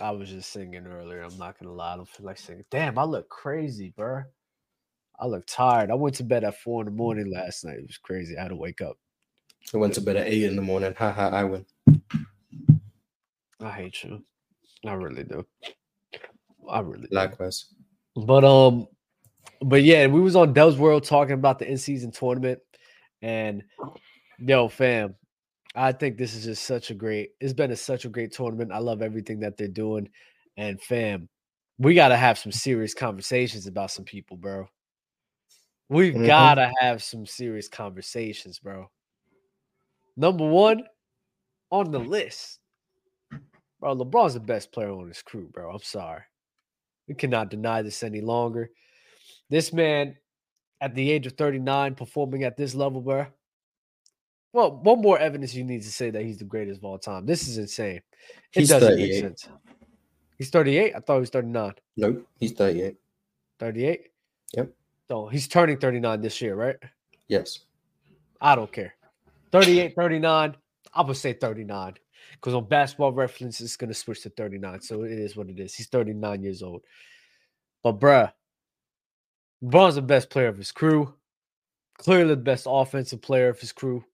I was just singing earlier. I'm not gonna lie. I don't feel like singing. Damn, I look crazy, bruh. I look tired. I went to bed at four in the morning last night. It was crazy. I had to wake up. I went to bed at eight in the morning. Ha ha! I win. I hate you. I really do. I really. do. Likewise. But um, but yeah, we was on Dell's World talking about the in season tournament, and yo, fam, I think this is just such a great. It's been a, such a great tournament. I love everything that they're doing, and fam, we gotta have some serious conversations about some people, bro. We've Mm-hmm. Mm-hmm. Mhm. gotta have some serious conversations, bro. Number one on the list, bro. LeBron's the best player on his crew, bro. I'm sorry, we cannot deny this any longer. This man, at the age of 39, performing at this level, bro. Well, what more evidence you need to say that he's the greatest of all time? This is insane. It He's doesn't make 38. sense. He's 38. I thought he was 39. Nope. He's thirty-eight. 38. Yep. So he's turning 39 this year, right? Yes. I don't care. 38, 39. I would say 39 because on basketball reference, it's going to switch to 39. So it is what it is. He's 39 years old. But, bruh, LeBron's the best player of his crew. Clearly the best offensive player of his crew.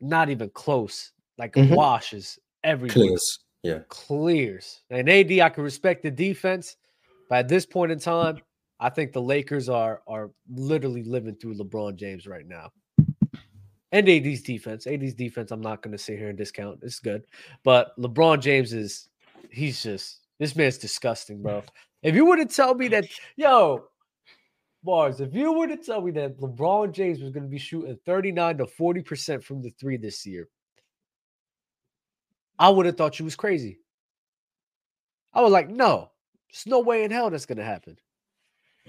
Not even close. Like Mhm. washes everyone. Clears. Yeah. Clears. And AD, I can respect the defense. But at this point in time, I think the Lakers are are literally living through LeBron James right now. And AD's defense. AD's defense, I'm not gonna sit here and discount. It's good. But LeBron James is he's just this man's disgusting, bro. If you were to tell me that, yo, Mars, if you were to tell me that LeBron James was gonna be shooting 39 to 40% from the three this year, I would have thought you was crazy. I was like, no, there's no way in hell that's gonna happen.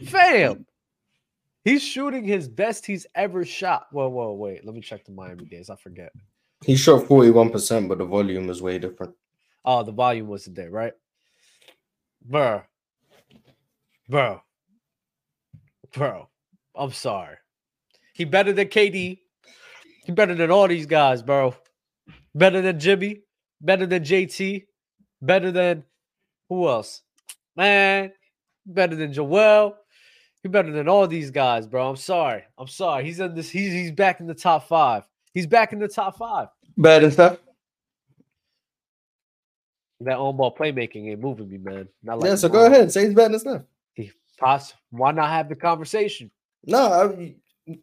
Fam, he's shooting his best he's ever shot. Whoa, whoa, wait. Let me check the Miami days. I forget. He shot forty-one percent, but the volume was way different. Oh, the volume wasn't there, right? Bro. Bro. Bro. I'm sorry. He better than KD. He better than all these guys, bro. Better than Jimmy. Better than JT. Better than who else? Man. Better than Joel. He better than all these guys, bro. I'm sorry. I'm sorry. He's in this. He's he's back in the top five. He's back in the top five. Bad and stuff. That on ball playmaking ain't moving me, man. Not like yeah. So LeBron. go ahead. Say he's bad and stuff. Poss- why not have the conversation? No. I,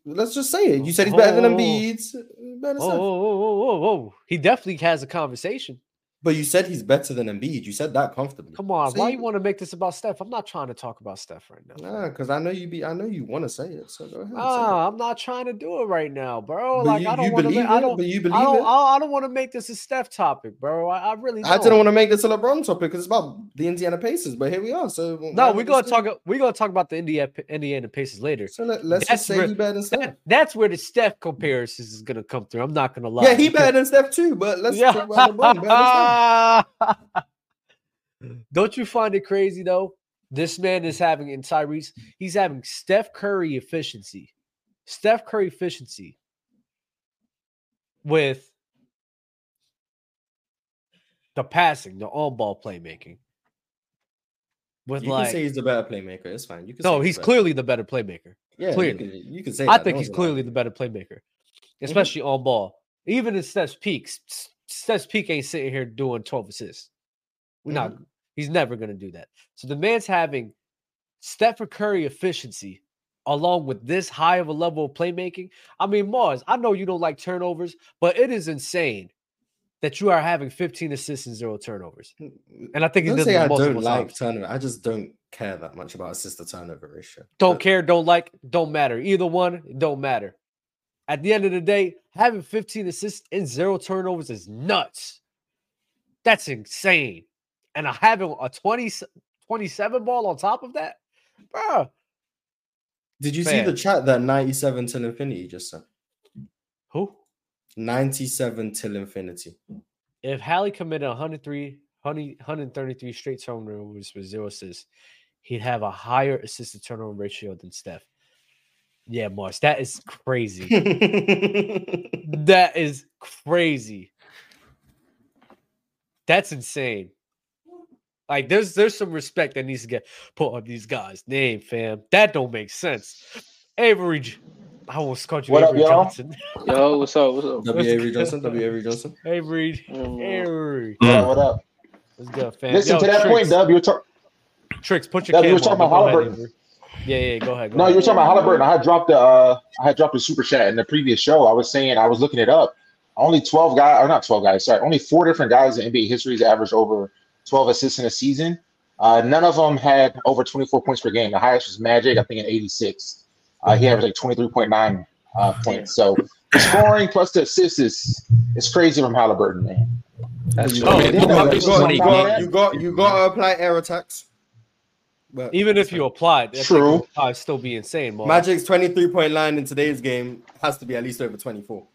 let's just say it. You said he's better than Oh. Embiid's. Bad and Oh, oh, stuff. oh, oh, oh, oh. He definitely has a conversation. But you said he's better than Embiid. You said that comfortably. Come on, why See? you want to make this about Steph? I'm not trying to talk about Steph right now. Nah, because I know you be. I know you want to say it. So go ahead. say it. Ah, I'm not trying to do it right now, bro. But like you, I don't you want to. believe I it, don't. But you believe I it. don't. I, I don't want to make this a Steph topic, bro. I, I really. Don't. I didn't want to make this a LeBron topic because it's about the Indiana Pacers, but here we are. No, So why we're don't gonna just- talk. We're gonna talk about the Indiana Indiana Pacers later. So let, us That's just say where- he better than Steph. That, that's where the Steph comparisons is gonna come through. I'm not gonna lie. Yeah, he because- better than Steph too. But let's talk about LeBron. Better than Steph. Don't you find it crazy though? This man is having in Tyrese, he's having Steph Curry efficiency. Steph Curry efficiency with the passing, the on-ball playmaking. With You like can say he's the better playmaker. It's fine. You can no, say he's better. clearly the better playmaker. Yeah, clearly. You can, you can say. I that. think No he's one's allowed clearly to. the better playmaker, Mm-hmm. especially on ball. Even in Steph's peak, S- S- Steph's peak ain't sitting here doing 12 assists. We're not. Mm-hmm. He's never going to do that. So the man's having Steph Curry efficiency along with this high of a level of playmaking. I mean, Mars, I know you don't like turnovers, but it is insane that you are having 15 assists and zero turnovers. And I think he Mm, Don't did say this I don't multiple like times. turnover. I just don't care that much about assist to turnover ratio. Don't But care, don't like, don't matter. Either one, don't matter. At the end of the day, having 15 assists and zero turnovers is nuts. That's insane. And I having a 20, 27 ball on top of that, bruh. Did you Fair. see the chat that ninety-seven till infinity just said? Who? Ninety-seven till infinity. If Hallie committed 103, 100 133 straight turnovers with zero assists, he'd have a higher assist to turnover ratio than Steph. Yeah, Mars, that is crazy. That is crazy. That's insane. Like there's there's some respect that needs to get put on these guys' name, fam. That don't make sense. Avery, J- I almost called you What up, Avery y'all? Johnson. Yo, what's up? What's up? W. Avery Johnson. W. Avery Johnson. Avery, Avery, Yeah, Mm. what up? what's good, fam? Listen Yo, to that Tricks, point, Dub. You're talk- Tricks, put your Dub, you were camera talking about on, but go ahead, Halliburton. Avery. Yeah, yeah, go ahead. Go no, you ahead. were talking about Halliburton. I had dropped the uh, I had dropped the super chat in the previous show. I was saying I was looking it up. Only twelve guys, or not twelve guys. Sorry, only four different guys in NBA history has averaged over twelve assists in a season. Uh, none of them had over twenty four points per game. The highest was Magic, I think, in eighty six. Uh, he averaged like twenty three point nine uh, points. So the scoring plus the assists is it's crazy from Halliburton, man. That's Oh, You you got, got- you, got, you, got, to apply air attacks. But Even if you applied, I True. think I'd still be insane, Mark. Magic's 23.9 in today's game has to be at least over 24.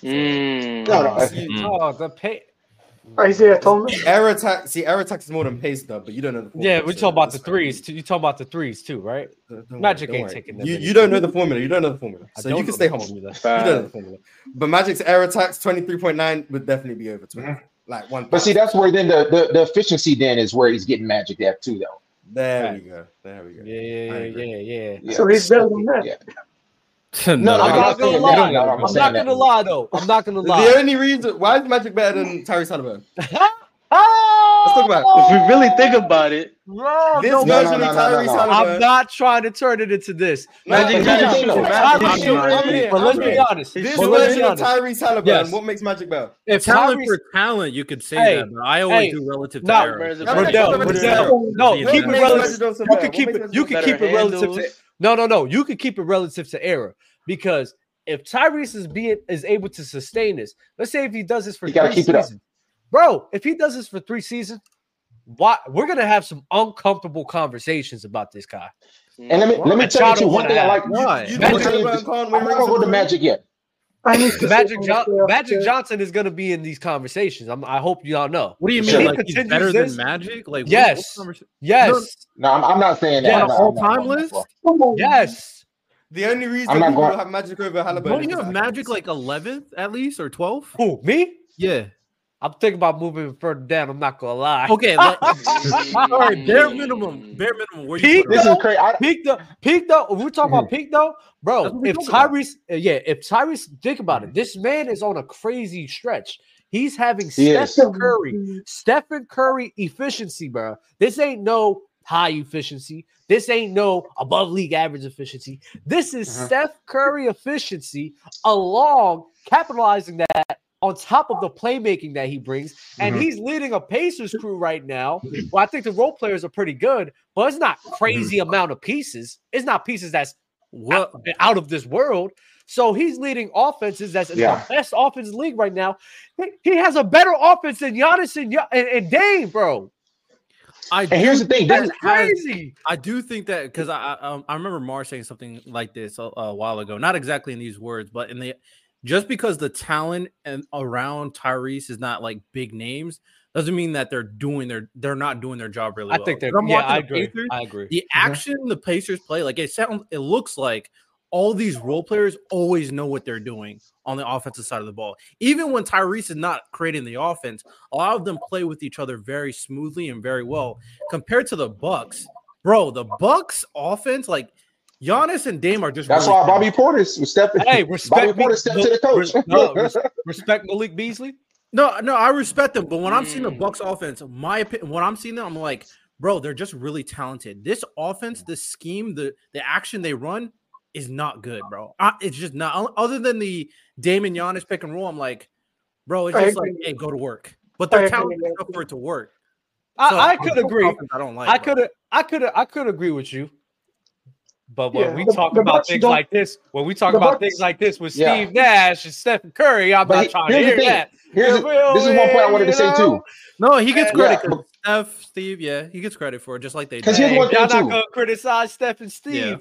Hmm. Mm. No, no, You- Oh, the pay. Isaiah Thomas. Air attack. See, air attacks is more than pace, though. But you don't know. The formula, Yeah, we so talk about it's the fine. threes. Too. You talk about the threes too, right? Uh, Don't worry, Magic don't ain't worry. taking them You many you don't know the formula. You don't know the formula. I So don't you know can stay the home. You formula. don't know Bad. the formula. But Magic's air attacks 23.9 would definitely be over 20. Like one. But see, that's where then the, the, the efficiency then is where he's getting magic at too, though. there we go. There we go. Yeah, yeah, I yeah, agree. yeah, yeah. Yeah. So he's better than that. Yeah. no, No, I'm I'm not not gonna saying lie. that. I'm No, I'm not saying gonna that. lie though. I'm not gonna lie. The only reason why is Magic better than Tyrese Halliburton? Let's talk about it. If we really think about it, Bro, This no, no, version no, of no, no, Tyrese no. I'm Halliburton. not trying to turn it into this. No, Magic but got he's you. not- Magic I'm got here, you. I'm here, But let's I'm be here. honest. This But let's be version of honest. Tyrese Halliburton. Yes. What makes Magic better? If talent Tyrese, for talent, you could say Hey, that, but I always hey, do relative to no, error. Bro, Riddell, What makes Riddell. Magic no, Yeah. keep it What better? relative. What makes Magic so You can bad? What keep it. makes Magic You so can bad? better keep it relative to. handles. No, no, no. You can keep it relative to error because if Tyrese is being is able to sustain this, let's say if he does this for You gotta three keep it up. seasons, bro. If he does this for three seasons, why we're gonna have some uncomfortable conversations about this guy. And let me let me I tell you don't too, one wanna thing I have like. one. You Magic- think Halliburton can't win I'm not gonna go rings? to Magic yet. I need to Magic see him John- play up Magic there. Johnson is gonna be in these conversations. I'm, I hope y'all know. What do you Sure. mean? Like he's Continues better this? than Magic? Like what- Yes. what conversa- Yes, No, I'm, I'm not saying that. Yeah, I'm not- all I'm not time going that list? far. Come on. yes. The only reason I'm not people going- have Magic over Halliburton. Don't is you have because- Magic like eleventh at least or twelfth? Who me? Yeah. I'm thinking about moving further down. I'm not gonna lie. Okay. Like, all right. Bare minimum. Bare minimum. Where you Pete, put This him? is crazy. I, Mm-hmm. Peak though, peak though. We're talking about peak though, That's bro. what we're If talking about. Tyrese, uh, yeah, if Tyrese, think about Mm-hmm. it. This man is on a crazy stretch. He's having He is. Stephen Curry, mm. Stephen Curry efficiency, bro. This ain't no high efficiency. This ain't no above league average efficiency. This is Uh-huh. Steph Curry efficiency along capitalizing that on top of the playmaking that he brings. And Mhm. he's leading a Pacers crew right now. Well, I think the role players are pretty good, but it's Mm-hmm. not crazy amount of pieces. It's not pieces that's What? out- out of this world. So he's leading offenses that's in Yeah. the best offense league right now. He, he has a better offense than Giannis and, Ya- and, and Dame, bro. I and here's the thing. That's This, has- crazy. I do think that because I I, um, I remember Mar saying something like this a, a while ago, not exactly in these words, but in the just because the talent and around Tyrese is not like big names doesn't mean that they're doing their they're not doing their job really I well. think they're, If I'm yeah, watching I the agree. Pacers, I agree. Mm-hmm. the action the Pacers play, like it sounds, it looks like all these role players always know what they're doing on the offensive side of the ball. Even when Tyrese is not creating the offense, a lot of them play with each other very smoothly and very well compared to the Bucks. Bro, the Bucks offense, like Giannis and Dame are just that's really why Bobby Portis was stepping. Hey, Bobby respect, Portis stepped to the coach. Malik, no, res- respect Malik Beasley. No, no, I respect them, but when I'm seeing the Mm. Bucks offense, my opinion, when I'm seeing them, I'm like, bro, they're just really talented. This offense, the scheme, the the action they run is not good, bro. I, it's just not. o- Other than the Damon Giannis pick and roll, I'm like, bro, it's I just like, agree. hey, go to work. But I they're agree talented with enough you. for it to work. So, I, I the could Bucks agree. offense I don't like. I bro. could have, I could have, I could agree with you. But when Yeah, we the- talk the about Bucks things don't- like this, when we talk the about Bucks- things like this with Yeah. Steve Nash and Stephen Curry, I'm But not he- trying to here's the hear thing. that. Here's a- this is one point I wanted to say too. No, he gets Yeah. credit. 'cause Steph, Steve, yeah, he gets credit for it, just like they. 'Cause did. here's Hey, one thing y'all not too. gonna criticize Steph and Steve.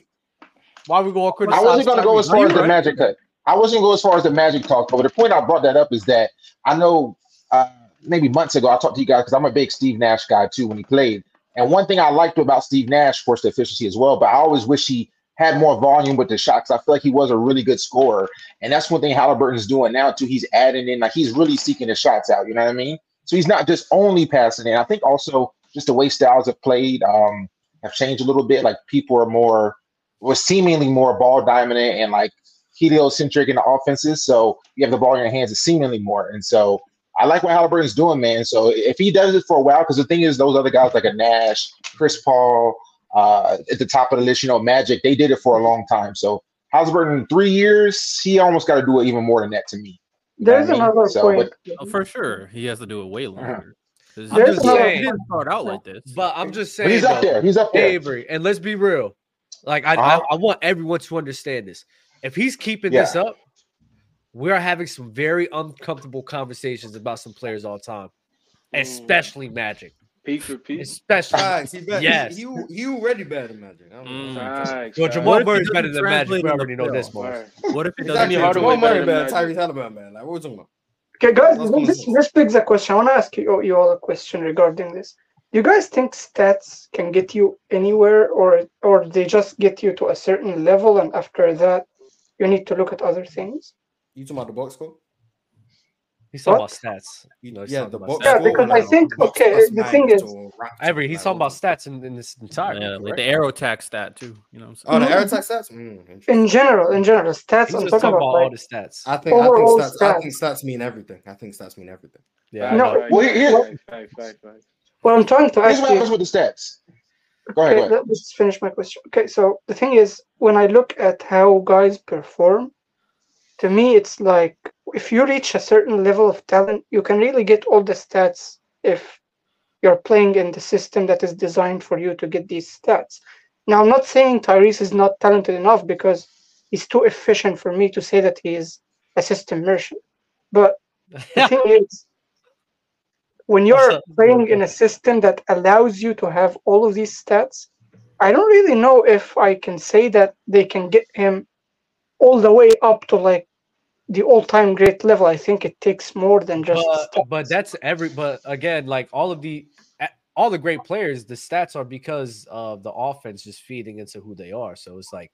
Why we gonna criticize? I wasn't going to go Tyrese? as far as the Right. magic cut. I wasn't going to go as far as the magic talk, but the point I brought that up is that I know uh, maybe months ago I talked to you guys because I'm a big Steve Nash guy too when he played. And one thing I liked about Steve Nash, of course, the efficiency as well, but I always wish he had more volume with the shots. I feel like he was a really good scorer. And that's one thing Halliburton's doing now too. He's adding in, like he's really seeking the shots out, you know what I mean? So he's not just only passing in. I think also just the way styles have played um, have changed a little bit. Like people are more, was seemingly more ball dominant and like heliocentric in the offenses. So you have the ball in your hands seemingly more. And so I like what Halliburton's doing, man. So if he does it for a while, because the thing is, those other guys like a Nash, Chris Paul, uh, at the top of the list, you know, Magic, they did it for a long time. So Halliburton, three years, he almost got to do it even more than that to me. There's I mean, another so Uh-huh. point. Oh, for sure, he has to do it way longer. 'Cause I'm There's just another- he saying, didn't start out like this. but I'm just saying. But he's up though, there. He's up there. Avery, and let's be real. Like I, Uh-huh. I, I want everyone to understand this. If he's keeping this up, we are having some very uncomfortable conversations about some players all the time, Mm. especially Magic, Peak for peak. especially. Facts. He Yes. bet. Yes. He, he, he already better than Magic. I don't know. Facts, Well, facts. Jamal What if he Murray's doesn't better than Magic. translate Mm. We in the already know this, playoffs? Mark. Right. What if it doesn't? Exactly. Jimmy Jamal Hardaway Murray better than better than Tyrese Halliburton, man. Like, what are we talking about? Okay, guys, That's what this, I'm this begs a question. I want to ask you, you all a question regarding this. Do you guys think stats can get you anywhere, or or they just get you to a certain level, and after that, you need to look at other things? You talking about the box score? He's talking What? about stats. You know, he's yeah, talking the about box stats. Yeah, because I think- okay, the thing is- Avery, he's talking about stats in, in this entire. Yeah, group, like right? the arrow tax stat too. You know what I'm saying? Oh, the air attack stats. Mm, interesting. In general, in general, stats. He's I'm just talking about, all like, the stats. I think I think Overall stats, I stats. think stats mean everything. I think stats mean everything. Yeah, No, I know. Facts, Well, here- facts, facts, facts, facts. what I'm trying to Here's ask what you. happens with the stats. Go ahead. Okay, Go ahead. let me just finish my question. Okay, so the thing is, when I look at how guys perform, to me, it's like if you reach a certain level of talent, you can really get all the stats if you're playing in the system that is designed for you to get these stats. Now, I'm not saying Tyrese is not talented enough because he's too efficient for me to say that he is a system merchant. But the thing is, when you're Also- playing in a system that allows you to have all of these stats, I don't really know if I can say that they can get him all the way up to like the all-time great level. I think it takes more than just but, stats. but that's every but again like all of the a- all the great players the stats are because of the offense just feeding into who they are so it's like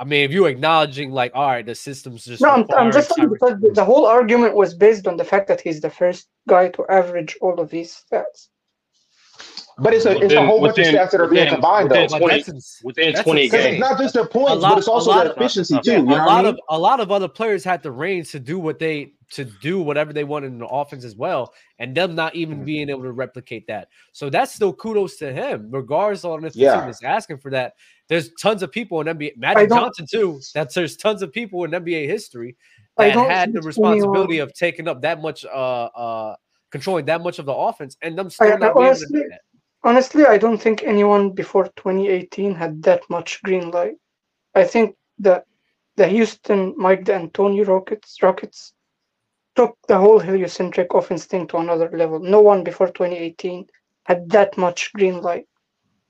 i mean if you're acknowledging like all right the system's just no, I'm, I'm requiring just saying Tyreek- because the- the whole argument was based on the fact that he's the first guy to average all of these stats. But it's a it's a Within- whole within- bunch of stats that are being within- combined within though. But 20 that's ins- within That's 20 insane. Because it's games. not just their a points, lot, but it's also a lot their of- uh, efficiency yeah, too. a You know what I lot mean? of a lot of other players had the reins to do what they to do whatever they wanted in the offense as well, and them not Mm-hmm. even being able to replicate that. So that's still kudos to him, regardless on if the Yeah. team is asking for that. There's tons of people in NBA, I Magic don't- Johnson too. That's there's tons of people in NBA history I that don't had the think anyone- responsibility of taking up that much, uh, uh, controlling that much of the offense, and them still I- not being able to honestly- do that. Honestly, I don't think anyone before 2018 had that much green light. I think that the Houston Mike D'Antoni Rockets Rockets took the whole heliocentric offense thing to another level. No one before 2018 had that much green light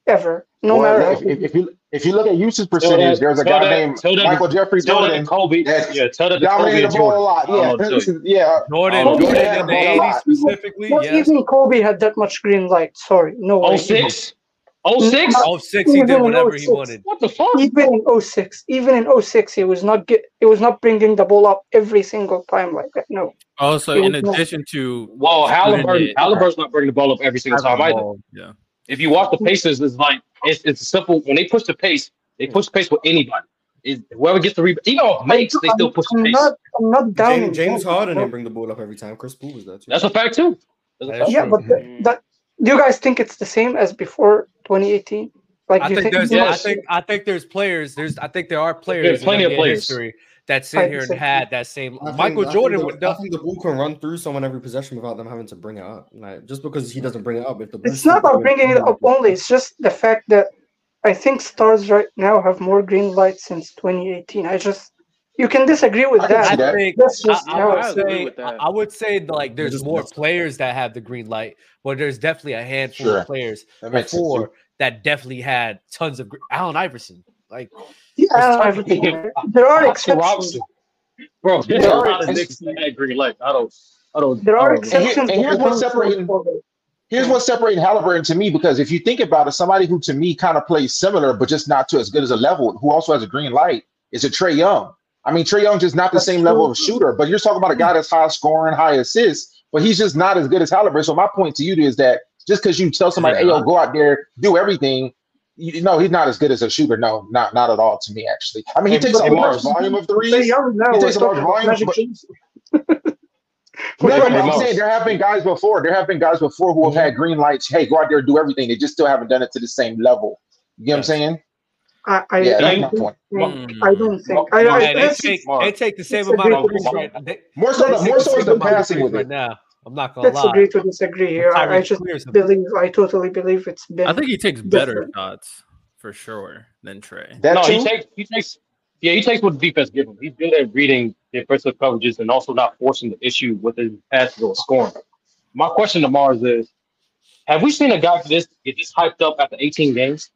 ever. No Well, matter if, if, if you if you look at usage percentage, that- there's a tell guy that- named tell that- Michael Jeffrey Tell that to Jordan. Kobe. That's- Yeah, tell that to Kobe Dominated and the ball a Jordan. Oh, lot. I Yeah, don't know, this tell is- yeah. Jordan, Oh, Jordan yeah, in the hold on. 80s specifically, not yes. even Kobe had that much green light. Sorry, no way. 06? 06? Oh six, he Even did in whatever he 06. wanted. What the fuck? Even in 06, even in 06, he was not get, he was not bringing the ball up every single time like that. No. Also, Yeah, in no. addition to Well, Halliburton, Within- Halliburton's not bringing the ball up every single time either. yeah, If you watch the Pacers, it's like it's, it's simple. When they push the pace, they push the pace with anybody. It, whoever gets the rebound, even off makes, they still push the I'm pace. not, I'm not down. James, in James Kobe, Harden bro. didn't bring the ball up every time. Chris Paul was there too. That's a fact too. That's a That fact. is Yeah, true. but the, that, do you guys think it's the same as before 2018? Like, I do you think, think, there's Yes. I think I think there's players there's I think there are players in plenty of NBA players. history that I sit here and think so. had that same I think- Michael I think Jordan the- would I think the ball can run through someone every possession without them having to bring it up. Like just because he doesn't bring it up, if the it's not about bringing it up only. It's just the fact that I think stars right now have more green light since 2018. I just you can disagree with I can I that. see that. think That's I, just I how would it's I agree say with I that. I would say like there's Just- more players that have the green light, but there's definitely a handful Sure. of players That makes sense. before that definitely had tons of gr- Allen Iverson. Like yeah, I It's tough. would- there are Robinson, exceptions. Robinson. Bro, there's a Yeah. lot of Knicks that had green light. I don't, I don't. There I are don't know. here- exceptions. and but here's I what's don't separating- think so. Here's what's separating Halliburton to me because if you think about it, somebody who to me kind of plays similar but just not to as good as a level, who also has a green light, is a Trey Young. I mean, Trey Young's just not the That's same true. level of shooter, but you're talking about a guy that's high scoring, high assists, but he's just not as good as Halliburton. So my point to you is that Just because you tell somebody, "Hey, yo, go out there, do everything," you, no, he's not as good as a shooter. No, not not at all to me. Actually, I mean, he And takes a Blake large Marshall. volume of Say, threes. y'all know He we're takes a large talking about volume, Magic but- Johnson. No, Blake but I'm Marshall. saying there have been guys before. There have been guys before who have had green lights. Hey, go out there, do everything. They just still haven't done it to the same level. You know what I'm Yes. saying? I, I, Yeah, I that's my don't point. think- I don't think. I, I, Hmm. Hey, they let's, take Mark. they take the same It's a amount of different threes ball. right. They, More so, they the, take more so same is the amount of passing threes with right it. now. I'm not gonna let's lie. agree to disagree here. I, I Tyrese just Spears- believe, I totally believe it's been. I think he takes better shots for sure than Trey. That no, too. he takes he takes yeah, he takes what the defense gives him. He's good at reading the defensive coverages and also not forcing the issue with his passes or scoring. My question to Mars is have we seen a guy for this get this hyped up after 18 games?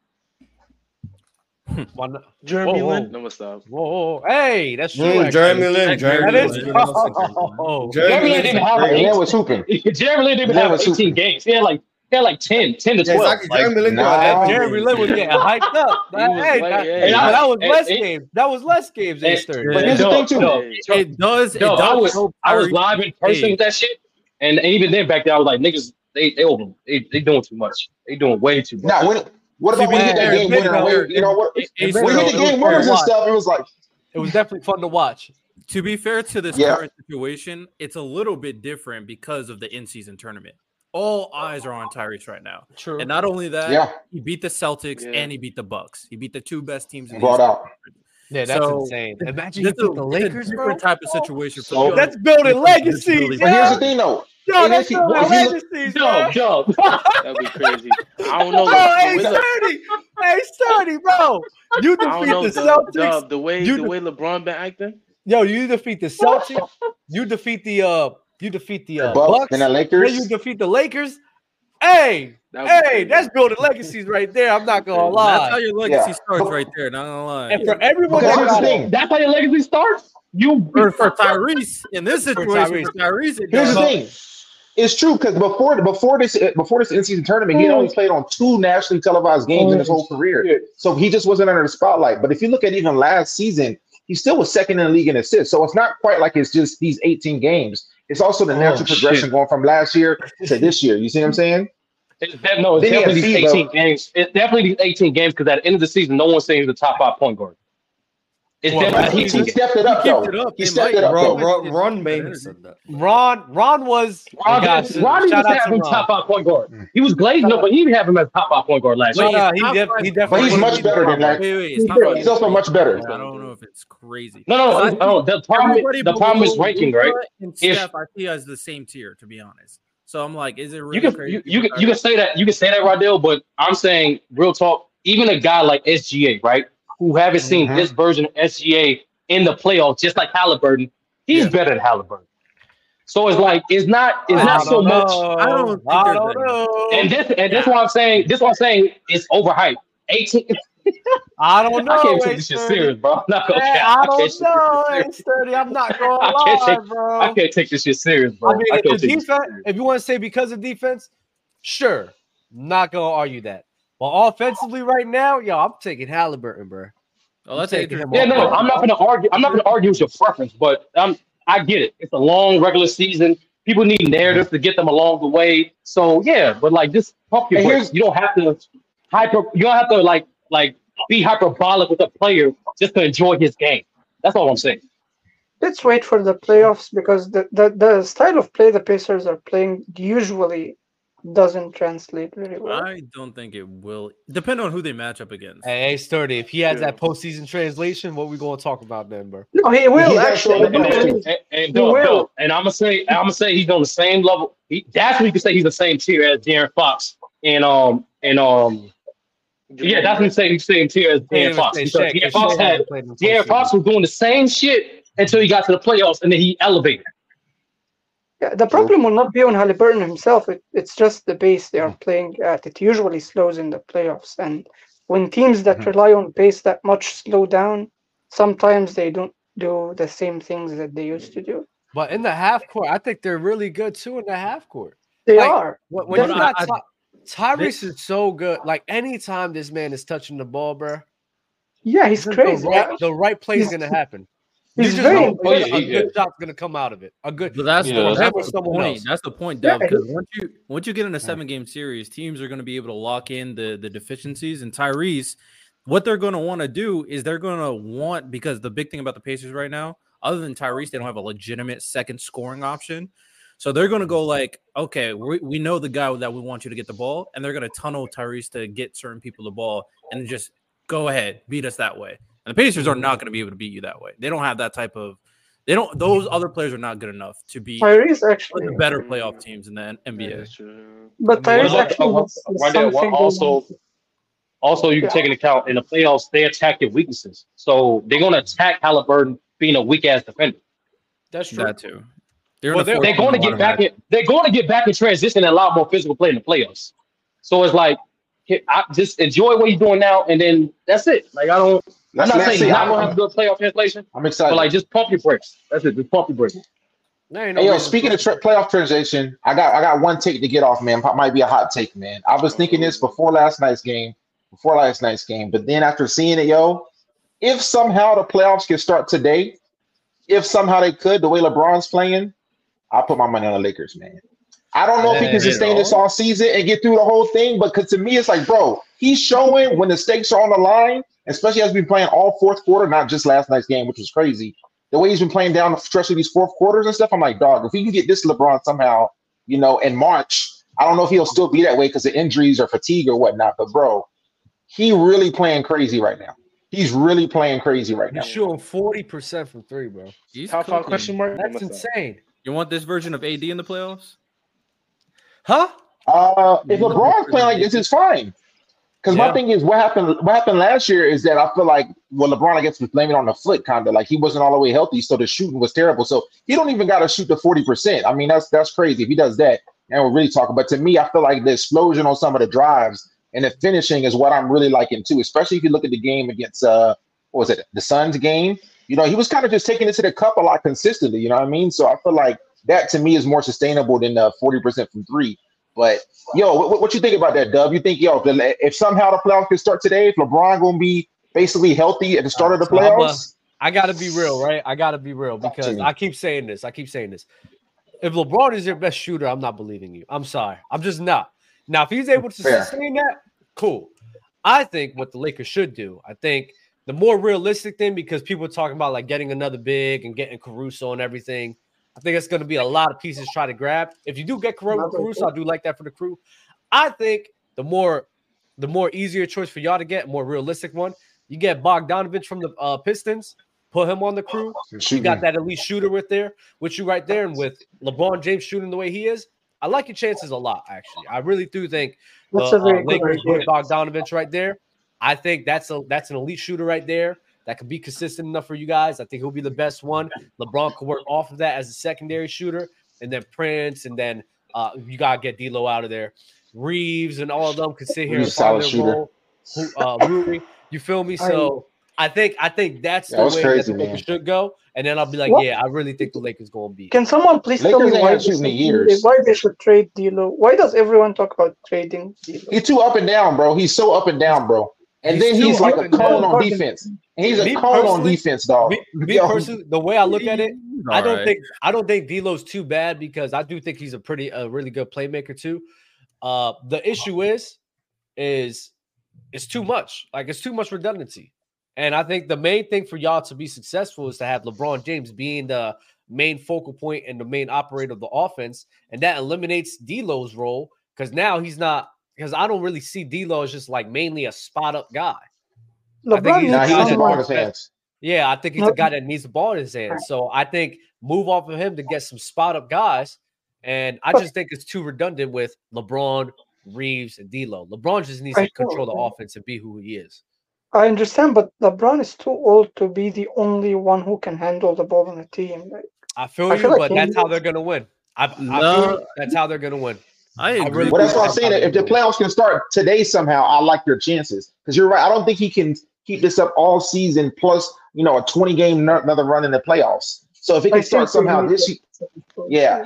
Why not? Jeremy Whoa, Lin. whoa, No, what's up? whoa, whoa. Hey, that's true. Mm, actually. Jeremy Lin. Jeremy That Lin. is. Lin. Oh, Jeremy Lin didn't have Hey, like Lin 18, was hooping. Jeremy Lin didn't Lin have was 18 super- games. He had like he had like 10, 10 to Yeah, 12. exactly. Like, Jeremy Lin nah. got 11 Jeremy games. Lin was getting hyped up. He was Hey, late, that, yeah. hey, And I- that was and- less and- games. That was less games in and- his third. But here's the Dog, thing too. dog, dog. It does. No, it does I was show I was Tyrese- live in person Hey. with that shit, and even then back then I was like niggas, they they over, they they doing too much, they doing way too much. Nah, when, what about when he hit that Man, game man, winner? man, Where, you know what? it- And it's- then When he hit it the was game fun to winners and watch. stuff, it was like, It was definitely fun to watch. To be fair to this Yeah. current situation, it's a little bit different because of the in-season tournament. All eyes are on Tyrese right now, True. and not only that, yeah, he beat the Celtics Yeah. and he beat the Bucks. He beat the two best teams in the brought East. out. yeah, that's so- insane. Imagine This you is a, beat the it's a Lakers, bro. different type of situation. So- you. That's building Different legacies. disability. Yo, But here's the thing though. yo and that's if you- building if you look- legacies, bro. Dog, dog. That'd be crazy. I don't know. Bro, the hey, way Le- Sturdy. Hey, Sturdy, bro. You I don't defeat know. the Dub, Celtics. dub, the way You the the- way LeBron been acting. Yo, you defeat the Celtics. You defeat the uh you defeat the uh, Bucks, Bucks. and the Then you Lakers. defeat the Lakers. Hey, That would be hey, crazy. that's building legacies right there. I'm not gonna That's how lie. your legacy Yeah. starts But- right there. Not gonna lie. And for everyone Because that here's the got thing. That's how your legacy starts. You For, for Tyrese in this For situation, Tyrese. for Tyrese, it Here's the does. thing. It's true because before before this before this in season tournament, he had Mm. only played on two nationally televised games in his whole Oh, career, so he just wasn't under the spotlight. But if you look at even last season, he still was second in the league in assists. So it's not quite like it's just these 18 games. It's also Oh, the natural progression going from last year to this year. You see what I'm saying? It's de- no, it's Then he definitely had these Steve, 18 games. It's definitely these 18 games because at the end of the season, no one's saying he's the top five point guard. It's Well, But definitely he, these 18 he games. stepped it up He kept though. it up. He It stepped might- it up Ron, though. Ron, Ron Mayer said that. Ron, Ron was Ron Ron, didn't, Ron shout didn't even out to have him Ron. top five point Mm. guard. He was glazing Shout up, but he didn't have him as top five point guard last Shout year. Wait, out, it's he not def- he five- definitely But he's wait, much wait, better than that. Wait, wait, it's He's not five He's also point much better. guard. I don't know if it's crazy. No, no, I no. no the problem, Everybody the problem is below ranking, Luka right? And If- Steph, I see as the same tier, to be honest. So I'm like, is it really you can crazy? you, you, can- you can say that you can say that Rodell, but I'm saying real talk. Even a guy like SGA, right, who haven't seen Mhm. this version of SGA in the playoffs, just like Halliburton, he's better than Halliburton. So it's like it's not it's I not so don't much. know. I don't think I there's don't that. know. And this and this what I'm saying. This what I'm saying is overhyped. 18. I don't know. I can't Ace take this shit Sturdy. serious, bro. I'm not gonna Man, cap. I can't take don't this know. shit Ace Sturdy. I'm not going I to can't lie, take- bro. I can't take this shit serious, bro. I I, mean, if, can't the take this shit defense, serious. if you want to say because of defense, sure, not gonna argue that. But offensively, right now, yo, I'm taking Halliburton, bro. Oh, that's I'm a taking him Yeah, off no, guard. I'm not gonna argue. I'm not gonna argue with your preference, but um, I get it. It's a long regular season. People need narratives to get them along the way. So yeah, but like just pump your And brakes. here's- You don't have to hyper. You don't have to like like be hyperbolic with a player just to enjoy his game. That's all I'm saying. Let's wait for the playoffs because the, the, the style of play the Pacers are playing usually doesn't translate very well. I don't think it will. Depend on who they match up against. Hey, Ace Sturdy, if he has Yeah. that postseason translation, what we gonna talk about then, bro? No, he will he's actually. actually- And, and, I and, believe- and, and, He will. Dub, Dub, and I'm gonna say I'm gonna say he's on the same level. He, that's when you can say he's the same tier as Darren Fox and um and um Yeah, that's what I'm saying. Same tier as Can't Dan even Fox say because Shaq, Dan 'cause Fox Shaq had hasn't played in the Dan postseason. Fox was doing the same shit until he got to the playoffs and then he elevated. yeah, the problem will not be on Halliburton himself. It, it's just the pace they Mm. are playing at. It usually slows in the playoffs. And when teams that Mhm. rely on pace that much slow down, sometimes they don't do the same things that they used to do. But in the half court, I think they're really good too in the half court. They Like, are. When, when you But I- got I- Ty- Tyrese is so good. Like anytime this man is touching the ball, bro, Yeah, he's the crazy. right, the right play is He's- gonna happen. You He's just very know Oh, yeah, a he good did. shot's gonna come out of it. A good. But that's Yeah, the, that's that's what- the someone point. else. That's the point, Yeah, Dev. it Because once you once you get in a seven game series, teams are going to be able to lock in the the deficiencies. And Tyrese, what they're going to want to do is they're going to want because the big thing about the Pacers right now, other than Tyrese, they don't have a legitimate second scoring option. So they're going to go like, okay, we, we know the guy that we want you to get the ball, and they're going to tunnel Tyrese to get certain people the ball and just go ahead beat us that way. And the Pacers Mm-hmm. are not going to be able to beat you that way. They don't have that type of. They don't. Those other players are not good enough to be Tyrese one actually, of the better playoff teams in the N- Yeah, NBA. that's true. but What Tyrese about- actually uh, has has Rondell, something. what going also- on. Also, you Yeah. take into account in the playoffs, they attack your weaknesses. So they're going to attack Halliburton being a weak ass defender. That's true. That too. They're Well, in the they're- fourth They're going to in the get back automatic. in. They're going to get back in transition and a lot more physical play in the playoffs. So it's like, I just enjoy what you're doing now, and then that's it. Like I don't. I'm That's not saying nasty. you're not I'm, going to have I'm, good playoff translation, I'm but excited. like just pump your brakes. That's it. Just pump your brakes. There ain't no Hey, yo, reason speaking to- of tra- playoff transition, I got I got one take to get off, man. Pop- Might be a hot take, man. I was thinking this before last night's game, before last night's game, but then after seeing it, yo, if somehow the playoffs can start today, if somehow they could, the way LeBron's playing, I put my money on the Lakers, man. I don't know if he can Man, sustain no. this all season and get through the whole thing, but 'cause to me, it's like, bro, he's showing when the stakes are on the line, especially as we've been playing all fourth quarter, not just last night's game, which was crazy. The way he's been playing down the stretch of these fourth quarters and stuff, I'm like, dog, if he can get this LeBron somehow, you know, in March, I don't know if he'll still be that way because of injuries or fatigue or whatnot, but bro, he really playing crazy right now. He's really playing crazy right now. He's shooting forty percent from three, bro. He's Top five cooking. question mark? That's What's up? insane, You want this version of AD in the playoffs? huh? Uh, if Yeah. LeBron's playing like this, it's fine. Because Yeah. my thing is, what happened? What happened last year is that I feel like well, LeBron, I guess, was blaming on the foot, kind of like he wasn't all the way healthy, so the shooting was terrible. So he don't even got to shoot the forty percent. I mean, that's that's crazy if he does that. And we're really talking. But to me, I feel like the explosion on some of the drives and the finishing is what I'm really liking too. Especially if you look at the game against uh, what was it, the Suns game? You know, he was kind of just taking it to the cup a lot consistently. You know what I mean? So I feel like that to me is more sustainable than the forty percent from three. But Yo, what, what you think about that, Dub? You think yo, if, the, if somehow the playoffs can start today, if LeBron gonna be basically healthy at the start of the So I'm, uh, playoffs? I gotta be real, right? I gotta be real Talk to because me. I keep saying this. I keep saying this. If LeBron is your best shooter, I'm not believing you. I'm sorry. I'm just not. Now, if he's able to Fair. sustain that, cool. I think what the Lakers should do, I think the more realistic thing, because people are talking about like getting another big and getting Caruso and everything. I think it's going to be a lot of pieces to try to grab. If you do get Caru- Caruso, I do like that for the crew. I think the more, the more easier choice for y'all to get, more realistic one. You get Bogdanovich from the uh, Pistons, put him on the crew. You Shooting. got that elite shooter with there, with you right there, and with LeBron James shooting the way he is, I like your chances a lot. Actually, I really do think That's the a very uh, good Lakers with idea. Bogdanovich right there. I think that's a that's an elite shooter right there that could be consistent enough for you guys. I think he'll be the best one. LeBron could work off of that as a secondary shooter, and then Prince, and then uh, you gotta get D'Lo out of there. Reeves and all of them could sit here Reeves solid and find their shooter. role. Who, uh, Rui, you feel me? So I think I think that's That the was way crazy, that the Lakers man. should go, and then I'll be like, What? yeah, I really think the Lakers gonna be. Can someone please tell Lakers me ain't why had they shooting in should, years. why they should trade D'Lo? Why does everyone talk about trading D'Lo? He's too up and down, bro. He's so up and down, bro. And He's then too he's up like a and down. cone on Gordon. defense. And he's a Me cone on personally, defense, dog. Me, me Yo, personally, the way I look at it, He's I don't alright. think I don't think D'Lo's too bad because I do think he's a pretty a really good playmaker too. Uh, the issue is, is it's too much. Like it's too much redundancy. And I think the main thing for y'all to be successful is to have LeBron James being the main focal point and the main operator of the offense, and that eliminates D'Lo's role because now he's not. Because I don't really see D'Lo as just like mainly a spot up guy. I think LeBron he's nah, needs he needs the ball in someone. his hands. Yeah, I think he's a No- guy that needs the ball in his hands. So I think move off of him to get some spot up guys. And I But- just think it's too redundant with LeBron, Reeves, and D'Lo. LeBron just needs I to control the know. offense and be who he is. I understand, but LeBron is too old to be the only one who can handle the ball on the team. Like, I feel I feel you, like but he that's how needs- they're gonna win. I, I feel No. you. That's how they're gonna win. I I agree. really Well, that's do what I'm think saying. how they're If the gonna win. playoffs can start today somehow, I like your chances because you're right. I don't think he can keep this up all season. Plus, you know, a 20 game n- another run in the playoffs. So if it I can start think we somehow need this, that. ye- yeah,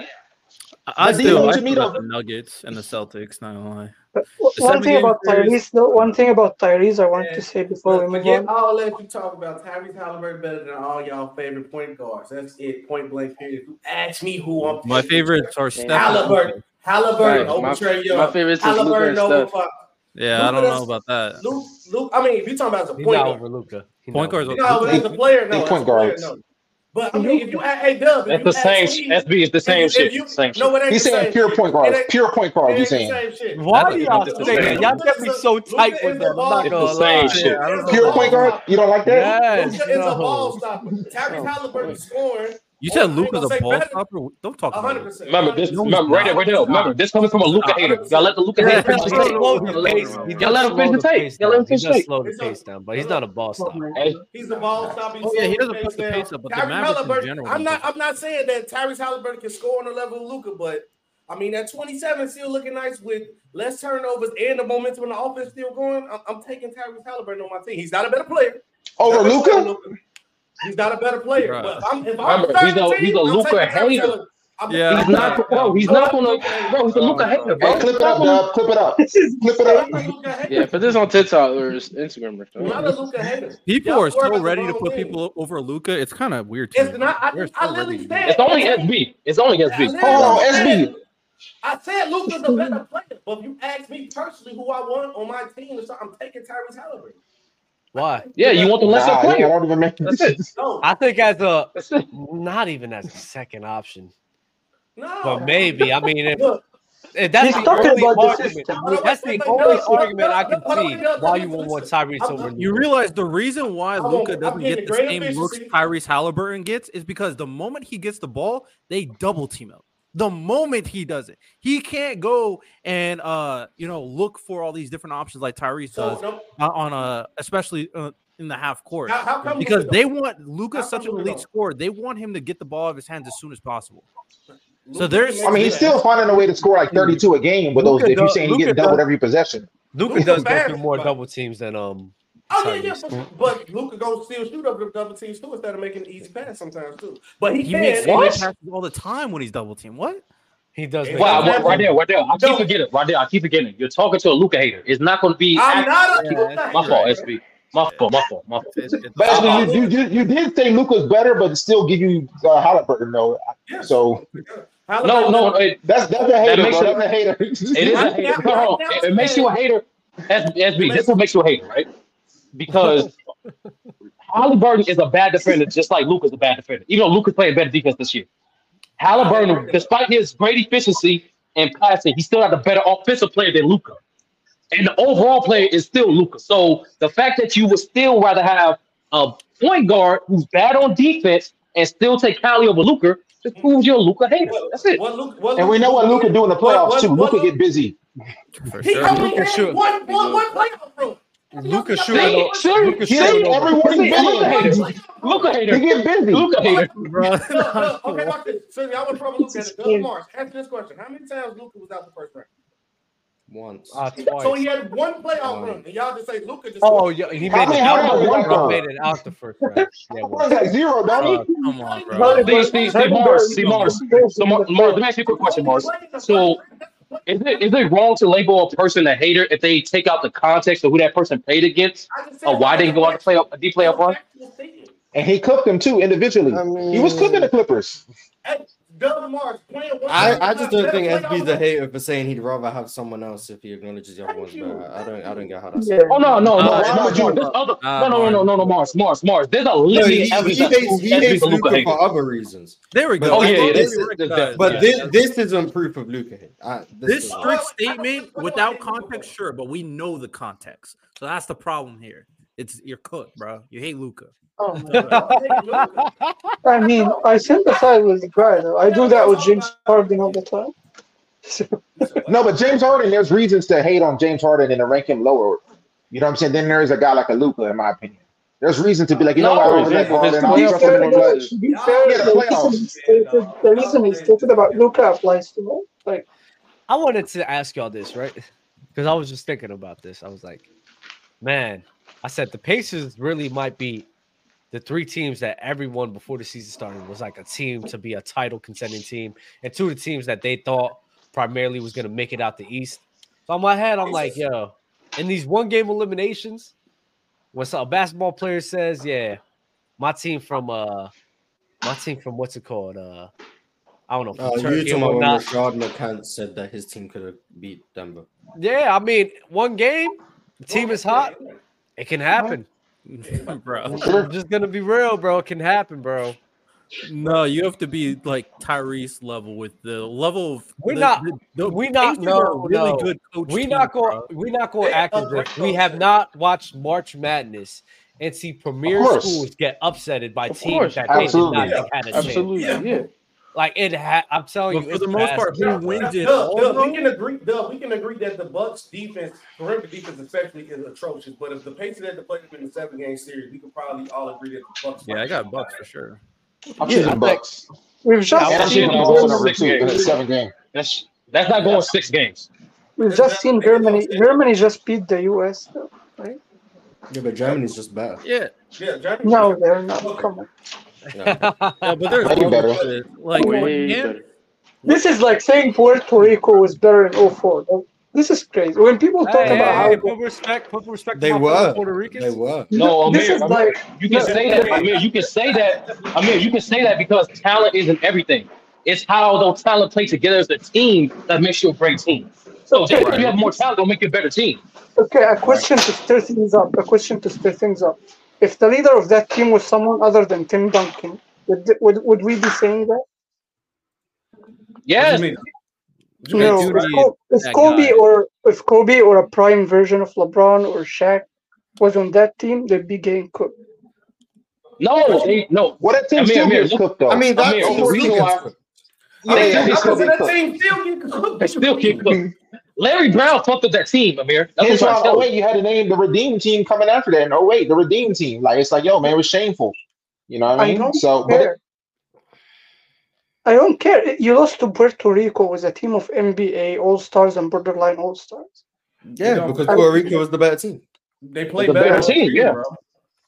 I- I But still Dino I still Jamito- got the Nuggets and the Celtics. Not gonna lie. But w- The one seven thing game about series- Tyrese, though, one thing about Tyrese, I want Yeah. to say before Look, we move forget, on. I'll let you talk about Tyrese Halliburton better than all y'all favorite point guards. That's it, point blank period. If you ask me who I'm My picking, favorites are Steph. and Halliburton. Halliburton Right, over my- Trey My Young. favorite is Luka and Halliburton over Steph. fuck. Yeah, I don't know about that. Luke, Luke. I mean, if you're talking about as a He's point not guard, over Luca. Point guards you are- know, but as a player, no, They as point a player, guards. no. But I mean, if you ask, hey Dub, if That's you the ask same. me, SB is the if you- same if shit. you- Same shit. no, it ain't He's the saying same pure shit. point guards. It ain't- Pure point it guards. He's ain't the saying same shit. Why That do is y'all the say same. that? Y'all get me so Luka tight is with a them. I'm ball- not It's gonna the same lie. shit. I don't It's know. a pure ball point guard. stopper. You don't like that? Yes, Luka is a no. ball stopper. Tyrese Halliburton scoring You Oh, I said ain't Luca's gonna a say ball better. stopper. Don't talk about 100. it. percent Remember this. No, he's Remember right there, not. right there. Remember this coming from a Luca hater. Y'all let the Luca Yeah, hater he finish his just take. slowed the Y'all let- pace. He just y'all let him slowed the finish the take. pace Y'all let down. him He finish the just take. slowed the pace down, but he's not a ball stopper. Hey, He's the ball stopper. He's Oh, yeah, he doesn't slowing push pace the down. pace up, but the Tyrese Mavericks in Halliburton. general I'm don't not. push I'm not saying that Tyrese Halliburton can score on the level of Luca, but I mean that 27 still looking nice with less turnovers and the momentum in the offense still going. I'm, I'm taking Tyrese Halliburton on my team. He's not a better player. He's Over not a better player than Luca? Luka. He's not a better player. Bruh. But I'm, if I'm Remember, he's third a- team, he's a I'm Luka taking Tyrese hater. Halliburton. I'm- Yeah. He's not, bro. He's not gonna, bro. He's a Luca hater, Hey, bro. clip it up, Stop him. Dub. Clip it up. This is Clip it I'm up. insane. a Luka hater. Yeah, put this on TikTok or Instagram or I'm something. not a Luca hater. People Y'all are scoring still is the ready to wrong put thing. people over Luca. It's kind of weird to It's me. not. I, They're I still ready literally to do said. it. It's only I said- SB. It's only I SB. Hold on, literally said. SB. I said Luca's a better player, but if you ask me personally who I want on my team, so I'm taking Tyrese Halliburton. Why? Yeah, you want the lesser Nah, yeah, I player. don't even make That's it. No, I think as a That's it. not even as a second option, no. but maybe. I mean, if, Look, if that's He's the talking only about the argument, system. hold on, that's wait, the wait, only no, no, argument I no, can hold on, see no, why no, you won't want listen. Tyrese I'm- over I'm- You Luca. realize the reason why I won't- Luca I'm doesn't getting get the great same looks efficiency. Tyrese Halliburton gets is because the moment he gets the ball, they double team up. The moment he does it, he can't go and uh you know look for all these different options like Tyrese So does no, uh, on a especially uh, in the half court how, how come because Luka they don't? want Luca How come such an Luka elite don't? scorer. They want him to get the ball out of his hands as soon as possible. So Luka there's- can I make mean, you he's fast. still finding a way to score like 32 a game with those. Luca If you're does. saying he Luca getting doubled does. every possession, Luca Luka does go fast through more everybody. double teams than um Oh yeah, yeah, Tyrese. for sure. But Luca gonna still shoot up the double teams too instead of making an easy pass sometimes too. But he, He can. makes and- fadeaway What? passes all the time when he's double team. What? He does make Wow, double wow, right teams. there, right there. I keep No, forgetting, right there. I keep forgetting. You're talking to a Luca hater. It's not going to be. I'm Act- not a Yeah, Luca it's, my you're hater, right. fault, bro. SB. My fault, my fault, my fault. It's, it's but all I'm not SB, a you Luca. you you, you did say Luca's better, but still give you uh, Halliburton though. Yes. So No, Halliburton. no, it, that's that's a that hater, makes bro. you. That's a hater. It is Right a hater. now, No, right no, now, it, I'm it makes you saying a hater. S- it SB, this makes is what makes you a hater, right? Because Halliburton is a bad defender, just like Luca's a bad defender. Even though Luca's playing better defense this year, I didn't Halliburton, agree with that. despite his great efficiency and passing, he's still not a better offensive player than Luca. and the overall player is still Luca. So the fact that you would still rather have a point guard who's bad on defense and still take Cali over Luca just proves you're a Luca hater. What That's it. what Luke what and we Luca know what gonna Luca get? do in the What playoffs too. what what Luca get Luke? busy. for He sure. only Luca had shoot. one He one good. one playoff run. He only Luca got shooting. one See, O- playoff run. see, Luca He ain't shooting see. over. That's everyone he it. been A Luca in. One hater. playoff Luca run. He hater. get busy. Luca What? hater. Bro, Look, not look, okay, watch this. Cindy, I want probably look This at is it. Doug weird. Marsh, ask this question. How many times Luca was out the first round? Once. Uh, So he twice. had one um, playoff One. run. And y'all just say Luca just Oh scored. yeah, he How made many it how out. about one Bro guard? made it out the first round. Yeah, One once. got zero, Donnie. bro, come on, Only bro. played in Halliburton, See, the see, first see, round. Mars, Halliburton see, is Mars. crazy So, in Mar- the Mars, let me playoffs. ask you a quick He question, only Mars. played in the first So, round. That's what- is it is it wrong to label a person a hater if they take out the context of who that person played against I just or said why that's they a go out to play factual, a deep that's playoff a run? factual statement. And he cooked them too individually. I He was cooking the mean, Clippers. hey, Doug Marsh playing Yeah. one time was I not I a just lot better playoff playoff run. hater for saying he'd rather have someone else if he acknowledges Thank you. Thank you. get how Yeah. Oh But why Nah, no, no, no, no, would Mars. you? There's other nah, no, no, no, Mars. no, no, no, Mars, Mars, Mars. There's a No, limiting he, evidence he that hates proves he SB's hates a Luca Luca hater. for other reasons. There we But go. Oh I That's yeah, yeah. think what That's, this Rudy is Rick that, does. that, but yeah. Yeah, this that's this isn't proof of Luca. I, this this is strict well, I don't statement think Luka without hates Luca. context, sure, but we know the context. So that's the problem here. It's you're cooked, bro. You hate Luca. Oh That's my all I it is. god. don't hate Luca. I mean, No, I you got sympathize with the guy though. I you do gotta that with talk James about Harden all the time. He's a No, but whack. James Harden, there's reasons to hate on James Harden and to rank him lower. You know what I'm saying? Then there's a guy like a Luca, in my opinion. There's reason to be like, you know what? I No, really his like his to be Harden. I playoff trust him fair in the though, performances. to clutch. be Y'all fair, Yeah, the the niggas reason playoffs. he yeah, stated dog. the reason Y'all he niggas stated about man. Luca applies to all. Like I wanted to ask y'all this, right? Because I was just thinking about this. I was like, man, I said the Pacers really might be the three teams that everyone before the season started was like a team to be a title contending team, and two of the teams that they thought primarily was going to make it out the East. So in my head, I'm like, yo, in these one game eliminations, when a basketball player says, "Yeah, my team from uh, my team from what's it called? Uh, I don't know." from Uh, Turkey you and talking about when whatnot." Rashad McCants said that his team could have beat Denver. Yeah, I mean, one game, the team is hot. It can happen. bro. I'm just gonna be real, bro. It can happen, bro. No, you have to be like Tyrese level with the level of We're the- not- the- the we're not- Pacers are a no, really no. good coach. We team, not going. bro. We not going to They act as are if we have coaches. not watched March Madness and see premier course. schools get upsetted by Of teams course. that they did not Absolutely. think had a chance. Absolutely, Yeah. yeah. Like it. Ha- I'm telling But you, for it's the most part, who basketball, bro. wins it? Duh, all, duh, though? we can agree. Duh, we can agree that the Bucks defense, perimeter defense, especially is atrocious. But if the Pacers had to play them in the seven game series, we could probably all agree that the Bucks. Yeah, I got Bucks for sure. I'm Yeah, choosing I the Bucks. We've just And I'm I'll seen choosing the take it Bucks all in over six two in a games. seven game. That's that's not going six games. we've That's just not- seen they didn't Germany. upset. Germany just beat the U.S. though. Yeah, but Germany's just better. Yeah, Yeah, Germany. No, they're not. Come on. Yeah. yeah, but there's Way levels better. to it. like and- Way better. This is like saying Puerto Rico was better in 04. This is crazy. When people talk Hey, hey, about how hey, put respect, put respect. They to my fellow were. Puerto They Ricans. were. No, Amir, this is Amir, like you can no, say that. Amir, you can say that. Amir, you can say that because talent isn't everything. It's how those talent play together as a team that makes you a great team. So just because you Right. have more talent, don't make you a better team. Okay, a question to stir things up. A question to stir things up. If the leader of that team was someone other than Tim Duncan, would, would, would we be saying that? What do you Yes, mean? Trey No, Judy if, is Kobe, if that Kobe guy. or if Kobe or a prime version of LeBron or Shaq was on that team, they'd be getting cooked. no, they, no. What that team Amir, still Amir, gets look, cooked I though. mean that Amir. team Only still reason gets why cooked. Yeah, I they mean, still yeah, they the still get numbers of get cooked. that cooked. team still get cooked. They still get cooked. Larry Brown fucked up that team, Amir. That's what I'm Hence why trying to in tell 08, you. uh, you had to name the Redeem team coming after that. In 08, the Redeem team. Like, it's like, yo, man, it was shameful. You know what I I mean? don't So, but it, care. I don't care. You lost to Puerto Rico with a team of NBA All Stars and borderline All Stars. They Yeah, don't- because I- Puerto Rico was the better team. They but play the better. Better better, than team, you, yeah. bro.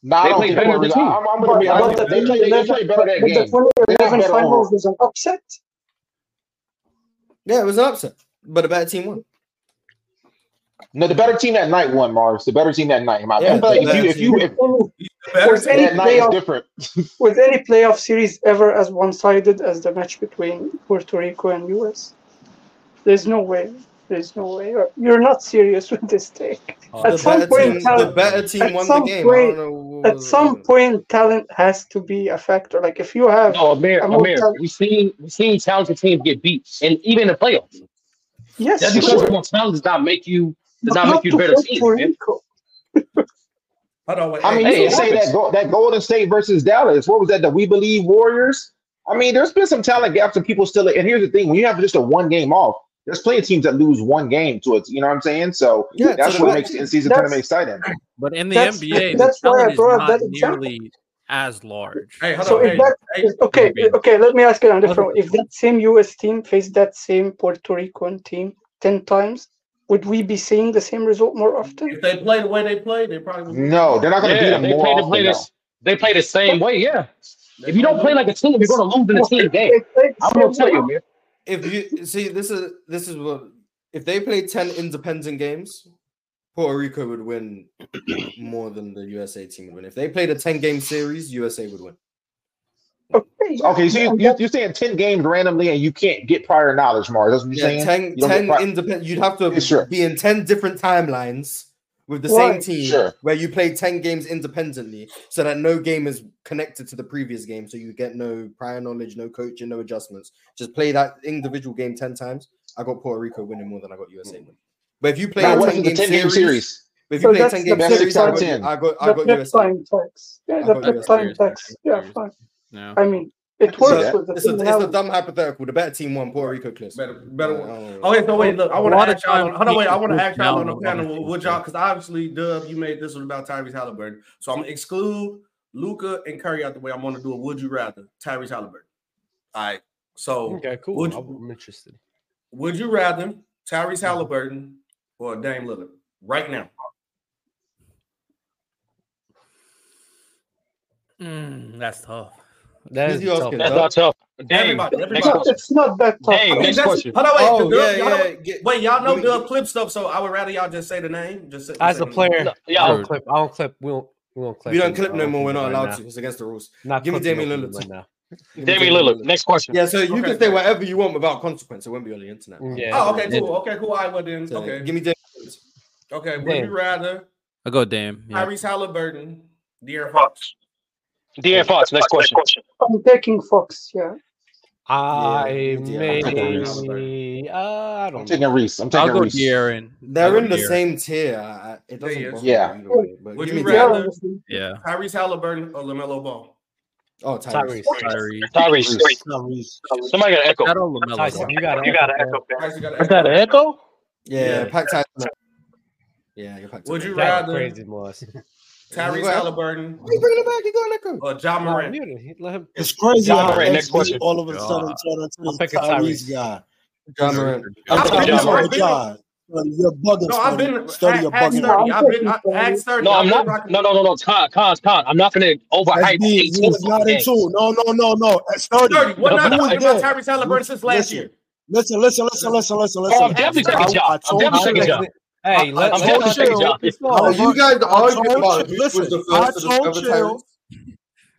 nah, I They don't play think better Puerto than the Rico. team. I'm, I'm going to But be, I about think the they play, they play 2011, but better that the game. They're not 2011 better finals overall. was an upset. Yeah, it was an upset, but a better team won. No, the better team that night won, Mars. The better team that night, in my Yeah, opinion. But the like, if you, better if you, team. if Any- The better Was team. any that night is playoff different. was any playoff series ever as one-sided as the match between Puerto Rico and US? There's no way. There's no way. You're- You're not serious with this take. Oh, At The some better point, team. The talent. better team At won the some game. I don't point. know what At was it. some point, talent has to be a factor. Like if you have No, Oh, Amir, a more Amir, talent, Oh, we seen we seen talented teams get beat, and even in the playoffs. yes, That's For because sure, you're sure. more talented does not make you but does not make not you a to better team, Puerto man. Rico. Hold on, wait, I hey, mean, you Hey, can it so say that happens. go, that Golden State versus Dallas. What was that? The We Believe Warriors. I mean, there's been some talent gaps and people still. And here's the thing: when you have just a one game off, there's plenty of teams that lose one game to it. You know what I'm saying? So Yeah, to that's the what better makes in team. season tournament That's exciting. But in the that's NBA, the that's why talent I is brought up not that example. nearly as large. hey, hold So on, if hey, that hey, is okay, Maybe. okay, let me ask it on a Other different way. If that same US team faced that same Puerto Rican team ten times, would we be seeing the same result more often? if they play the way they play, they probably would be. No, they're not going to beat Yeah, them they more play to often play though. this. They play the same way. Yeah. They If you play don't play like a team, you're going to lose in a Well, team game. they play the I'm going same way. to tell you, Amir. If you see, this is this is what if they play ten independent games, Puerto Rico would win more than the USA team would win. If they played a ten game series, USA would win. Okay, yeah, Okay, so you, and you that you're saying ten games randomly and you can't get prior knowledge, Mars. That's what you're Yeah, saying. You 10, don't get 10 prior. independent. You'd have to Yeah, sure, be in 10 different timelines with the why? same team sure. where you play 10 games independently so that no game is connected to the previous game. So you get no prior knowledge, no coaching, no adjustments. Just play that individual game 10 times. I got Puerto Rico winning more than I got Hmm. USA winning. But if you play Now, a what 10 if it's a game ten game series, series? but if you So play a 10 that's the game That's prep six series, I out of got time, you. ten. I got I the got prep USA. time tax. Yeah, I the prep got That's USA. time serious. tax. That's Yeah, serious. fine. Yeah. I mean, I it can see works But that. with the it's a team it's a now. dumb hypothetical. The better team won. Puerto Rico clears. Better, I, I better. don't know. Okay, so Oh, wait, look, I A want to lot of ask y'all. times On, hold on, teams wait, I want to look ask y'all down on the on other panel. teams. Would y'all? Though. Because obviously, Dub, you made this one about Tyrese Halliburton, so I'm gonna exclude Luca and Curry out the way. I'm gonna do a would you rather Tyrese Halliburton. All right. So okay, cool. would I'm, I'm interested. would you rather Tyrese Halliburton or Dame Lillard right now? Mm, that's tough. That Who's is you tough. asking? one. Huh? That's not tough. Dang. Everybody, Next everybody. question. It's not that tough. Dang. I mean, Next that's- question. Hold on, wait. Oh, the girl- yeah, y'all yeah. know- Get, Wait, y'all know Let me- Dub clips stuff, so I would rather y'all just say the name. Just say, As say a the player, name. I Yeah, don't clip. I don't clip. We don't. We don't clip. we don't him, clip I no more. We're think, not right allowed now. to. It's against the rules. Not Give me clipping Damian no people Lillard. right now. Give me Damian Lillard. Next question. Yeah, so you Okay, can say cool. whatever you want without consequence. It won't be on the internet. Yeah. Oh, okay, cool. Okay, cool. I would then. So, Okay, Give me Damian. Lillard. okay. Would you Damn. rather I go damn. Yeah. Tyrese Halliburton, De'Aaron Fox? De'Aaron Fox. Next question. I'm taking Fox. Yeah. I give me I'm De'Aaron. taking Reese. may. Uh, I I'm don't. know. taking Reese. I'm I'll taking go Reese. De'Aaron. I'll They're go in the De'Aaron. same tier. I- I- It doesn't Yeah, bother yeah. me either way. But Would give you me rather- Damian. Yeah. honestly. Yeah. Tyrese Halliburton or Lamelo Ball? Oh, Tyrese. Tyrese. Tyrese. Tyrese. Reese. Tyrese. Somebody got an echo. Shout out LaMelo, Tyson, though. you got you got echo. bro. Tyson got an Is that echo. an echo? Yeah, Yeah. Pack Tyson. Yeah, you're Pack Would you Tyson. That rather was crazy, Moss. Tyrese Why Halliburton you bringing it back? You got an echo. or John No, I Moran? muted. He- Let him. It's crazy John how Morant, SB next question. all of a sudden God. turned into I'm this picking Tyrese Tyrese. guy. John Morant. I'm I've John talking been, to Morant. my I've been, guy. Um, You're bugging, no, I've Sturdy. been, Sturdy, you're ask bugging No, out. thirty. I'm I've been, taking I- ask Fox. thirty. No, I've I'm been not. rocking. No, no, no, no. Con, con, con. I'm not gonna overhype SB, you 18 was fucking not in games. tune. No, no, no, no. Uh, Sturdy, Thirty. you We're not was talking I'm about there. Tyrese Halliburton since last Listen, year. listen, listen, listen, listen, listen, Oh, listen. I'm definitely I, taking I John. I'm told definitely you, taking John. Listen, hey, I let I'm let definitely told us taking you, chill. John. It's Are not I, you about. guys I arguing told about you. who was Listen, the I first to told discover you. Tyrese?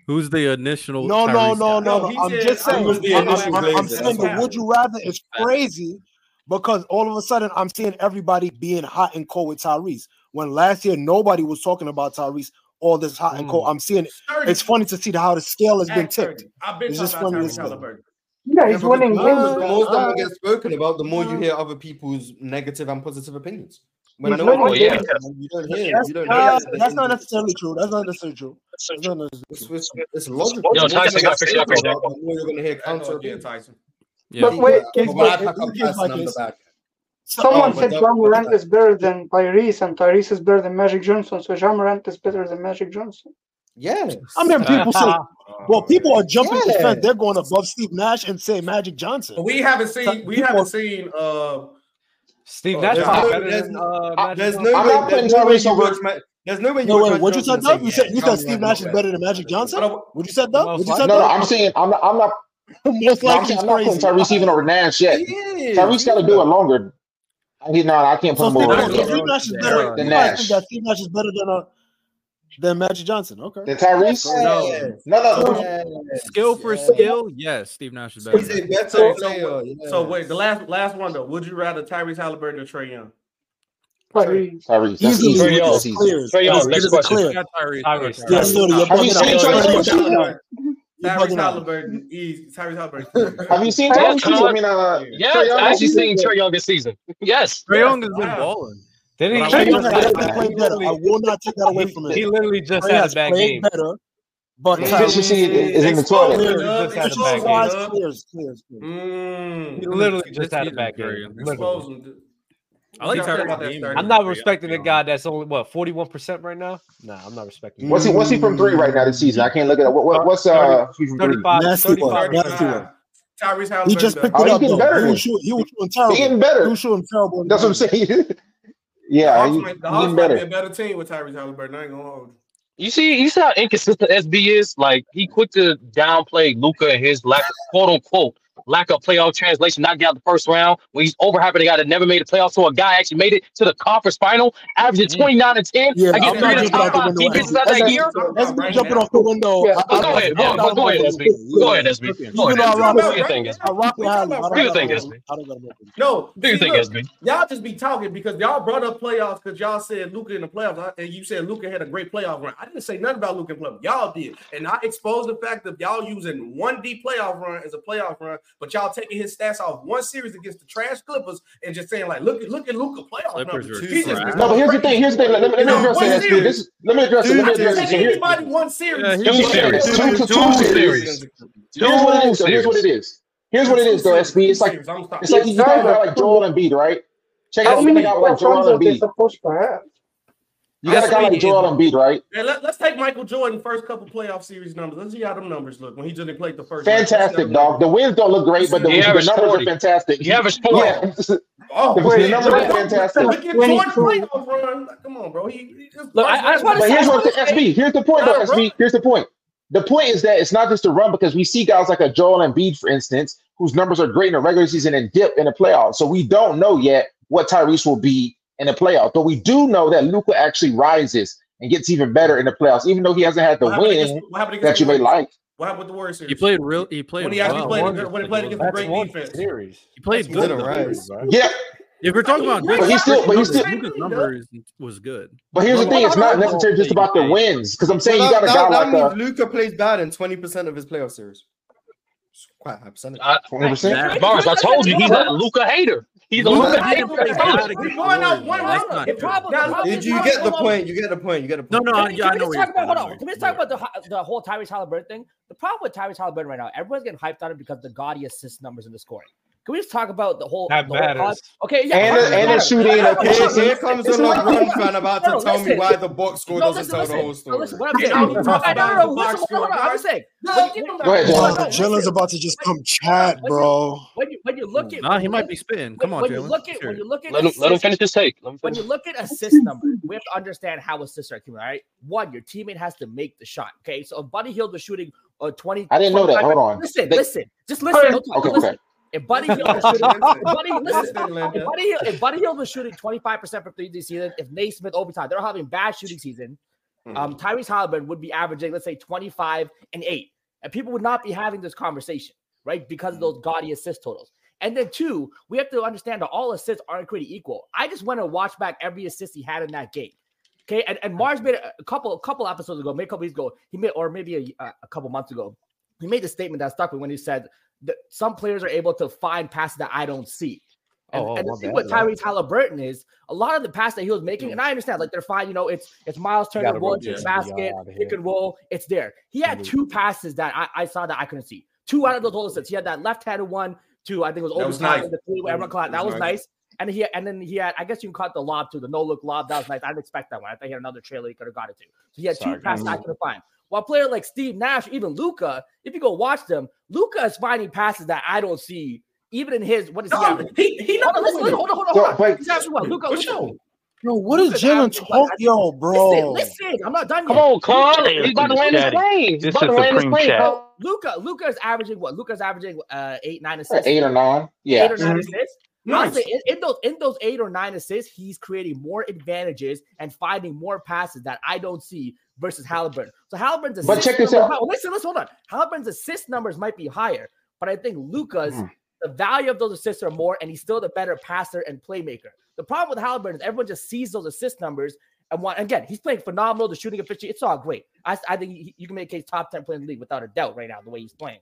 Who's the initial No, no, Tyrese no, guy? no, No, no. he I'm said just I Who saying. was was the I'm, always I'm, initial I'm blazer? saying Blazer. That's the what I'm Cap. would saying. you rather is Facts. crazy because all of a sudden I'm seeing everybody being hot and cold with Tyrese. When last year nobody was talking about Tyrese all this hot and cold. Mm. I'm seeing Thirty. it's funny to see how the scale has been Ask tipped. thirty. I've been It's talking just about funny Tyrese as hell. Halliburton. Yeah, Yeah, he's because winning games, because the Uh, guys. more uh, someone gets spoken about, the more you uh, hear other people's negative and positive opinions. When He's no one Oh winning hears yeah. games. it, man, you don't hear it. that's You don't hear uh, it. The that's not individual. necessarily true. That's not necessarily true. That's not necessarily It's, true. it's, it's logical. The Yo, more Tyson, something y'all gets fix y'all spoken fix about, that. the more you're going to hear Echo counter again, opinions. Tyson. Yeah. But See, but, wait, but guys, when I wait. pack up Who gives Tyson, like I'm the it's bad guy. so, Oh, Someone but said Dub, John what's Morant that? is better than Tyrese, and Tyrese is better than Magic Johnson. So John Morant is better than Magic Johnson. Yeah. I mean, people say, well, Oh people man. are jumping the fence. Yeah. They're going above Steve Nash and say Magic Johnson. But we haven't So seen we people haven't are seen uh Steve Oh, Nash There's John. probably no, better there's, than uh, I- Magic there's Johnson. no I'm way, not there's putting no way Tyrese you over. watch Matt. There's no way you No, watch wait, Matt what you Johnson said, and say, Dub? You yeah, said you John said Steve Morant is Nash is better. better than Magic That's Johnson? what- But What you said, The Dub? most What you likely. said, No, no. Dub? I'm saying I'm not. I'm not. Most No, I'm likely saying is I'm not putting crazy. Tyrese even over Alright. Nash He yet. is. Tyrese got to Yeah. do it longer. I mean, no, I can't put So him Steve over Not oh, him so yet. going Steve over Nash is that. better. Right. Than You guys think Nash. that Steve Nash is better than uh, than Magic Johnson. Okay. Than That's Tyrese. crazy. No. Yes. No, no, So no. would you skill Yes. for Yes. skill? Oh, Yes, Steve Nash is better He's than a Magic. better so so player. so wait, the Yes. last last one though. Would you rather Tyrese Halliburton or Trey Young? Trey. Tyrese. Tyrese. That's Easily, Trey easy. which Young. That's is easy. clear. Trey It is Young. it Next is a question. I clear. got Tyrese. I got Tyrese. Yeah, Tyrese. Tyrese. Sturdy, you're Have you bugging out. seen Tyrese Sturdy, Tyrese you're bugging Maxey? out. You're Halliburton. Tyrese bugging out. Halliburton easy. Tyrese Halliburton. Have you seen Yes, Tyrese this? I con. mean, uh, Yeah. Trey Yes, Young I this actually season? seen Trey Young this season. Yes. Trey Yes. Young has been Wow. balling, Then but he I Trey he will Young say has literally definitely he played better. I literally will not take that away he from him. he literally just Trey had a has bad played game. better, but Tyrese Efficiency Mm, is in the expose toilet. me, clearly, Literally Dub. just had a Expose bad me, game. efficiency-wise, Dub. clears, clears, clears. He Mm. Mm, literally this just had a season bad Trey game. Young. Literally. Expose him. dude. I What like y'all feel Tyrese's about game that thirty? I'm more than not Trey Young. To respecting be the honest. guy that's only what 41 percent right now. Nah, I'm not respecting that. What's he? What's he from three right now this season? I Mm, can't look at it. What, Uh, what, what's 30, uh he from three? 35 nasty one, 35 nasty one. percent. 35. Tyrese He Halliburton just better. picked Oh, it he's up getting though. He better. was shooting, he was shooting He terrible. getting He better. was shooting terrible in the That's what I'm beginning. saying. The yeah, Hawks he, might the he getting Hawks might be better. a better team with Tyrese Halliburton. I ain't gonna hold you. You see, you see how inconsistent SB is. Like he quick to downplay Luca and his lack, quote unquote, lack of playoff translation, not get out the first round. When he's overhyping a guy that never made a playoff, so a guy actually made it to the conference final, averaging Mm. twenty nine and ten Yeah, He against I'm said three not of the jumping right top out the five now. window. defenses SB, of that Okay. year. Talking SB about right jumping now. off the window. Yeah, I, But I, go I ahead, walked bro. out But of my go ahead, window SB. with Go ahead, tears. SB. Go Even ahead, though I SB. Talking rock Do your with about him, right thing, I SB. now. rock with We talking Hallie, about but I Do your don't right rock thing, with now. SB. him. I don't got him open. No, Do your see, thing, look, SB. y'all just be talking because y'all brought up playoffs because y'all said Luca in the playoffs, I- and you said Luca had a great playoff run. I didn't say nothing about Luca in playoffs. Y'all did, and I exposed the fact of y'all using one D playoff run as a playoff run, but y'all taking his stats off one series against the trash Clippers and just saying like, look at look at Luca playoff Clippers numbers. were He just been No, trash. but going here's the thing. crazy Here's the thing. Let, let me, let me in address one it, Two SB. series. This series. is, let me address it. Let Two me I didn't address it. take So series. here, anybody one Yeah, series. he two Two was series, series. trash. two Two two two two series. series. Here's what it Two is, though. Here's what series. it is. Here's It's what it two is, though. series. SB. Two It's like series. I'm it's stopping. like These you think guys about are like so. Joel Embiid, right? Check it How out. You think many about playoff like runs Joel are they Embiid. supposed to have? You got a guy SB like is Joel Embiid, right? And let, us take Michael Jordan first couple playoff series numbers. Let's see how them numbers look when he just played the first round. Let's see how Fantastic, them numbers dog. The look. wins don't look great, Let's but see. the, He the averaged numbers are forty. fantastic. He averaged forty. Yeah, Wait, the, Oh the wait, man, numbers are look Jordan at had fantastic. like look at Jordan 22. playoff run. Come on, bro. He his Look, first I, I just round But want to was say, I here's just what want the to say, SB. Here's the point, though. playoff run. SB. Here's the point. The point is that it's not just a run because we see guys like a Joel Embiid, for instance, whose numbers are great in the regular season and dip in the playoffs. So we don't know yet what Tyrese will be in the playoffs. But we do know that Luca actually rises and gets even better in the playoffs, even though he hasn't had the What happened win against, what happened that against you the may Warriors? like. What happened with the Warriors? He series? played real. He played When he well. actually played, uh, Wonderful. when he played against the That's great one defense. series. He played That's good. one Though. rise. Bro. Yeah, If we're talking about But he's still- but he's still- Luca's numbers was good. but here's the Hold on, thing: it's hold on, not hold on. necessarily just about the wins because I'm So saying you that, got a guy that, that like means a Luca plays bad in 20% of his playoff series. It's quite a high percentage. Uh, I, 20. percent That- Mars, I told you he's a Luca hater. He's a Luka Luca didn't hater. play I bad told you. We're against the going out Warriors. one though. That's round. not If true. I- problem, the Now, problem You, is you not- get the hold on. point. You get the point. You get the point. No, no, I, Can we, yeah, I can know we just what talk you're saying. about? I Hold know on. what Can we you're just talk saying. about the hi- the whole Tyrese Halliburton thing? The problem with Tyrese Halliburton right now, everyone's getting hyped on him because the gaudy assist numbers in the scoring. Can we just talk about the whole? That the whole college- matters. Okay, yeah. and how a, does it and a matter? shooting and I know, Here, but- efficiency. here comes a It's a lot. LeBron fan about to No, tell me listen. why the box score No, doesn't listen, tell the listen. whole No, story. listen. What I'm Get saying. out the top I five no, no, of the no. Listen, box hold score, on, hold on. I'm guys. just saying. No, When get you, them Go ahead, out. no, Yo, Jalen. no, Jalen's listen. about to just When come you, no, chat, when you, bro. when you, when you look at, Hmm. Nah, when he you might look, be spitting. when, Come on, when you Jalen. look at, when you look at Let him let him assists, finish his take. Let him when finish. you look at assist numbers, we have to understand how assists are accumulated. All right, one, your teammate has to make the shot. Okay, so if Buddy Hield was shooting a 20, I didn't know that. 25 Hold on. Listen, They- listen, just listen. Don't talk, Okay, just listen. okay. If Buddy Hield was shooting, if Buddy, listen, if Buddy, Hield, if Buddy Hield was shooting 25% from three this season, if Naismith overtime, they're having bad shooting season. Mm-hmm. Um, Tyrese Halliburton would be averaging, let's say, 25 and 8. And people would not be having this conversation, right? Because Mm-hmm. of those gaudy assist totals. And then two, we have to understand that all assists aren't created equal. I just went and watched back every assist he had in that game. Okay, and, and Mars made a a couple a couple episodes ago, maybe a couple weeks ago, he made or maybe a, a couple months ago, he made the statement that stuck with when he said that some players are able to find passes that I don't see. And, Oh, oh, and the my thing bad, with yeah. Mm-hmm. Tyrese Halliburton is a lot of the passes that he was making, and I understand, like they're fine, you know, it's it's Miles You Turner gotta Woods in the rotate some of y'all basket, out of pick here. Mm-hmm. and roll, it's there. He had two passes that I, I saw that I couldn't see. Two out of those whole sets. He had that left-handed one, two, I think it was That was overtime, nice. the three where That everyone was- caught. that That was was nice. nice. And he and then he had, I guess you can call it the lob too, the no look lob. That was nice. I didn't expect that one. I think he had another trailer he could have got it to. So he had Sorry, two passes guys. I couldn't find. While a player like Steve Nash, even Luca, if you go watch them, Luca is finding passes that I don't see, even in his what is he No, averaging? he he Hold not on, listen, doing listen, it. hold on, hold on, So, hold on. but- He's averaging what? Luca, What's Luca, your Yo, what is Luca's Jalen averaging what? talk? Yo, Listen, bro. listen, I'm not done Come yet. on, Con. Luca, He's about to land his Chatty. plane. He's This about to is land his supreme plane, chat. Con. Luca, Luca is averaging what? Luca's averaging uh, eight, nine assists, Eight or nine. eight Yeah. or Mm-hmm. nine Mhm. assists. I'll say nice? in, in those in those eight or nine assists, he's creating more advantages and finding more passes that I don't see versus Halliburton. So Halliburton's But assist check this numbers. out. might- Listen, listen, hold on. Halliburton's assist numbers might be higher, but I think Luca's Mm. the value of those assists are more, and he's still the better passer and playmaker. The problem with Halliburton is everyone just sees those assist numbers and want. Again, he's playing phenomenal. The shooting efficiency, it's all great. I, I think he- you can make a case top ten player in the league without a doubt right now the way he's playing.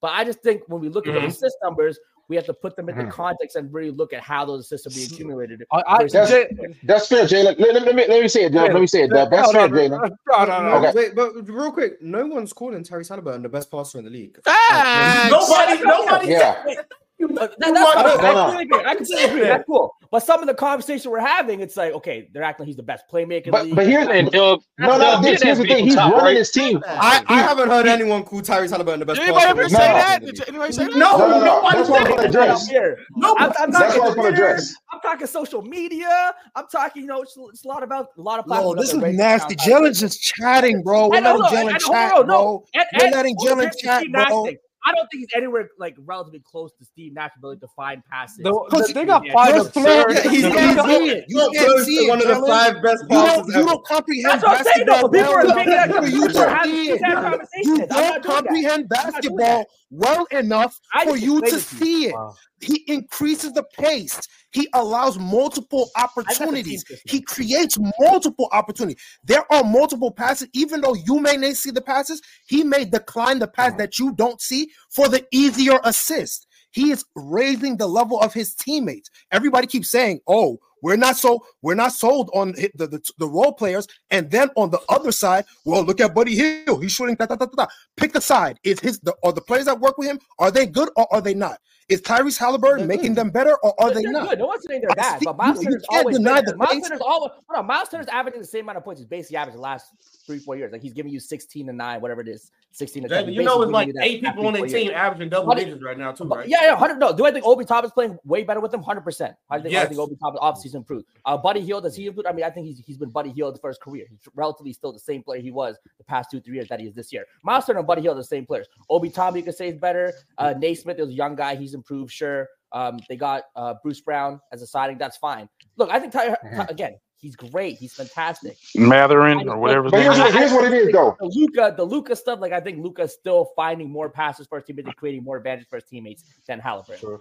But I just think when we look at Mhm. Mm-hmm. those assist numbers, we have to put them into Mhm. context and really look at how those assists are being S- accumulated. I, I, versus- That's J- that's fair, Jalen. Let, let, let me let me say it, Jalen. Let me Jalen, say it. J- Dub. That's hold fair, on, no, Jalen. no, no, No, no, no, no. Okay. wait, but real quick, no one's calling Tyrese Halliburton the best passer in the league. Like, no, Facts. Nobody, nobody said Yeah. that. Uh, that- You that's want fine. No, I, no, I no. completely agree. I completely agree. That's cool. But some of the conversation we're having, it's like, okay, they're acting like he's the best playmaker in the But league. but here's And Dub, no, not Dub, yeah, this. Here's that's the thing. being He's top, running right? his team. I, I He, haven't heard anyone call Tyrese Halliburton the best Did anybody passer ever in say no, that? the Did league. anybody say that? no, No, no, no. nobody That's what said I'm that. gonna That out address. here. I'm, Nobody I'm said That's talking what I'm that. gonna Twitter. address. I'm talking social media. I'm talking, you know, it's, it's a lot about a lot of Yo, platforms out this there is breaking down nasty. Jalen's conversation. just chatting, bro. Oh, We're And hold letting on, and, Jalen and hold chat, on, no, bro. and We're and letting hold Jalen the chat, Steve Nash bro. thing. I don't think he's anywhere like relatively close to Steve Nash's ability to find passes The, and the, Because create they got advantages. five you're absurd. Yeah, flaky. he's The, You they not, can't got not, see it. You not can't close see to it, one of the Jalen. five best You passes don't you ever. don't comprehend That's what I'm saying, though. basketball But people well are enough making that for you people to are having see these it. kind of You conversations. don't I'm not doing that. comprehend I'm not doing basketball that. well enough I for just you to explained it to you. see it. wow. He increases the pace. He allows multiple I got the team opportunities. system. He creates multiple opportunities. There are multiple passes. Even though you may not see the passes, he may decline the Uh-huh. pass that you don't see for the easier assist. He is raising the level of his teammates. Everybody keeps saying, "Oh, we're not so we're not sold on hi- the, the the role players." And then on the other side, well, look at Buddy Hill. He's shooting. Da, da, da, da, da. Pick the side. Is his the are the players that work with him are they good or are they not? Is Tyrese Halliburton making them better or are They're- they they're not? good. No one's saying they're I bad, see- but Miles you Turner's can't always deny been the there. Miles base- Turner's always hold on, Miles Turner's averaging the same amount of points he's basically averaged the last three, four years. Like he's giving you 16 to 9, whatever it is, 16 to 10. Exactly. He's You know, it's basically like giving you eight that- that people on three, their four years. team averaging double But it- digits right now, too, right? Yeah, yeah, hundred. No, do I think Obi Toppin's playing way better with him? Hundred percent. I think I Yes. think Obi Toppin offseason improved. Uh, Buddy Hield does he improve? I mean, I think he's he's been Buddy Hield for his career. He's relatively still the same player he was the past two three years that he is this year. Miles Turner and Buddy Hield are the same players. Obi Toppin, you could say is better. Uh, Naismith is a young guy. He's improved, sure. Um, they got uh, Bruce Brown as a signing. That's fine. Look, I think Tyler Uh-huh. Ty- again. He's great. He's fantastic. Matherin or whatever. his But name here's is. what, here's what it is, though. The Luca, the Luca stuff. Like I think Luca's still finding more passes for his teammates and creating more advantage for his teammates than Halliburton.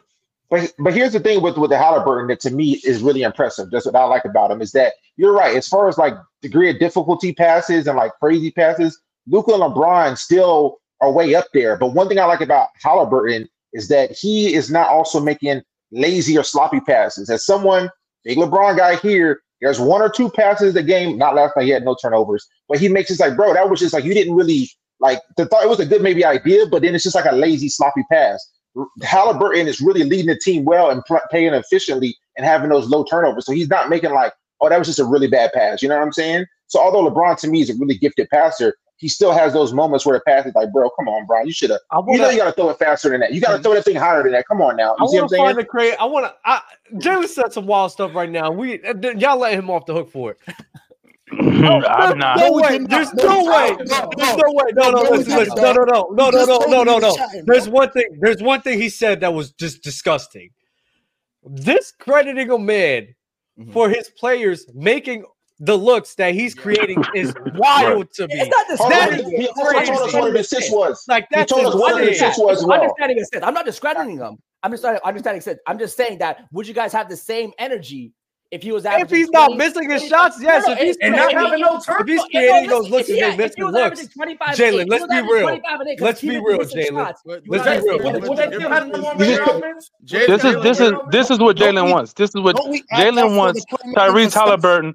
But but here's the thing with with the Halliburton that to me is really impressive. That's what I like about him is that you're right. As far as like degree of difficulty passes and like crazy passes, Luca and LeBron still are way up there. But one thing I like about Halliburton is that he is not also making lazy or sloppy passes. As someone big LeBron guy here, there's one or two passes a game. Not last night, he had no turnovers, but he makes it like, bro, that was just like you didn't really like the thought. It was a good maybe idea, but then it's just like a lazy, sloppy pass. Halliburton is really leading the team well and pl- playing efficiently and having those low turnovers. So he's not making like, oh, that was just a really bad pass. You know what I'm saying? So although LeBron to me is a really gifted passer, he still has those moments where the pass is like, bro, come on, Brian, you should have. I You know wanna, you got to throw it faster than that. You got to throw that thing higher than that. Come on now. I You see what I'm want to saying? find a crazy. I want to. I Jalen said some wild stuff right now. We uh, th- y'all let him off the hook for it. I'm not. No we way. did not. There's No, no we way. did not. There's no way. No, no, No, we listen, did listen. No, not. no, no, no, You no, just no, told no, me no, you no. shot him, There's bro. one thing. There's one thing he said that was just disgusting. This crediting a man Mm-hmm. for his players making the looks that he's creating is wild to me. It's not Hold That on, discrediting. he is also crazy. told us what an assist was. Like He that's told us what an insane. assist was as well. Understanding assist. I'm not discrediting them. I'm just not understanding assist. I'm just saying that would you guys have the same energy if he was If averaging he's not 20 missing his No, shots, no, yes. no, If he's and And not Yeah, having creating, no if turn. he's No, no, creating listen, those if looks and he- they if miss he the was looks, averaging 25 Jalen, and eight, he let's was be averaging real. 25 and eight 'cause Let's he be was real, missing Jalen. shots. You Let's guys be real. didn't Would, have the would they same still have number energy. one You man just- offense? Would they This still is have this number is one man this is what Don't Jalen we- wants. This is what Don't we add that Jalen for wants. the playmakers and Tyrese stuff? Halliburton.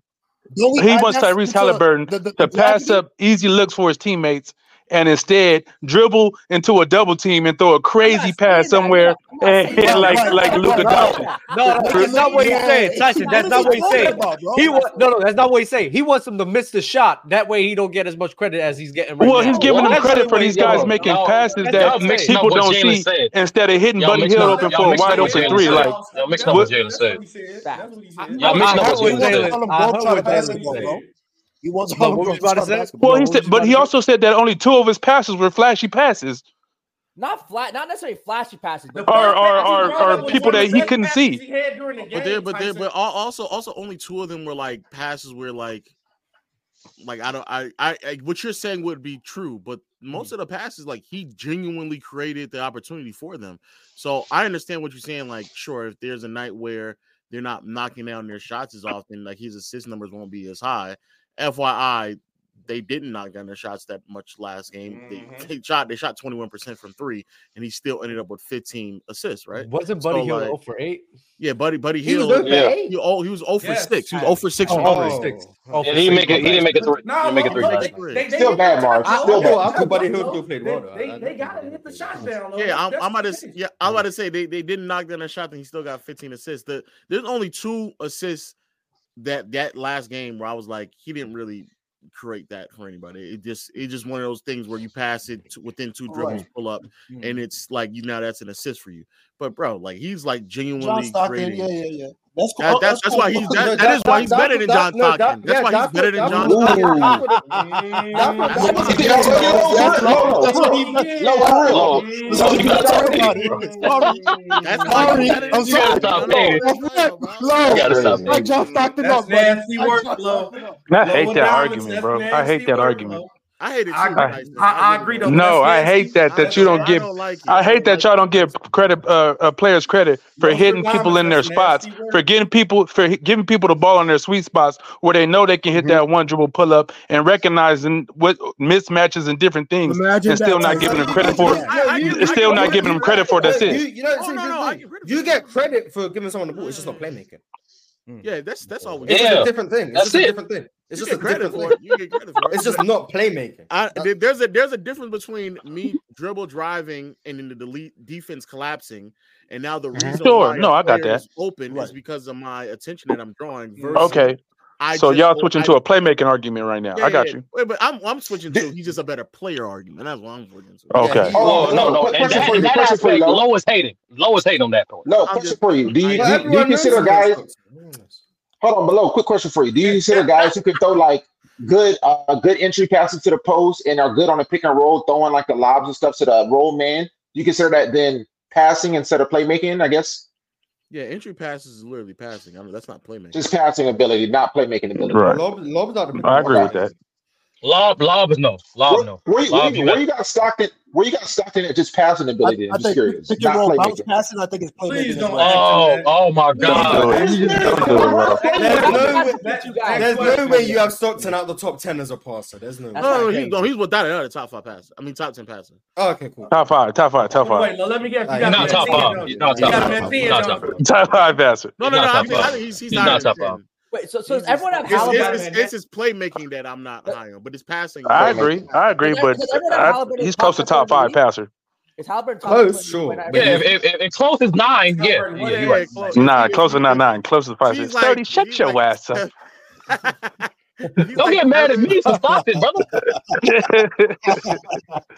Don't we He add wants that Tyrese to Halliburton the, the, the to pass drafting? up easy looks for his teammates and instead dribble into a double team and throw a I'm not crazy saying pass that. I'm not, somewhere I'm not saying and Right, hit that. like right, I'm like not right, Luka right, right. saying Doncic. that. No, no, What that's is not he what he's talking saying. about? Tyson, What is that's he not what he's talking saying. about, bro? He want no, no, that's not what he's saying. He wants him to miss the shot. That way, he don't get as much credit as he's getting right Well, now. he's giving them That's What? credit really for what these he's guys going Yo, for. making y'all, passes That's what that y'all I'm mixing saying. up people what don't Jalen see said. instead of hitting Y'all Buddy mixing Hill up. open Y'all for a mixing wide up what open Jalen three. said. Like Y'all mixing up what That's- what? Jalen said. Facts. Y'all I- I, no, mixing I up heard what He Jalen wants what Jalen. said. all them I bros heard out what of Jalen basketball, said. bro. He wants all No, them what bros was you about to out of say? basketball. Well, What he was said, you but about he to say? also said that only two of his passes were flashy passes, Not flat, not necessarily flashy passes, The but or first or pass he or, brought or up was people one of that the he best couldn't passes see. he had during the Oh, But there, game, but there, Tyson. but al- also, also, only two of them were like passes where like, like I don't, I, I, I what you're saying would be true, but Mm. most of the passes, like he genuinely created the opportunity for them. So I understand what you're saying. Like, sure, if there's a night where they're not knocking down their shots as often, like his assist numbers won't be as high. FYI, they didn't knock down their shots that much last game. Mhm. They, they shot, they shot 21 percent from three, and he still ended up with 15 assists, right? Wasn't So Buddy Hill like. 0 for 8? Yeah, buddy, buddy he was Hill. doing He, Yeah. for eight. oh, he was 0 for Yes, 6. He was Tyson. 0 for 6 from Oh, 0 3. for Oh. 6. okay. 0 for Yeah, he 6. didn't make My it. He bad. didn't make it But three. He no, didn't make it no, three. He no. made They, it three. they, they Still did bad, get Marv. the Still job bad. done. I thought That's Buddy young, Hill still though. played They, well. though. I- I they, didn't they think got he to did hit the very shots well. down, though. Yeah, That's, I'm, that's I'm about the to. s- thing. Yeah, I'm about to say they, they didn't knock down a shot. And he still got 15 assists. The, there's only two assists that that last game where I was like, he didn't really create that for anybody. It just it just one of those things where you pass it to, within two dribbles, Right. pull up, and it's like you now that's an assist for you. But bro, like he's like John genuinely Stockton. Yeah, creating. yeah, yeah. That's cool. That, Oh, that's that's that's cool. why he's No, that, that that- is why he's that- better than that- John Stockton. That's why he's better than John Ooh. Stockton. That's what That's that why was he's the Yo, better answer. yo, That than John for real. was the answer. Stockton. No, That's what no, he. no, That's for real. Lord, that's what he you got gotta to stop worry about hating, it. bro. Sorry, That's why he's sorry. better I'm than You sorry. gotta John stop Stockton. hating. That's it. You Low. gotta stop Crazy. I hating. John Stockton That's up, bro. nasty I work, John Lo. Stockton up. I Lo hate that Adamas, argument, that's bro. I hate nasty that work, argument. Lo. I hate it I too, agree. I, Tyson. I I, I really agree, do. though, but that's no, I hate nasty. that I that That's you don't. don't I get. nasty. don't like it. I I hate don't that like y'all it, don't give Tyson. credit uh, uh players credit for Lo hitting people Adamas, in their that's spots, nasty for work. getting people for hit- giving people the ball in their sweet spots where they know they can hit Mhm. that one dribble pull up and recognizing what mismatches and different things Imagine and still that, not Tyson. giving them Yo, credit you, Imagine that. for I, yo, I you, get. it. you, I Still you not get know, credit giving you them for know, credit that. for the look, you, assist. you know, Oh see, no, here's no, the I thing. get credit for You that. get credit for giving someone the ball. It's just not playmaking. Yeah, that's that's always It's just credit. a Yeah, different thing. It's that's just a it. different thing. It's You just a get credit different for it. thing. You get credit for it. It's just not playmaking. I, there- there's a there's a difference between me dribble driving and then the delete defense collapsing, and now the reason Sure, why a no, I got player that. is open is because of my attention that I'm Mm-hmm. drawing. Versus Okay. I so just y'all o- switching I- to a playmaking argument right now. Yeah, I got yeah, you. yeah. Wait, but I'm I'm switching to he's just a better player argument. That's what I'm switching to. Okay. Yeah, he- Oh, no, no. And that, and that aspect, Low is hating. Low is hating on that point. No, question for you. Do you, Well, do you- do, you everyone knows consider who guys? Hold on, below. Quick question for you. Do you consider guys who can throw like good, uh, good entry passes to the post and are good on the pick and roll, throwing like the lobs and stuff to the roll man? Do you consider that then passing instead of playmaking? I guess Yeah, entry passes is literally passing. I mean, that's not playmaking. just passing ability, not playmaking ability. Right. Lob, I agree with that. Lob, lob is no. Lob, no. Where, you- where, Lob, you, you where got you got Stockton? Where you got Stockton at just passing ability? I, am just curious. Pick Not and roll bounce playmaking. passes. I think it's playmaking. Please as don't well. Oh, oh my God. There's no way, you guys. there's no way you have Stockton out the top ten as a passer. There's no way. No, no, he's, no, he's without it. The top five passer. I mean, top ten passer. Oh, okay, cool. Top five, top five, top Wait, five. no, let me guess. You Like, got not Mantilla, top don't five. you? Not You top got five. Mantilla, Not don't top you? Top five passer. No, no, no. I, think, I think he's, he's, not, in top five. Wait, so so is He's- everyone have it's, Halliburton? it's, in it's, it's his playmaking that I'm not high on, but it's passing. I agree. I agree, Does- but does everyone have I, Halliburton he's top close to top five passer. Is Halliburton top 20? Close, sure. Wait, Yeah, if, if, if, if close is nine, yeah. yeah, you're right. Nah, close to not nine. Close to five. He's Six. like- Thirty. Shut your ass up. Don't get mad at me for Stockton, brother.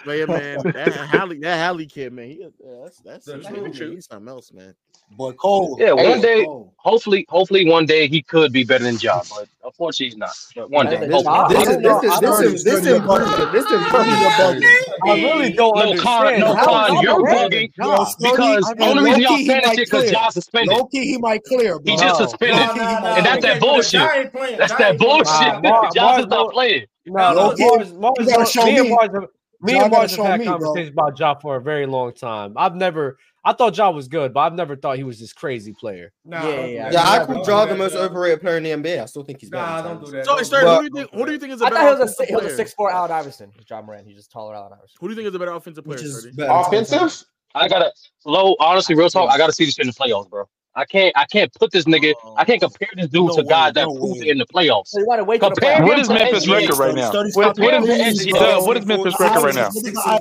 But yeah, man, that Hallie, that Hallie kid, man, he, that's that's, That's that's true. he's something else, man. Boy, Cole. Yeah, Hey, one day, Cole. hopefully, hopefully one day he could be better than John, but unfortunately he's not. But one day, This hopefully. is this is this is this improvement. This improvement. I really don't No, Con, understand. no, how Con, y'all you're better bugging than John. because only reason y'all saying that shit because John suspended. Low key, he might clear. He just No. suspended. No, no, no, and we can't that's that do that. bullshit. Y'all ain't playing. That's Y'all that ain't playing. bullshit. Nah, Mar- Johnson's Mars not don't- playing. No, no, Low-key, Mars, Mars, you gotta don't- show me and me. Mars, have, me Y'all and gotta Mars have show had me, bro. conversations about Ja for a very long time. I've never, I thought Ja was good, but I've never thought he was this crazy player. Nah, Yeah, don't do Yeah, I could draw the most overrated player in the NBA. I still think he's better. Oh, Nah, than don't Tyrese. do that. So, Don't Stern, But- who do you think? Who do you think is a I better thought he was a offensive si- he was a player? six four Allen Iverson. John Moran. He's just taller Allen Iverson. Who do you think is a better offensive player? Which is Freddie? better. Offensive? I gotta low. Honestly, real talk. I gotta see this shit in the playoffs, bro. I can't. I can't put this nigga. I Oh. can't compare this dude to guys that proved it in the playoffs. So you want to wait till the Compare playoffs. What him is to Memphis SGA. record right now? Thirty What, stop what is it, the please, SGA? bro. what is Memphis record right now?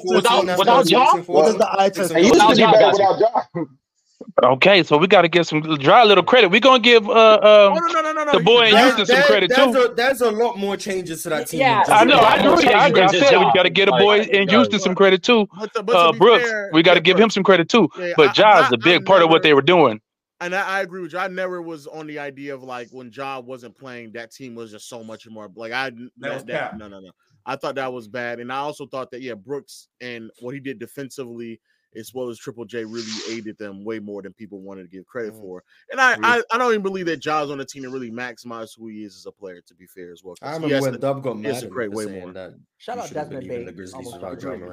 Without without John? John? He used to be Without better John, without John. Okay, so we got to give some dry little credit. We're gonna give uh, Oh, um, the boy in Houston some credit there's too. A, there's a lot more changes to that team. Yeah. I know, I Yeah, agree, I agree. I it's said we Ja. got to give the boy Like, in yeah. Houston some credit too. But to, but to Uh, be Brooks, fair, we got to yeah, give him some credit too. Yeah, But I- Ja's I- a big I part of what never- they were doing. and I, I agree with you. I never was on the idea of like when Ja wasn't playing, that team was just so much more. Like I that, was that- cap. no no no. I thought that was bad, and I also thought that yeah, Brooks and what he did defensively as well as Triple J really aided them way more than people wanted to give credit Mm. for. And I, I I don't even believe that Ja's on the team to really maximize who he is as a player. To be fair, as well. 'cause I he remember has when to- Dub got he mad has at to me create for way saying more. that. Shout you out shouldn't Desmond Oh believe in the Bain. Grizzlies Almost without got Ja traded.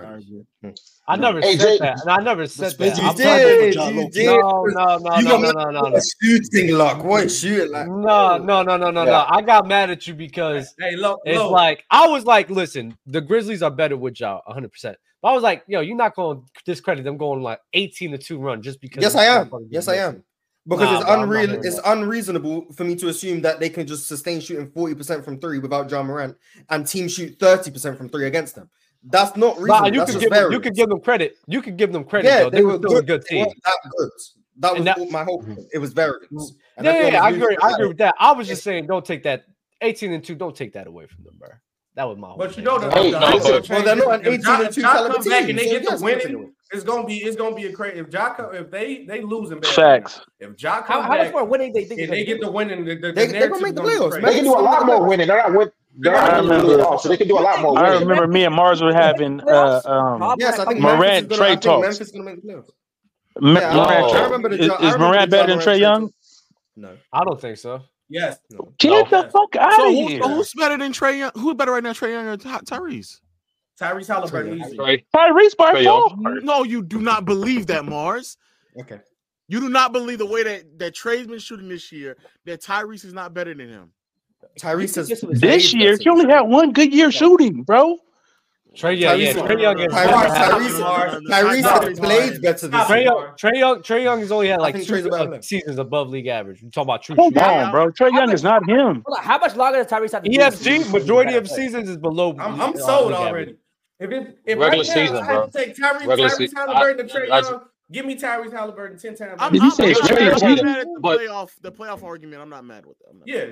Morant. I never Hey, said Jay- that, and I never said that. You I'm talking- did, you did. No, no, no, you no, got no, mad no, no, at no. shooting luck. What shooting luck? No, no, no, no, no, no. Yeah. I got mad at you because Hey, look, it's look. like I was like, listen, the Grizzlies are better with y'all 100. percent But I was like, yo, you're not going to discredit them going like 18 to two run just because. Yes, this I am. motherfucker Yes, didn't I am. listen. Because Nah, it's bro, I'm not unreal. hearing It's that. unreasonable for me to assume that they can just sustain shooting forty percent from three without John Morant, and teams shoot thirty percent from three against them. That's not reasonable. Nah, you could That's just give them, you variance. could give them credit. You could give them credit Yeah, though. they They, were were still a good. good They team. weren't that good. That was And that- all- my whole. point. It was variance. And Yeah, Mm-hmm. yeah, yeah, I everyone agree. was I using agree that. with that. I was just saying, don't take that 18 and two. Don't take that away from them, bro. That was my whole. But you thing. know that Hey, the no, offense but- Well, they're not an changes. If 18 Ja- and if two Ja caliber come back team, and they so get yes, the we're winning, taking it's gonna be it's gonna be a crazy. If Ja come, if they they losing bad, right Facts. now. if Ja How, come how much back more winning they think and they get the winning, the, the, They- the they gonna narrative make the gonna be playoffs, crazy. man. They can do a lot more winning. They're not win. They're I not winning really remember. at all, so they can do a lot more I winning. remember me and Mars were having uh, um, Yes, I think Memphis is Morant gonna. I trade think talks. Memphis is gonna make the playoffs. M- Yeah, I, Morant, I tra- remember the. is, Ja- I is remember Morant the Ja better than Morant Trey trade Young? talk. No, I don't think so. Yes, no. Get the fuck out So of who's, here. who's better than Trey Young? Who's better right now, Trey Young or Ty- Tyrese? Tyrese Halliburton easy. Right. Tyrese by Trey Young. far. No, you do not believe that, Mars. Okay. You do not believe the way that that Trey's been shooting this year. That Tyrese is not better than him. Tyrese has This was- This played year, better you only this had one good year shooting, bro. Trey Young, yeah, Tyrese- Trey Young is Tyrese- Tyrese- Tyrese has played better this Trey year. Young, Trey Young, Trey Young has only had like think two Trey's about uh, him. seasons above league average. You talking about true? Hold shooting. on, bro. Trey Young is not him. Hold on, how much longer does Tyrese have? E to do this EFG season? majority of seasons is below. I'm- I'm league sold average. already. If it, if Regular right now, season, I had bro. to take Tyrese, Regular Tyrese se- Halliburton and I- Trey I- Young, give me Tyrese Halliburton ten times. I'm, Did you I'm, say I'm not Trey mad Young? at the But- playoff, the playoff argument. I'm not mad with that. I'm not Yeah.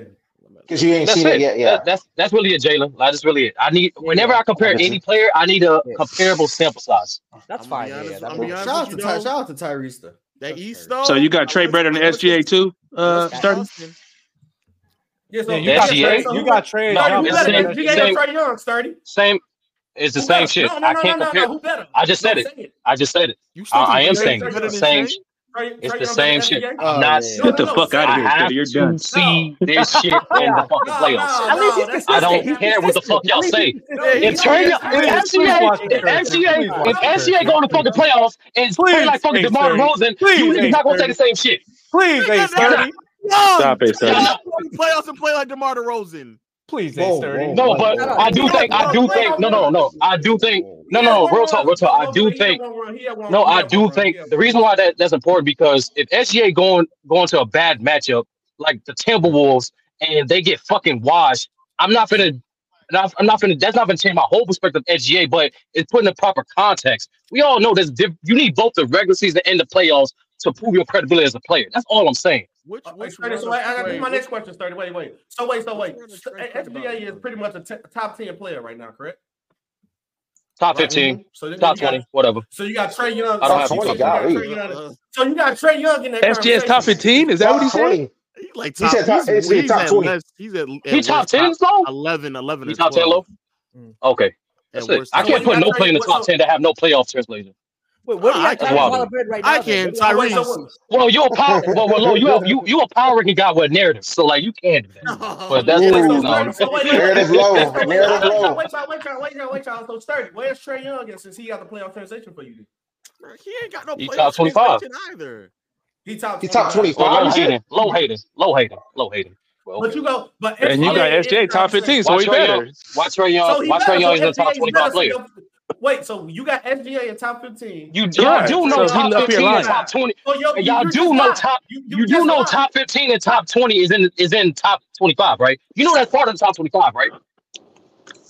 Because you ain't That's seen it, it. yet. Yeah. That- that's that's really it, Jalen. Like, that's really it. I need whenever I I compare get any you. player, I need a comparable sample size. That's fine. Be honest, I'm be honest Shout out to with you, Ty, though. shout out to Tyrese though. That East though. So you got Trey Brett on the unless- SGA too, uh, unless starting. Boston- Yeah, so Yeah, you got Trey- you got Trey, Trey Young. who It's better? same- You got same- Trey Young, Sturdy. Same, it's the Who same better? shit. No, no, I no, can't no, no, compare. no. Who better? I just No, said it. say it. I just said it. You I, still think I am Trey saying Young it. better It's the than same. Trey? sh- Trey, Trey It's the Young better same than shit. SGA? I'm not. No, Get the no, no. fuck Say out of I here, have Trey. You're to done. see this shit in the fucking No, playoffs. no, no. That's I not don't happening. care what the fuck y'all say. No, If he's Trey, not- if Please SGA, watch the if Curry. SGA, Please if watch the SGA Curry. go to fucking playoffs and play Please, like fucking hey, DeMar Curry. DeRozan, you Please, niggas hey, not gonna say Curry. the same shit. Please, Nigga, Ace that- Sturdy. Yo, Stop it, Trey Sturdy. Young go to the playoffs and play like DeMar DeRozan. Please, Whoa, Ace Sturdy. whoa, No, whoa, but whoa. I do Whoa, think, I whoa, do whoa, think, no, no, whoa. no, I do think, no, He had no, one real run. talk, real talk. I Hold on, do he had think one run. He had one No, he I had one do run. think the reason why that, that's important because if SGA going going to a bad matchup like the Timberwolves and they get fucking washed, I'm not gonna, not, I'm not gonna. That's not gonna change my whole perspective of SGA, but it's put in the proper context. We all know there's diff- you need both the regular season and the playoffs to prove your credibility as a player. That's all I'm saying. Which, Wait, which Uh, Sturdy, run so of wait, I got this Trey- is my which- next question, Sturdy. Wait, wait. So wait, so wait. run of So, Trey A- SBA is pretty much a t- top ten player right now, correct? Top Right. 15, Mhm. So that means top you got 20, whatever. so you got Trey Young. I don't So, have so top you got 20. Trey Uh, Young. So you got Trey Young in that SGA is conversation. top 15. Is that what he said? He like He top. said top- he's he said he's top at 20. Less, he's at, at He top worst 10 top 11, 11 You and top 10 twelve. low? Mm. Okay. That's At it. worst, I top can't 10. put no What- player in the top 10 that have no playoff translation. Wait, where do you I have That's Tyrese wild to me. Halliburton right now? I then? can. Where do you have- Tyrese. Well, you're a power. Well, well, no, you have, you you a power ranking guy with narrative, so like you can't do that. But that's Wait, no, no. so Sturdy, so wait, wait, Narrative wait. low. So Narrative wait, y'all- y'all- low. wait, y'all- wait, y'all- wait, y'all- wait, y'all. So Sturdy, where's Trey Young at since he got the playoff translation for you? He ain't got no He playoff top 25. translation either. He top He top 25. Well, 25. low You said? hating, low hating, low hating, low hating. Well, But okay. you go, but And you got SBA is SGA top top 15, ten. so Why he Trey better. Young? Why Trey Young? So he Why Trey better. So Young is in the top SBA is twenty-five better. So player? your, wait, so you got SBA in top fifteen. You Your y'all Right. do team know So is he top up here fifteen and lying. top twenty. So yo, and you, Y'all you just do know lied. top. You you You do just know lied. top fifteen and top twenty is in is in top twenty-five, right? You know that's part of the top twenty-five, right?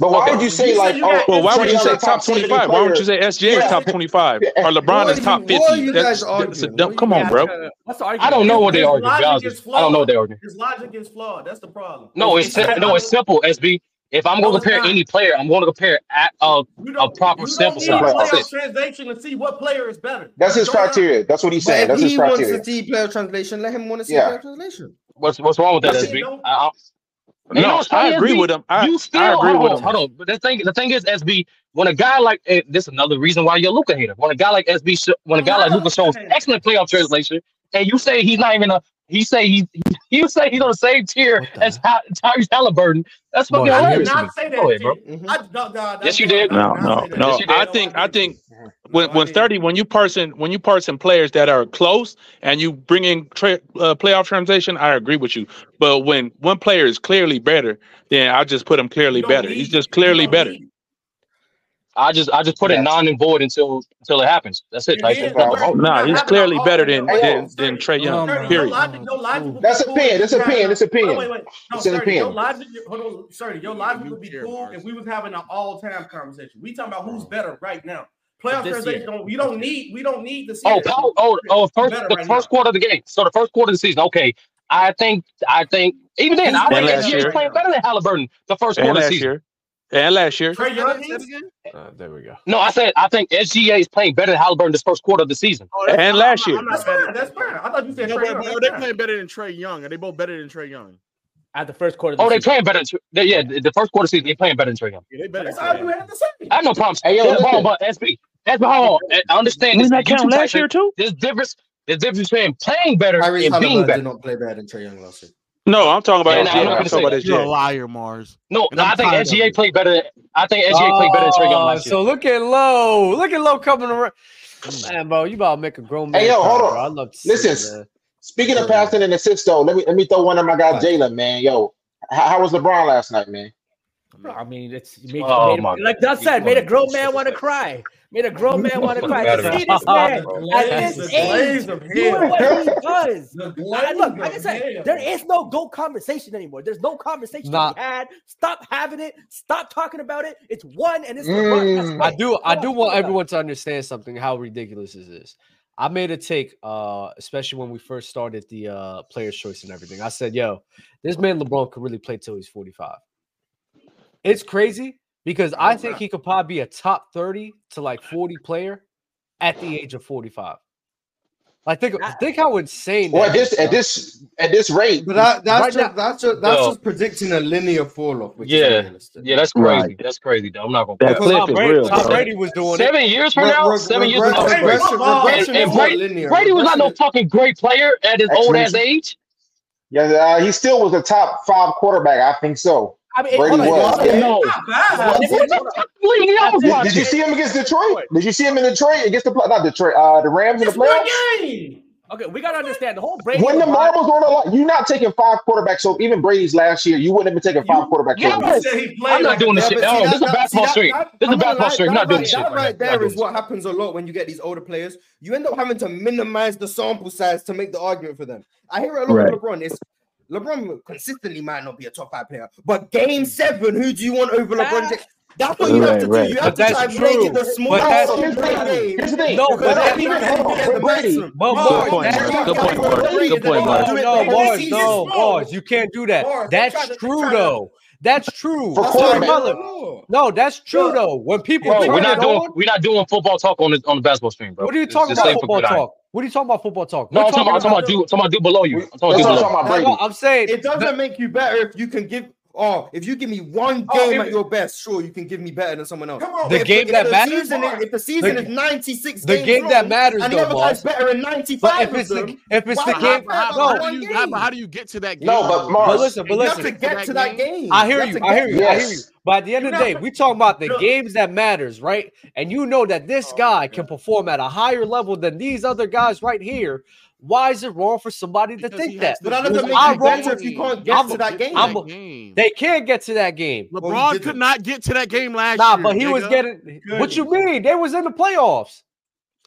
But why Okay. would you say You say like, you oh, got Well, why Trey would you Young say a top top seventy 25? Why player? wouldn't you say SGA is Yeah. top 25 or LeBron What is are you, top what are 50? you guys That's that's a arguing? What dumb. are Come you on, guys bro. What's the I argument? don't know His, what they his argue. To be logic honest, with is you. I don't know what flawed. they argue. His logic is flawed. That's the problem. No, it's It's sim- not no, it's logic. simple, SB. If I'm going No, to it's compare not. any player, I'm going to compare at a, You a don't. proper You don't sample need size. That's playoff it. translation to see what player is better. That's You his don't know. criteria. That's what he's But saying. if That's his he wants criteria. to see player translation, let him want to see Yeah. player translation. What's what's wrong with that, That shit SB? don't. I, I, and you know No, what's I funny, agree SB? with him. I, You I still agree hold with on, him. hold on. But the thing, the thing is, SB, when a guy like eh, this, is another reason why you're Luca hater. When a guy like SB, sho- when a I'm guy not like a Luca Luka shows hater. excellent playoff translation, and you say he's not even a, he say he, you say he's on the same tier What the as hell? Ty, Tyrese Halliburton. That's fucking Bro, I hilarious did to seriously. me. not say Go that ahead, to bro. you. Mhm. I, no, no, Yes, that's you wrong. did. I did No, not no, say that. Yes, no. you I did. No, I think I didn't. think when No, I when didn't. thirty when you person when you person players that are close and you bring in tra- uh, playoff translation, I agree with you. But when one player is clearly better, then I just put him You clearly don't better. He's need. just You clearly don't better. need. I just, I just put it non and void until, until it happens. That's it, It right there. is, That's but the we're, whole. we're Oh, Nah, not he's having an clearly better argument. than Wait, Hey, than wait, than Sturdy, Trey Oh Young. Sturdy, your Period. logic, your logic would be That's cool opinion. if That's you had opinion. a. That's Hold on, wait, opinion. wait. No, It's an Sturdy, your opinion. logic. Hold on, Sturdy, your logic would be care, cool Mars. if we was having an all-time conversation. We talking about who's better right now. Of Playoff this translation. year. Don't, we don't need. We don't need the Oh, series. power, oh, oh, Who's first better the right now? first quarter of the game. So the first quarter of the season. Okay, I think I think even then Who's I And think playing last better SGA is year, right playing now? better than Halliburton the first and quarter of the last season. year, and last year. Trey Say that Young say that is. again. Uh, there we go. No, I said I think SGA is playing better than Halliburton this first quarter of the season. Oh, that's And I'm, I'm last not. year. I'm That's not mad at fine. that. That's fine. I thought you said No, Trey but, Young. but That's are they fine. playing better than Trey Young? Are they both better than Trey Young? At the first quarter of the Oh, they season. playing better. Than, they- yeah, the the first quarter of the season they playing better than Trey Young. Yeah, they better than That's Trey all you Young. had to say. I have no problems. Hey, yo, Yeah, listen. hold on, but SB, SB, hold on. I I understand Did this. that And you count two type last thing. year too? There's difference. There's difference between playing better Tyrese and being Halliburton did better. not play better than Trey Young last year. No, I'm talking Yeah, about no, I'm SGA. not I'm gonna talking say about that. You're a SGA. liar, Mars, No, and no, I'm I think tired of SGA it. played better. Than, I think SGA played better than Trey Young Oh, last year. so look at low. Look at low coming around. Mm. Man, bro, you about to make a grown Hey, man yo, cry, hold bro. on. I love to see Listen, it, s- man. speaking of Trey Young. passing and assists, though, let me let me throw one of my guy Facts. Jalen, man. Yo, h- how was LeBron last night, man? Bro, I mean, it's it made, Oh, made- my like Doug God. said, made a grown man want to cry. Made a grown man want to cry. To see this man at this Glaze, the glaze age of doing hell. what he does. glaze I, look, like I of said, hell. there is no go conversation anymore. There's no conversation Nah. to be had. Stop having it. Stop talking about it. It's one and it's the broadcast Mm. I way. do. I Stop do talking want about it. everyone to understand something. How ridiculous this is. I made a take, uh, especially when we first started the uh, players' choice and everything. I said, "Yo, this man LeBron could really play till he's 45." It's crazy because I think he could probably be a top 30 to like 40 player at the age of 45. Like think, think how insane. Well, at that this is, at bro. this at this rate, But That, that's Right now- just, that's just, that's No. just predicting a linear fall off, which is Yeah, unrealistic. yeah, that's crazy. Right. That's crazy, though. I'm not gonna. That cap. clip Tom is Brady- real, Tom bro. Brady was doing seven it. years from Re- now. re- seven years from now, regression- is regression- crazy. regression and, and is not Brady, linear. Brady was not no fucking great player at his old ass Explanation. age. yeah, uh, he still was a top five quarterback. I think so. I mean, it- Brady hold on, was. it's- yeah. No. It's one difference. Hold Did, on. did you see him against Detroit? Did you see him in Detroit against the pl- not Detroit, uh, the Rams in the playoffs? Okay, we gotta understand the whole Brady. When the LeBron- marbles were on the line, you're not taking five quarterbacks. So even Brady's last year, you wouldn't have been taking five quarterback. Yes. quarterbacks. You said he played I'm not like doing this shit. but see, No, this is a that- basketball see, that- streak. that- This is I'm not gonna basketball lie, streak. I'm that not doing right- this shit That right now. right I'm not there doing is what happens a lot when you get these older players. You end up having to minimize the sample size to make the argument for them. I hear it a lot Right. with LeBron. It's LeBron consistently might not be a top five player, but game seven, who do you want over LeBron? James? That's what you have to Right, right. do. You But have to that's try and make true. it the But smallest that's- sample Here's the size thing. game. Here's the thing. No, but Because that- that's even that's- helping get the Brady- maximum. but Mark, Good point, that's Mark. not Good point, counting Mark. Brady, Good they're point, not Mark. doing it No, the whole Mars, season. no, Mars. You can't do that. Mars, they that's try to- they true try to- though. That's true. For That's quarterback. irrelevant. No, that's true Yeah. though. When people Bro, turn we're not it doing on, we're not doing football talk on the on the basketball stream, bro. what are you It's talking just about safe for football good eye. talk? What are you talking about football talk? No, We're I'm talking about I'm talking about dude. I'm talking about dude below you. Oh, I'm talking That's what I'm about dude talking below. about, you. Brady. No, I'm saying It doesn't the- make you better if you can give. Oh, if you give me one game Oh, if- at your best, sure, you can give me better than someone else. Come on. The if, game if that the matters? Season is, if the season is ninety six, the games game that long, matters and though, the other Mars. guy's better in ninety But five if of it's the them. if it's why the would I game, How, care how, about how, no, one do you, how, game? how do you get to that game? No, but though? But Mars. listen, but You have to listen. to get that to that game? game. I You hear have you. to I hear get you. I hear you. Yes. But at the end You're of the not- day, we talking about the Look. games that matters, right? And you know that this guy can perform at a higher level than these other guys right here. Why is it wrong for somebody to Because he think that? has to But that doesn't do make that you better if you game. can't He get has to I'm- that game. I'm- that game. They can get to that game. LeBron Well, he could didn't. not get to that game last Nah, year. but he was nigga. getting. What you Goodness. mean? They was in the playoffs.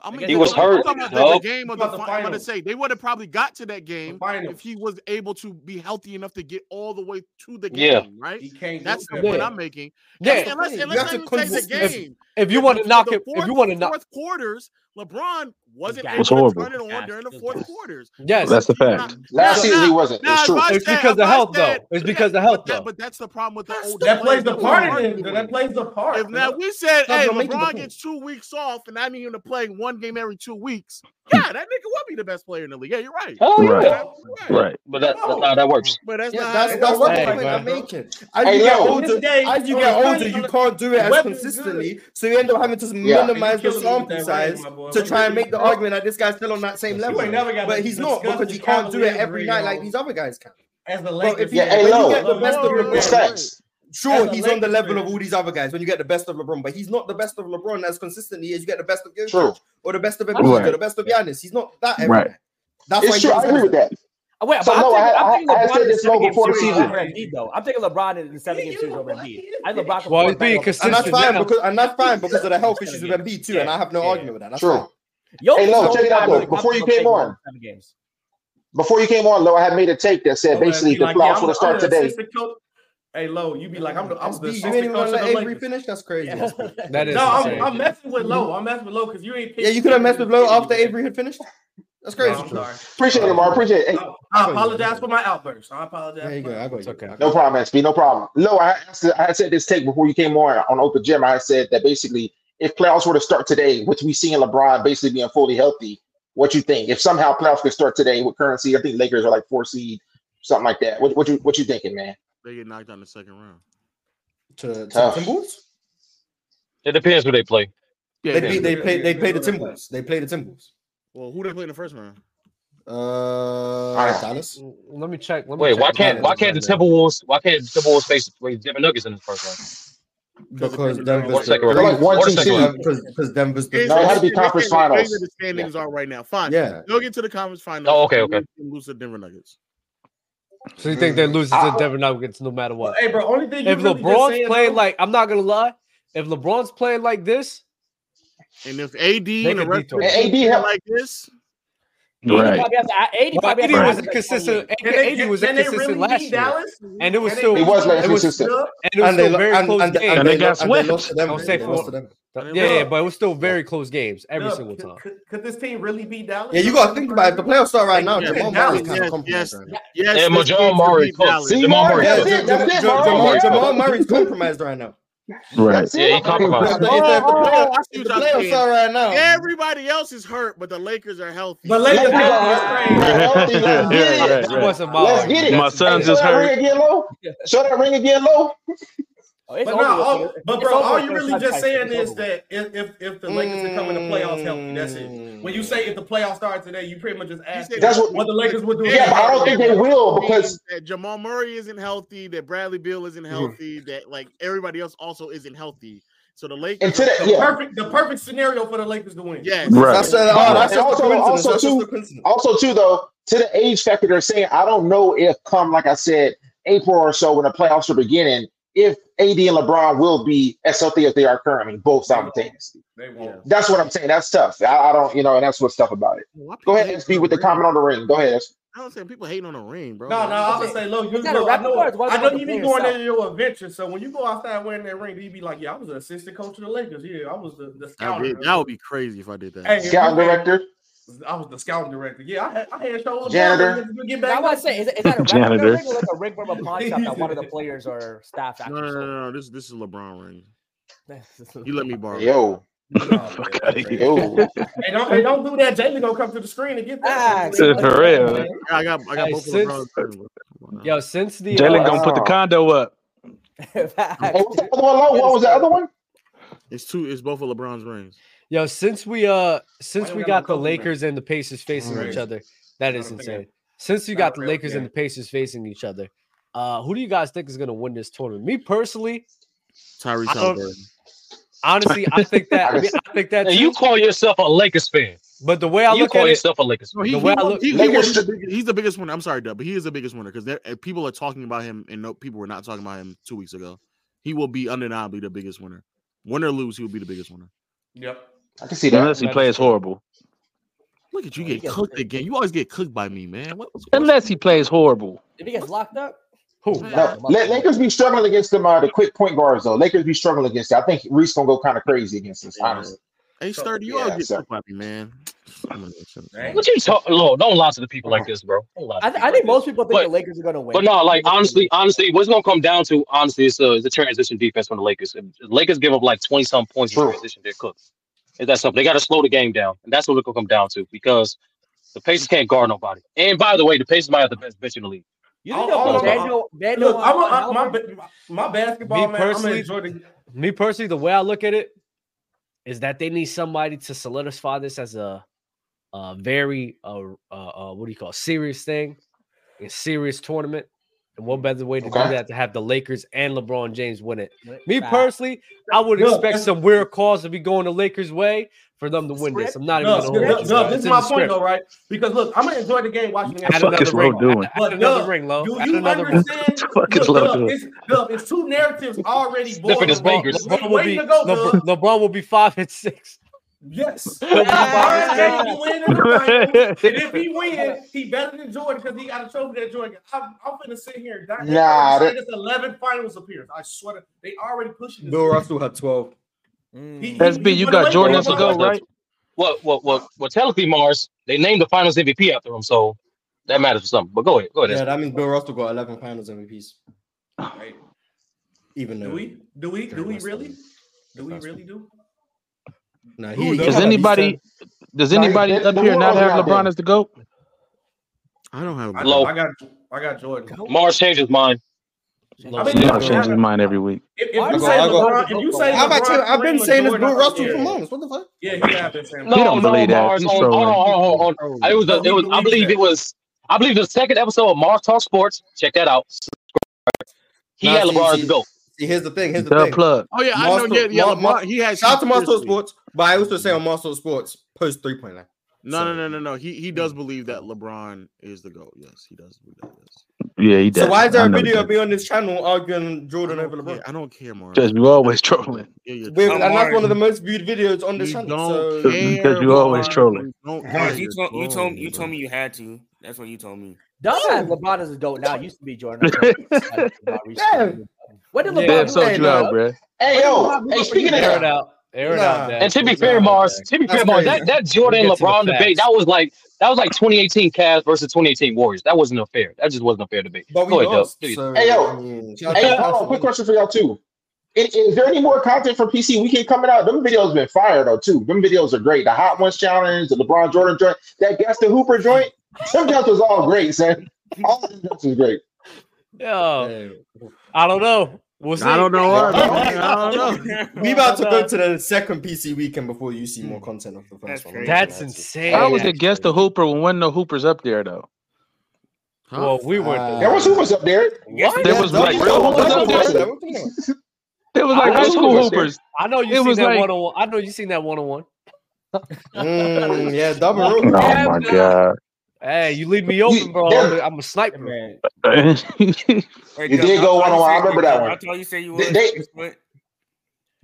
I mean, He was I'm hurt, talking about dog. the game of the, About the fi- I'm about to finals. say they would have probably got to that game finals. if he was able to be healthy enough to get all the way to the Yeah. game, right? He can't. That's do the that, point bro. I'm making. Yeah. And let's, and You let's have to not even take the consist- game. If you The- want to the- knock the him, if fourth- you want the to knock, fourth quarters, LeBron wasn't It able was to horrible. turn it on Gas, during the it was fourth gas. quarters. yes, Because That's a he's fact. not- Last now- season he now- wasn't. now, It's if true. I it's said- because if of I health said- though. It's yeah, because of but health that- though. But that's the problem with the That's old. the That plays the point. part in it. That plays the part. If now bro. we said, That's hey, what I'm making the LeBron point. gets two weeks off and I need him to play one game every two weeks, yeah, that nigga would be the best player in the league. Yeah, you're right. Hell yeah. Right, You're right. right. But that, that's not how that works. But that's Yeah, not that's how that's that's the works. point Hey, I'm bro. making. As Hey, you get yo. older, This day, as you on get the older, fin- you on the- can't do it the as weapon's good. consistently, so you end up having to Yeah. minimize the You're killing me with sample that size rain, my boy. to We- try and we- make the argument that this guy's still on that same You level. ain't never got But to he's not discuss because the he can't do it Cavaliers every rate night like on- these other guys can. as the Bro, if Lakers. he, Yeah, hey, when you Lo. get the best of Whoa, whoa, LeBron, whoa. Respects. As sure a he's on the Lakers level fan. of all these other guys when you get the best of LeBron, but he's not the best of LeBron as consistently as you get the best of Jokic True. or the best of Right. Embiid or the best of Giannis. He's not that every Right. night. That's why It's he true. gets I agree with that. Oh, Uh, Wait, So but I'm, no, taking, I- I'm taking I- I LeBron said in a this seven low game before the series season. over Embiid, though. I'm taking LeBron in a seven game series over Embiid. I think LeBron can fall Well, he's back over. being And that's consistent fine now. because and that's fine because of the health issues with Seven Embiid too, games. and I have no Yeah, argument with that. That's True. fine. Jokic Hey, is Lo, the check only it out, guy though. with a Before you comfortable came thing on, over seven games. before you came on, Lo, I had made a take that said Low ass basically be the like, yeah, playoffs I'm would have the, I'm started the today. assistant coach. Hey, Low, you be like, I'm the, I'm the SB, you ain't assistant even coach gonna of let the Avery Lakers. finish? That's crazy. Yeah. That's crazy. That is No, I'm, insane. I'm messing with Low. I'm messing with Low because you ain't. Yeah, picked- you could have messed with Blow after Avery had finished. That's No, crazy. I'm sorry. Appreciate it, Mar. Appreciate it. Hey, I, I I got you, I got apologize you. for my outburst. I apologize. There you for go. my I got It's you. okay. I got no you. problem, SB. No problem. Lo, I, I said- I had said this take before you came on on Open Gym. I said that basically if playoffs were to start today, which we see in LeBron basically being fully healthy, what you think? If somehow playoffs could start today with currency, I think Lakers are like four seed, something like that. What, what you what you thinking, man? They get knocked out in the second round. To, to the Tough. Timberwolves, It depends who they play. Yeah, they yeah. beat. They Yeah, play. yeah, They yeah, play yeah. the Timberwolves. They play the Timberwolves. Well, who they play in the first round? Uh, Ah. Dallas. Let me check. Let me Wait, check why the can't why standings right can't the now. Timberwolves why can't the Timberwolves face face Denver Nuggets in the first round? Because it Because depends on Or Denver's the what the second They're round? like crazy. one Or the two second round? seed. Because Denver's the Here's No, it the had crazy. to be thing. Look conference at the way finals. that the standings are right now. Fine. Yeah. They'll get to the conference finals. Oh, okay, and okay. lose- And lose to the Denver Nuggets. So you think they're losing to Denver Nuggets no matter what? Ah. Hey, bro, only thing you if really just LeBron's saying, playing bro- like I'm not gonna lie, if LeBron's playing like this, and if AD could and the rest of detour. the And AD team help- like this, Right. Probably have to- AD Well, probably AD have to- was inconsistent. Can they- AD was can they inconsistent really last beat year, Dallas? and it was Can still they- He was it was, inconsistent. and it was And they still lo- very and- close and they- games. and they And they got lo- and they swept. lost to them. Don't say They for- lost to them. Yeah, They yeah, lost. but it was still very close games every Look, single time. could, could this team really beat Dallas? Yeah, you gotta think about it. If the playoffs start right now, Yeah, Jamal Dallas, Murray's kind yes, of compromised. right now. yes, And this Jamal team could Murray beat cooked. Dallas. See, Jamal Murray Yeah, cooked. Ja- Ja- That's it, Ja- that's Jamal it. Jamal Murray's compromised right now. Right. Yeah, he compromised. If the- if the Oh, playoff- if the playoffs are right now, Everybody else is hurt, but the Lakers are healthy. But Lakers Lakers Let's get Yeah, it. right, right. wasn't my Let's get it. My son's Show just that ring hurt. again low. Show that ring again low. But, over no, with, all, dude. but It's bro, over all with, you bro. It's really not just tight. saying It's is over that if, if if the Lakers can come in the playoffs healthy, that's it. When you say if the playoffs start today, you pretty much just ask That's what- what, the Lakers would do. Yeah, but I don't think they will because Mm-hmm. that Jamal Murray isn't healthy, that Bradley Beal isn't healthy, that like everybody else also isn't healthy. So the Lakers And to that- the yeah. perfect the perfect scenario for the Lakers to win. Yes. Right. That's, uh, But- that's and just a also, coincidence. also That's just a too, also too, though, to the age factor, they're saying I don't know if come like I said, April or so when the playoffs are beginning, if AD and LeBron will be as healthy as they are currently, both simultaneously. They won't. That's what I'm saying. That's tough. I, I don't, you know, and that's what's tough about it. Go ahead, SB, with the comment on the ring. Go ahead. SB. I don't saying people hating on the ring, bro. No, no, I would Like, say, look, you Is that a know, I rapper know, or is one I know about the you be player going itself? into your adventure. So when you go outside wearing that ring, you be like, yeah, I was an assistant coach to the Lakers. Yeah, I was the, the I scouter. did- that would be crazy if I did that. Hey, if you Scouting had- director. I was the scouting director. Yeah, I had, I had shoulders. Janitor. Get Now, I back want up. to say, is, it- is that a replica Janitor. ring or like a ring from a pawn shop that one of the players or staff No, actually no, no, no, no. This this is LeBron ring. stole? You let me borrow. it. Yo, yo. Hey, don't, hey, don't do that. Jalen gonna come to the screen and get that. Ah, for real. I got I got Hey, both of since- LeBron's rings. bro. Yo, since the Jalen uh, gonna put the condo up. Hey, what's the other one low? What was the other one? It's two. It's both of LeBron's rings. Yo, since we uh since we Why don't we have got the Kobe, man? Lakers and the Pacers facing Alright. each other, that is Not a insane. fan. Since you Not a got the real Lakers and fan. the Pacers facing each other, uh, who do you guys think is gonna win this tournament? Me personally, Tyrese I don't- Halliburton. honestly, I think that I, mean, I think that And you too. call yourself a Lakers fan. But the way I you look call at it, yourself a Lakers No, fan. The he, he way I will- look- he- he will Lakers be the should- big- he's the biggest winner. I'm sorry, Dub, but he is the biggest winner because people are talking about him, and no people were not talking about him two weeks ago. He will be undeniably the biggest winner. Win or lose, he will be the biggest winner. Yep. I can see that. Unless he plays horrible. Look at you Oh, he get gets cooked again. You always get cooked by me, man. What, what's, what's- Unless he plays horrible. If he gets locked up, who? we lock No, him up. La- Lakers be struggling against them. Uh, the quick point guards though. Lakers be struggling against. It. I think Reese gonna go kind of crazy against us. Honestly, Hey, So- Sturdy, you yeah, always get so- cooked by me, man. I'm gonna shut up. Dang. What you talk? Lord, don't lie to the people like this, bro. Don't lie to I, th- people I think like most people think But- the Lakers are going to win. But no, like honestly, honestly, what's gonna come down to honestly is uh, is the transition defense from the Lakers. If the Lakers give up like twenty some points in True. transition, they're cooked. Is that something? They got to slow the game down, and that's what it's gonna come down to because the Pacers can't guard nobody. And by the way, the Pacers might have the best bench in the league. You I'll- think they'll I'll- put I'll- Vando, Vando Look, I'm a, on I, my, Halliburton? ba- my Me basketball man. I'm gonna personally- enjoy the. Me personally, the way I look at it is that they need somebody to solidify this as a, a very uh, uh, uh, what do you call it, serious thing, a serious tournament. And what better way to Okay. do that to have the Lakers and LeBron James win it? Win it Me back. personally, I would Look, expect that's- some weird cause to be going the Lakers' way for them to win this. I'm not even Dub, going to Dub, hold you. Dub, guys. this It's is in my the point script. though, right? Because look, I'm gonna enjoy the game watching the Add game. fuck another is Lo ring. Add- doing? Add, But another Dub, ring, Lo. Do Add you another ring. understand? fuck is Look, Love Dub, doing? it's, Dub, it's two narratives already Sniffing boiling. his LeBron, fingers. We LeBron will waiting be to go, LeBron, Dub. LeBron will be five and six. Yes. He'll be five and Byron six. had to win in the finals, and if he wins, he better than Jordan because he got a trophy that Jordan. got. I'm, I'm gonna sit here. and die. They Nah, already that- said it's 11 finals appearance. I swear, to, they already pushing this. Bill Russell had 12. He- he- SB, he you went got away Jordan from to LeBron. go, right? Well, well, well, well. Technically, Mars they named the Finals MVP after him, so that matters for something. But go ahead, go ahead. Yeah, Espen. that means Bill Russell got 11 finals MVPs. Hey, Even Do though. we? Do we? Do Very we much really? so. Do we That's- really do? Nah, Who he, does? he had Does at least anybody 10. does Nah, he- anybody the- up the here one not was have not LeBron there. as the GOAT? I don't have. I, a Low. I got. I got Jordan. Mars changed his mind. I mean, Leon look, changes his I- mind every week. if, if Why you do I say got- I got- LeBron, if you say How about you? LeBron, I've been playing with saying this Jordan, Bill I'm- Russell for yeah, months. What the fuck? yeah, he have been saying. He No, don't no, believe that. Mars. He's On, hold on, trolling. hold on, hold on. It was, Trolling. a, No, it he was. I believes believe that. it was. I believe the second episode of Mars Talk Sports. Check that out. He Nah, had see, LeBron as the see, GOAT. see, here's the thing. Here's the Dub thing. plug. Oh yeah, I know. Monster, Yeah, yeah. Mon- Mon- LeBron, he has. shout out to Monster conspiracy. Sports, but I also say on Monster Sports, post three point line. No, no, no, no, no. He he does believe that LeBron is the goat. Yes, he does believe that. Yeah, he does. So why I is there a know he video does. of me on this channel arguing Jordan over LeBron? I don't care, Mark. Just you always trolling. Yeah, yeah. Wait, and that's one of the Martin. most viewed videos on this channel. Because so you always trolling. Mark, you, told, you told me you told me you had to. That's what you told me. Dumbass LeBron is a goat now. Used to be Jordan. I don't know. Damn. What did LeBron? Damn, do? sold you out, bro. Hey, yo, Who hey, you speaking of air that, it out. Air it out, Dad. and to be Please fair, air it out, Mars, Dad. to be That's fair, Mars, crazy. that, that We'll Jordan get to the LeBron facts. debate, that was like that was like 2018 Cavs versus 2018 Warriors. That wasn't a fair. That just wasn't a fair debate. But we Go ahead, Dub. lost, Do your so, thing. Hey, yo. Hey, yo, That's hold on, quick question for y'all too. Is, is there any more content from PC Weekend coming out? Them videos been fire though too. Them videos are great. The Hot Ones challenge, the LeBron Jordan joint, that Gaston Hooper joint. Them jokes was all great, son. All of them jokes was great. Yo, I don't know. We'll see. I don't know what, man. I don't know. We about to go to the second PC weekend before you see more content of the first one. That's insane. How was it guess the Hooper when wasn't no Hoopers up there though? Well, we weren't there. There was Hoopers up there. What? There was like real Hoopers up there. There was like I high know school you- Hoopers. I know you It seen was that like- one on one. I know you seen that one on one. Mm, yeah, double Oh my god. Hey, you leave me open, bro. I'm a- I'm a sniper. It did go one on one. I remember that I one. thought you said you They would. they, What?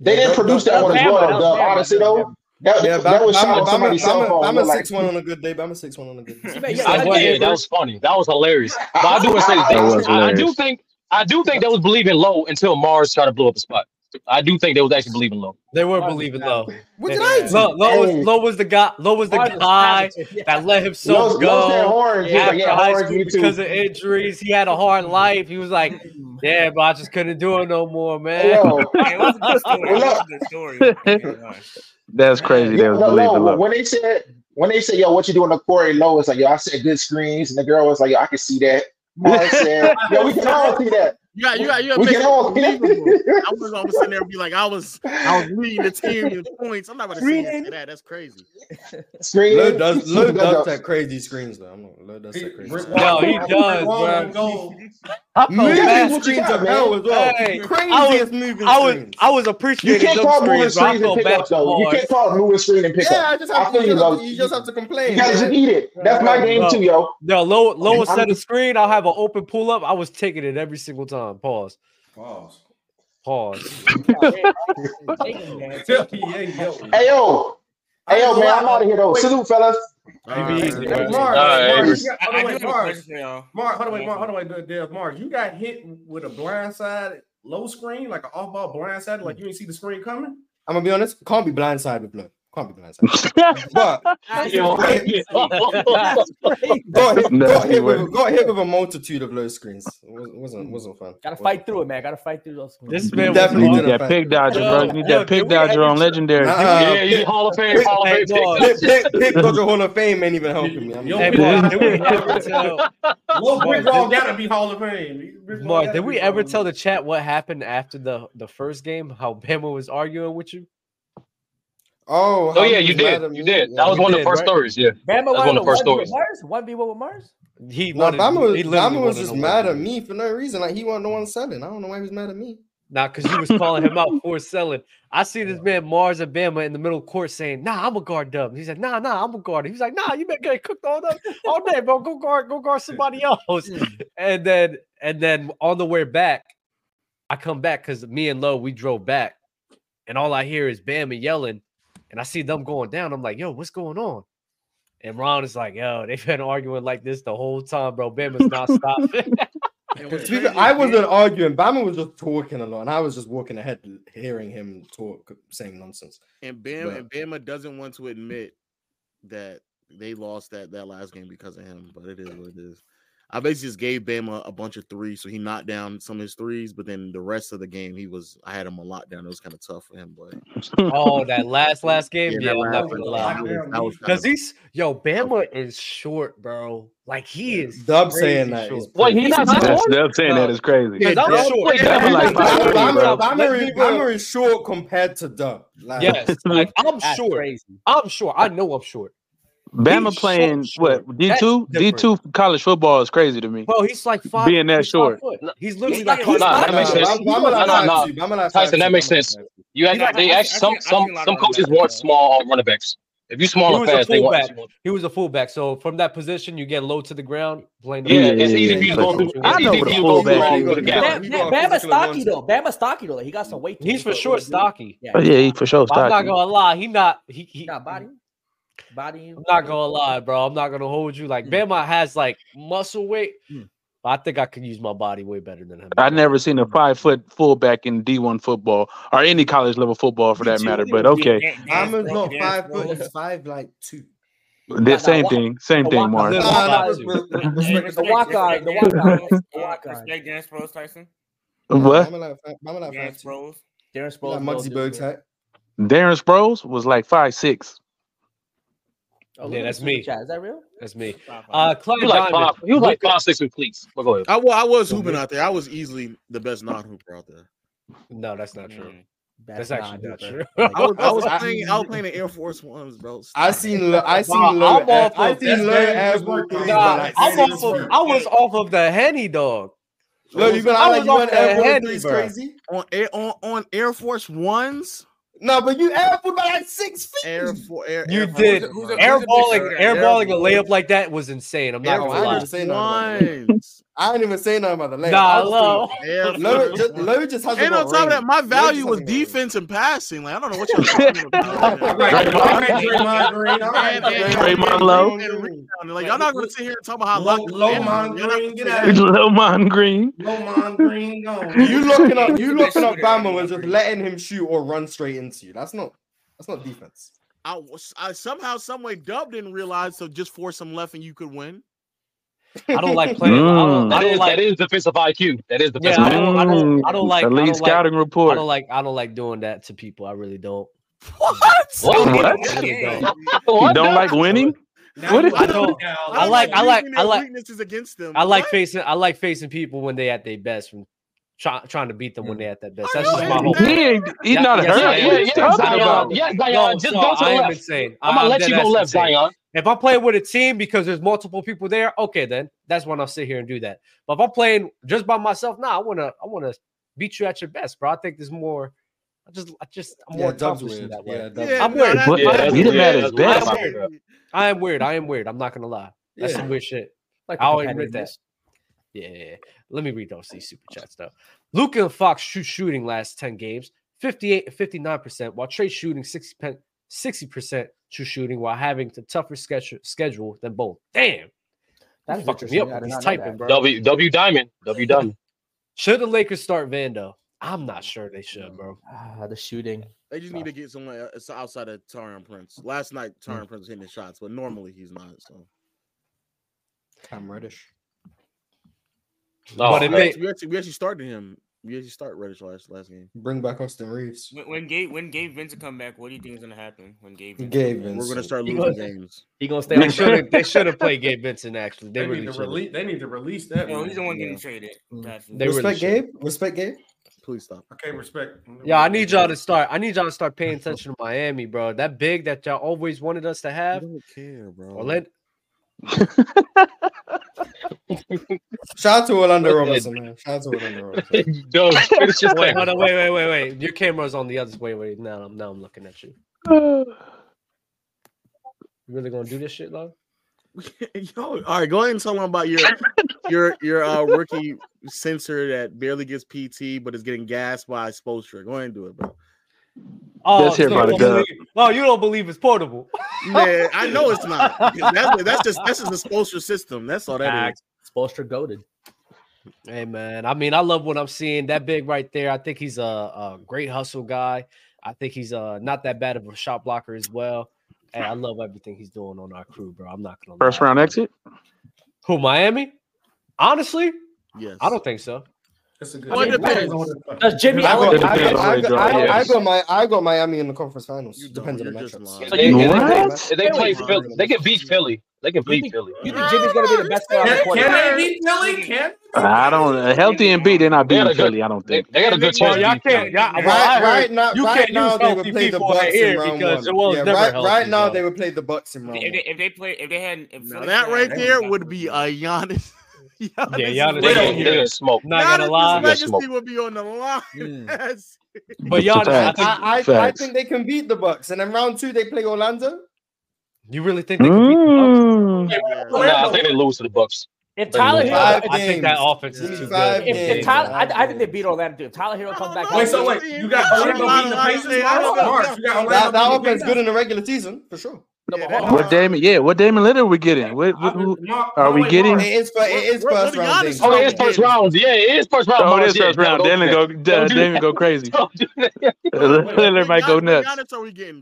they didn't produce that one as well. though. honestly though, that, Yeah, that was shot Bama, on Bama, somebody's cell Bama, phone. Bama, looked six one like, on a good day. Bama six one on a good day. I was, yeah, that was funny. That was hilarious. But I do wanna say this. That was I, I do hilarious. think I do think that was believing low until Mars tried to blow up the spot. I do think they was actually believing low. They were believing low. What did I Low, do? low, Hey. was, low was the guy. Low was the Mars is guy savage. that let himself Low's- go Low's that orange. He's like, after yeah, high orange, school me too. because of injuries. He had a hard life. He was like, "Yeah, but I just couldn't do it no more, man." Yo. Hey, it was a good story. It was a good story. Don't get me wrong. That's crazy. They Yeah, was no, believing no. low. When they said when they said, "Yo, what you doing to Corey Lowe?" It's like, "Yo, I said good screens," and the girl was like, "Yo, I can see that." Mark said, "Yo, we can all see that." You got, you got, you got We make can it all see believable. that. I was always sitting there and be like, I was, I was leading the team in points. I'm not about to say yes to that. That's crazy. Screen. Low does Low Good does jokes. that crazy screens though. I'm not Low does that crazy. screens. Yo, he does, bro. I felt Moving bad. screens are hell as well. Hey, I Craziest was, moving I was, screens. I was You appreciating can't them call moving screens, bro. I screens and felt pick bad up for though. You Mars. can't call moving screen and pick Yeah, I up. just I have to, feel you you, just have though. to, you just have to complain. You guys man. just eat it. That's my game Bro, too, yo. No, low, low set I'm- a screen. I'll have an open pull up. I was taking it every single time. Pause. Pause. Pause. Hey yo, hey yo, man, I'm out of here though. Wait. Salute, fellas. You be easy, bro. Alright, Mars, Mars, Avery. you got, I- hold on, I do wait, have a Mars, question for y'all. Mars, hold on, wait, Mars, hold on, wait, Dev, Dev, Mars, you got hit with a blindside low screen, like an off-ball blindside, like you didn't see the screen coming. I'm gonna be honest. Can't be blindsided with Low. Can't be blindsided. but got hit, No, got, he hit with, wouldn't. got hit with a multitude of low screens. It wasn't wasn't, wasn't fun. Gotta fight through it, man. Gotta fight through those. This You man was Definitely hard. need did a that fact. pig dodger, Yo, bro. You need yo, that pig did we ever dodger on try- legendary. Uh-uh, Yeah, you Hall of Fame, Pick- Hall of Hey, Fame pick. Mars. Pip, Pip, Pip Dodger Hall of Fame ain't even helping me. I'm Yo, Hey, Pip Mars, Dodger did we Hall of ever Fame. tell Low Mars, Big Dog did- gotta be Hall of Fame. Big Dog Mark, gotta did be we Hall ever of tell Fame. the chat what happened after the the first game? How Bama was arguing with you? Oh, Oh how yeah, he you was mad did. at You me. did. That Yeah. was You one of the did, first right? stories. Yeah, Bama that's wanted one to of the first one with stories. Mars. One v one with Mars. He No, wanted. Bama was, He literally Bama was wanted just to win. mad at me for no reason. Like he wasn't the one selling. I don't know why he was mad at me. Nah, because you was calling him out for selling. I see this man Mars and Bama in the middle court saying, "Nah, I'm a guard dub." He said, "Nah, nah, I'm a guard." He was like, "Nah, you been getting cooked all day, all day, bro. Go guard, go guard somebody else." and then, and then on the way back, I come back because me and Lo we drove back, and all I hear is Bama yelling, and I see them going down. I'm like, "Yo, what's going on?" And Ron is like, "Yo, they've been arguing like this the whole time, bro. Bama's not stopping." To be fair, I wasn't arguing. Bama was just talking a lot, and I was just walking ahead, hearing him talk, saying nonsense. And Bam But- and Bama doesn't want to admit that they lost that that last game because of him, but it is what it is. I basically just gave Bama a bunch of threes, so he knocked down some of his threes, but then the rest of the game he was I had him a lot down. It was kind of tough for him, but Oh, that last last game, that yeah, I'm not last gonna one, lie. I was- I was kinda- Cause he's yo, Bama is short, bro. Like he is. Dub crazy saying that short. is Wait, he's not That's, short. that's saying that is crazy. Cause I'm Dub- short. Wait, Dub bro. is Let's like be 5'3", real. bro. Bama, Let's be Bama, real. Bama is short compared to Dub. Like, Yes, like I'm That's short. crazy. I'm short. I know I'm short. Bama He's short, playing short. what D That's two D different. two college football is crazy to me. Bro, he's like five. Being that he's five short. foot. He's He's literally not like even he's Nah, not that makes Nah, sense. Bama, Bama No, like no, five no. two. Bama like five Tyson, two. that makes Bama like sense. five two. You He's act, not- they I act seen- I some seen- I some seen a lot some of running coaches backs, want though. small running backs. If you small and fast, they want fullback. He was a fullback. So from that position, you get low to the ground. Playing Yeah, it's easy for you to go through. I know It's what easy for a you to go through fullback all is. through the gap. That- Ba- Bama stocky though. Bama stocky though. Like, he got some weight. to He's him, for so sure what do you do? stocky. Yeah. yeah, he for sure. But I'm not Stocky. gonna lie, he not he he Nah, body, body. I'm not gonna lie, bro. I'm not gonna hold you. Like Bama has like muscle weight, but I think I could use my body way better than him. I never seen a five foot fullback in D one football or any college level football for that matter. But okay, Bama's not five foot. He's five like two. the same thing, same thing, Mark. The walk on, the walk on, the walk on. Respect Darren Sproles, Tyson. What? Bama like five- Bama like Darren five two. Sproles. Darren Like Muggsy Bogues height. Darren Sproles was like five six. Oh, yeah, that's me. Chat. Is that real? That's me. Uh, Clyde You like Diamond. five. You like Luka- five six with cleats. But go ahead. I, wa- I was hooping out there. I was easily the best non hooper out there. No, that's not true. Mm. That's, actually not not true. I was, I was playing. I was playing the Air Force Ones, bro. I seen low. I seen Nah, low. I'm off I of- seen low that's- average threes Nah, by like I'm six off of, feet. I was off of the henny dog. Low, you been I out like was you off want the Air Force Henny, threes bro. crazy? on Air on, on Air Force Ones. No, but you average by like six feet. Air for Air. You Air Force did. Ones. who's a- who's a big Airballing, shooter? airballing a layup like that was insane. I'm not Air gonna Force lie. Ones. say nothing about Ones. I didn't even say nothing about the layup. Nah, I was low. thinking- Air Low Force just, Ones. low just hasn't And on got top of range. that, my Low value just was hasn't got range. defense and passing. Like I don't know what y'all talking about. man. All right, all right, Draymond Green. All right, And- and- Draymond and- Low. and rebounding. Like y'all not gonna sit here and talk about how Low- lucky Lomond Green, get out. Lomond Green. Lomond Green gone. You looking up? You Best looking shooter up in Bama and the just league. letting him shoot or run straight into you. That's not. That's not defense. I was I somehow, some way, Dub didn't realize. So just force some left and you could win. I don't like playing. I don't, I That don't is like. that is defensive IQ. That is Yeah, defensive. I don't. I don't. I Mm, don't like. I elite don't like. scouting I report. don't like. I don't like doing that to people. I really don't. What? I really don't. You What? don't like winning? What if- I don't. I like. I like. I like. weaknesses against them. I like What? facing. I like facing people when they at their best. From try, trying to beat them when they at their best. That's know just my it, whole. He ain't. He Yeah, not yes, I hurt. am. What are you Yes, I am. talking about? Yeah, No, Zion, just so go to I the am left. insane. I'm gonna I'm let you dead go ass left, insane. Zion. If I'm playing with a team because there's multiple people there, okay, then that's when I'll sit here and do that. But if I'm playing just by myself, nah, I wanna I wanna beat you at your best, bro. I think there's more. I just I just I'm more yeah, Dub's accomplished in weird. that way. Yeah, Dub's Yeah, I'm weird. that- What? Yeah, that- that's Beat him weird. at his That's weird. I'm best. weird. I am weird. I am weird. I'm not gonna lie. That's Yeah. some weird shit. Like the I'll admit competitiveness. that. Yeah, yeah, yeah. Let me read those these super chats though. Luca and Fox shoot shooting last 10 games, 58 and 59%, while Trey shooting 60 pen- 60% true shooting while having the tougher schedule schedule than both. Damn, That's fuck me interesting. up I with did these not know that. typing, bro. W W Diamond. W Diamond. Should the Lakers start Vando? I'm not sure they should, bro. Ah, the shooting. They just need to get someone else outside of Tyron Prince. Last night, Mm. Tyron Prince was hitting the shots, but normally he's not. So Cam Reddish. Oh, But if man. they we actually we actually started him. We actually started Reddish last last game. Bring back Austin Reeves. When, when Gabe when Gabe Vincent come back, what do you think is gonna happen when Gabe? Vincent Gabe come back? We're gonna Vincent. start He losing goes- games. He gonna stay on they the should should have they should have played Gabe Benson actually. They They really need to should. have. release. They need to release that. No, man. he's the one getting Yeah. traded. Mm. Got you. They really Respect should've. Gabe. Respect Gabe. Please stop. Okay, respect. Yeah, I need y'all to start. I need y'all to start paying attention to Miami, bro. That big that y'all always wanted us to I have. don't care, bro. Orlando, Shout out to Orlando Look at- Robinson, man. Shout out to Orlando Robinson. Yo, finish your wait, sentence. hold on, wait, wait, wait, wait. Your camera's on the other way. Wait, now I'm now I'm looking at you. You really gonna do this shit, love? Yo, all right, go ahead and tell them about your your your uh, rookie sensor that barely gets PT but is getting gassed by Spoelstra. Go ahead and do it, bro. Oh, Let's hear so about you it, don't Dub. believe- no, you don't believe it's portable. Man, I know it's not. That's, that's just that's just a Spoelstra system. That's all that is. Facts. Spolstra goaded. Hey man, I mean, I love what I'm seeing. That big right there. I think he's a, a great hustle guy. I think he's uh not that bad of a shot blocker as well. Hey, I love everything he's doing on our crew, bro. I'm not gonna First lie. round exit. Who Miami? Honestly, Yes. I don't think so. That's a good. Well, it depends. Does Jimmy I Butler- It got, I depends got, on where I they got, draw, I, got- yeah. I got my, I got Miami in the conference finals. You don't. Depends on the You're just If lying. matchups. they, if they, What? play- if they play What? Philly, they can beat Philly. They can you beat think, Philly. you think Jimmy's gonna be the best player on the Can, court? can they beat Philly? Can I don't. A healthy and beat. They're not They had beating a good. Philly. I don't They, think. they got a good chance Well, to y'all beat can't. Philly. Y'all, well, I Right, heard right now, you right can't now use they would healthy play the people on Bucks in here round because one. Joel's Yeah, never right, healthy. right now bro. they would play the Bucks in If they, if round one. they, if they play, if they hadn't, if Now Philly that had- right that there was- would be a Giannis. Giannis Yeah, Giannis- They Wait get, on they here. get smoked. Not gonna Giannis's lie, Yeah, legacy smoke. would be on the line. Mm. Yes. but Giannis, I Facts. think I, I, I Facts. think they can beat the Bucks, and then round two they play Orlando. You really think they could beat Hmm? Mm. the Bucks? Nah, I think they lose to the Bucks. If Tyler They Hero, lose. I think that offense is too If, good. if Five Tyler, I, I think they beat Orlando too. If Tyler Hero comes back, Wait, so wait, you got Orlando beating the Pacers? Mark, you got That- that Orlando beating the offense Pacers? good in the regular season for sure. What Damon? Yeah, what Damon Leonard we getting? What, what- who- are we getting? It is, fir- it is We're- we're first putting round. Giannis thing. on Oh, it is first there. round. Yeah, it is first Oh, round. it is first round. Damon go, uh, da- Damon go crazy. Leonard might go nuts.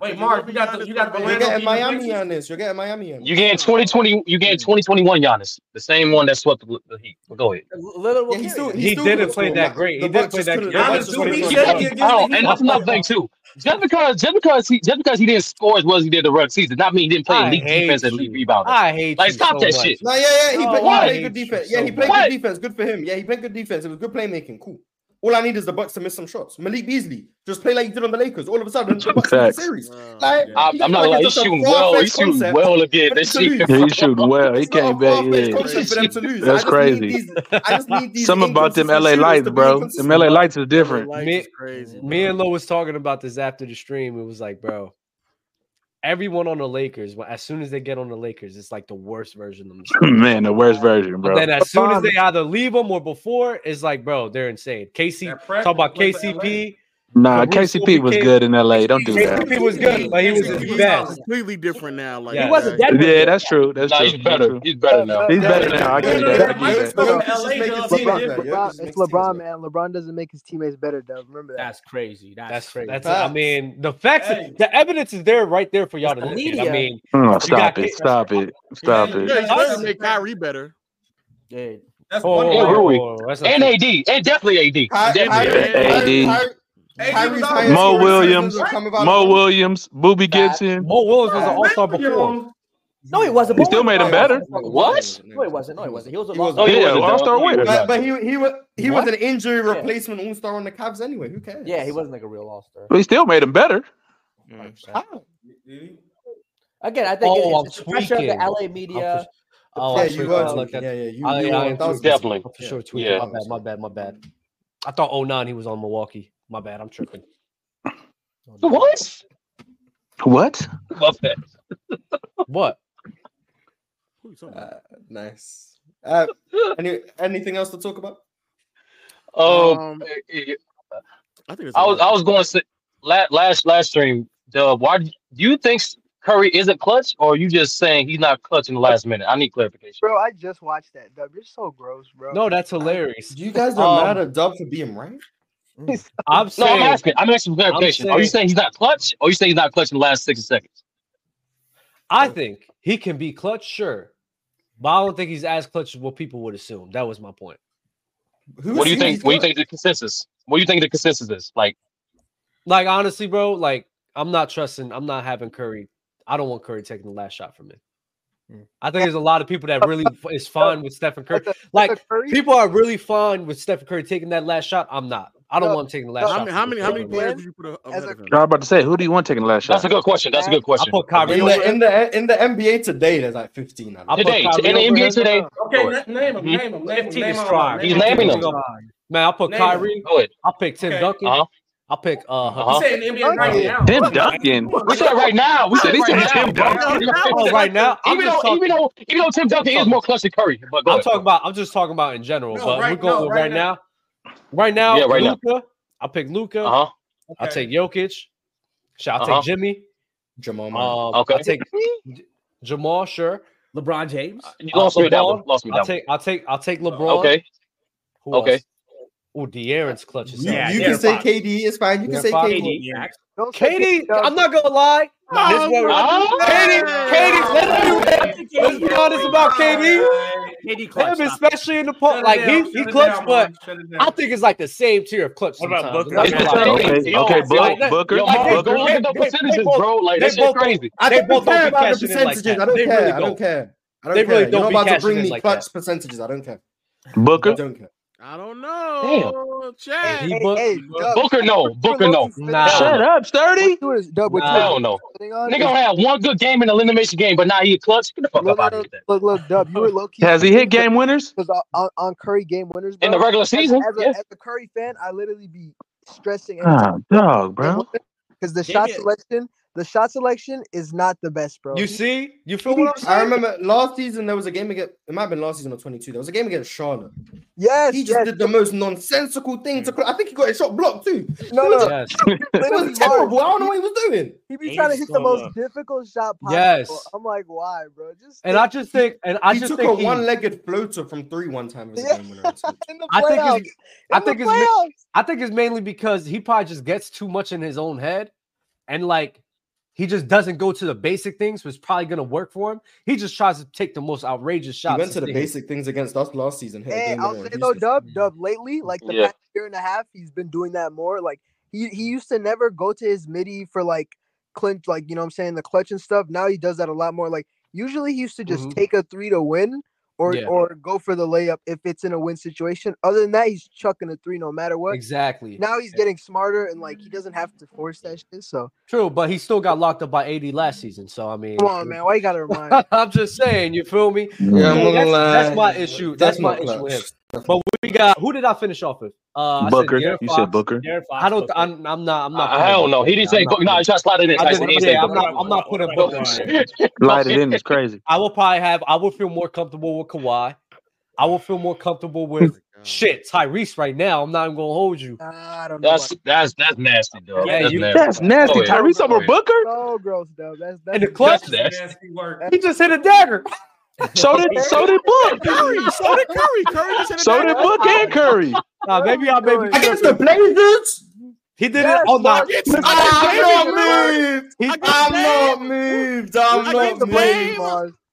Wait, Mark, you got the, you got Orlando You're getting beating the Pacers? Miami on this. You're getting Miami on You getting 2020, you getting 2021 Giannis, the same one that swept the, the Heat. But go ahead. Little yeah, he's still, he's He still didn't could've play scored. that great. He The didn't Bucks play just that great. could've- the Giannis Bucks do could've beat scored. Jackie The Bucks- against I don't, Oh, and that's another thing too. Just because just because he just because he didn't score as well as he did the regular season, not mean he didn't play I elite hate defense and you. elite rebounding. I hate like you stop so that much. shit. No, yeah, yeah. He, No, I played, hate he played good you defense. so yeah, he played much. good defense. Good for him. Yeah, he played good defense. It was good playmaking. Cool. All I need is the Bucks to miss some shots. Malik Beasley just play like you did on the Lakers. All of a sudden, the Bucks win the Facts. series. Like, I, you I'm not act like like it's he's just a shooting well. He's far-fetched shooting concept well for again. them This to year. lose. Yeah, he's shooting well. He It's not came a back. far-fetched Yeah, concept for them to lose. I that's just need crazy. these. I just need these. Something about them inconsistent LA shooters lights, to be bro. Them inconsistent. LA lights is different. Me, me and Lo was talking about this after the stream. It was like, bro, everyone on the Lakers, when- as soon as they get on the Lakers, it's like the worst version of themselves. Man, the worst version, But bro. then as soon as they either leave them or before, it's like, bro, they're insane. KC, talk about went to KCP. Nah, Caruso KCP was became- good in LA. Don't do that. KCP was good, but he was his He's best. completely different now. Like Yes. He wasn't that good. Yeah, that's true. That's Nah, true. he's better. That's true. He's better now. He's better now. I give you that. I give you that. LeBron, it's LeBron, man. LeBron doesn't make his teammates better, though. Remember that. That's crazy. That's, That's, crazy. that's I mean, the facts, the evidence is there right there for y'all to look at. I Media. mean, Mm, you got stop K- it. Stop it. Stop yeah, it. he's better to make Kyrie better. Yeah. That's Oh, one oh, thing. oh, Rui. oh, that's not And true. AD, and definitely AD, definitely. AD. Kyrie's highest Mo scoring Williams. seasons are coming out Mo of- Williams. Booby Gibson. Mo Williams was an Yeah. all star before. No, he wasn't. Bo He still wasn't made him an all-star. better. What? No, he wasn't. No, he wasn't. He was a lost. He wasn't. No, he Yeah, wasn't. All dog. Star No, he winner. But, wasn't. but he he was he was What? an injury replacement All Star on the Cavs anyway. Who cares? Yeah, he wasn't like a real all star. But he still made him better. Again, I think Oh, it's, I'm it's the pressure of the tweaking. LA media. Oh, yeah, I'm you tweaking. I are. looked tweaking. at Yeah, yeah, you, I, you I are am 1000%. tweaking. Definitely. I'm for sure tweaking. Yeah. My bad, my bad, my bad. I thought 09 he was on Milwaukee. My bad, I'm tripping. What? What? Love that. What? Uh, nice. Uh, any, anything else to talk about? Oh, Um, eh, I think it's I was I was going to say last last last stream. Dub, why do you think Curry isn't clutch, or are you just saying he's not clutch in the last minute? I need clarification. Bro, I just watched that. Dub, you're so gross, bro. No, that's hilarious. You guys are Um, mad at Dub for being right. I'm No, I'm saying, asking. I'm asking for clarification. are you saying- saying he's not clutch, or you saying he's not clutch in the last sixty seconds? I think he can be clutch, sure, but I don't think he's as clutch as what people would assume. That was my point. Who's What do you seen think? these What do you guys? think the consensus? What do you think the consensus is? Like, Like honestly, bro, like I'm not trusting. I'm not having Curry. I don't want Curry taking the last shot from me. Hmm. I think there's a lot of people that really f- is fine with Stephen Curry. Like people are really fine with Stephen Curry taking that last shot. I'm not. I don't No, want him taking the last no, shot. How many? from How As me. many? How many a- players would you put a- ahead of him? I was about to say, who do you want taking the last that's a shot? good question. That's a good I question. put In Kyrie over. the, in the in the NBA today, there's like 15. I I think. put Today, Kyrie in over the NBA him. today. Okay, Go ahead. na- name him, Mhm. name him, name him, 15 name is him. strong. Name He's him. naming Name them. him. Man, I put Name him. Kyrie. Go ahead. I pick Tim Okay. Duncan. Uh huh. I pick uh He Uh huh. Huggins. said in the NBA right Okay. now. Tim What? Duncan. We said right now. We Said said he right said now. Tim Duncan. Oh, right now, I'm even just though talking- even though even though Tim Duncan is talking- more clutch than Curry, but go I'm ahead. talking about. I'm just talking about in general. No, but right- we're going no, with right right now. now. Right now, Yeah, right now. Luca. I pick Luca. Uh huh. I'll Okay. take Jokic. Shall I take Uh-huh. Jimmy? Jamal Um, Murray. Okay. I take J- Jamal. Sure. LeBron James. Uh, You I'll lost me that one. LeBron. Lost me I'll that one. take. I'll take. I'll take LeBron. Okay. Who Okay. else? Oh, De'Aaron's clutch is You, Yeah, yeah. you De'Aaron can say Fox. KD. It's fine. You can De'Aaron say Fox. KD. KD. facts. Don't say Katie, Tim I'm Duncan. not gonna lie. this is what Oh, Katie, Katie, let's be, let's be honest about KD. KD clutch. Him, stop it. especially in the Shut pump, it like down, he shut he it clutch, down, but Mark, shut it down. I think it's like the same tier of clutch. What about sometimes. Booker? I'm It's not the gonna lie. same Okay, thing. Yo, okay, Book, like, Like, that- Booker, yo, like Mark, they, go Booker. look they, at they, the they percentages, both, bro. Like, they that shit both don't, crazy. I they don't both don't care be about the cashing in like percentages. I that. don't They care. really I don't don't. care. I don't They care. really You're don't not be about to cashing bring in me like clutch that. percentages. I don't care. I Booker. don't care. I don't know. Chad. He Hey, booked. hey, Dub. Booker, no. what you Booker, and no. Loki's sitting Nah. on- Shut up, What Sturdy. you and Dub? What you and Nah, Hell no. Loki's sitting on Nigga is don't have one good game in the elimination game, but now he a clutch. Get the fuck look, up look, out of here look, with look, that. look, Dub. You were low key Has he hit game winners? because on, on Curry game winners, In bro. the regular As, season, as a yeah. as a Curry fan, I literally be stressing every time Ah, dog, bro. because the shot Damian- selection The shot selection is not the best, bro. You see, you feel what I'm saying? I remember last season there was a game against. It might have been last season or 22. There was a game against Charlotte. Yes, He just yes. did the most nonsensical thing Hmm. to. I think he got his shot blocked too. No, It was- no. it was terrible. I don't know what he was doing. He be trying to hit the most difficult shot possible. Yes. I'm like, why, bro? Just And I just think, and I he just took think a he- one-legged floater from three one time. as a Yeah. game winner. in the I playoffs. think it's, I In the think it's ma- playoffs. I think it's mainly because he probably just gets too much in his own head, and like he just doesn't go to the basic things, which probably gonna work for him. He just tries to take the most outrageous He shots. went to the see- basic things against us last season. hit a Hey, game I'll winner say against though, Dub, Houston. Dub, lately, like the Yeah. past year and a half, he's been doing that more. Like he, he used to never go to his midi for like clinch, like you know what I'm saying, the clutch and stuff. Now he does that a lot more. Like usually he used to Mm-hmm. just Mhm. take a three to win or Yeah. or go for the layup if it's in a win situation. Other than that, he's chucking a three no matter what. Exactly. Now he's getting smarter and like he doesn't have to force that shit. So True, but he still got locked up by AD last season. So I mean, come on, man. Why you gotta remind I'm just saying, you feel me? Yeah, I'm not gonna that's, that's lie. my issue. That's That's, my not issue with him. clutch. But we got who did I finish off with? Uh, I Booker. Said De'Aaron You Fox. said Booker. De'Aaron Fox, I don't. I'm, I'm not. I'm not. Uh, putting hell no. Booker He in didn't there. say I'm not Booker. No, he tried to slide it in, I Tyson. He didn't, didn't say yeah, I'm Booker. not. I'm not putting Booker in. Slide it in is crazy. I will probably have. I will feel more comfortable with Kawhi. I will feel more comfortable Oh with shit Tyrese right now. I'm not even gonna hold you. I don't That's that's that's nasty, dog. Yeah, that's you- nasty. That's nasty. Go ahead. Tyrese Go over ahead. Booker? So gross, though. That's that's In the clutch, he just hit a dagger. So did so did Book. Curry, so did Curry. Curry just hit a So dagger. did Book and Curry. Nah, maybe I maybe Against the Blazers. He did it. Oh no! I'm not moved. I'm not moved. I'm I not get the blame. moved.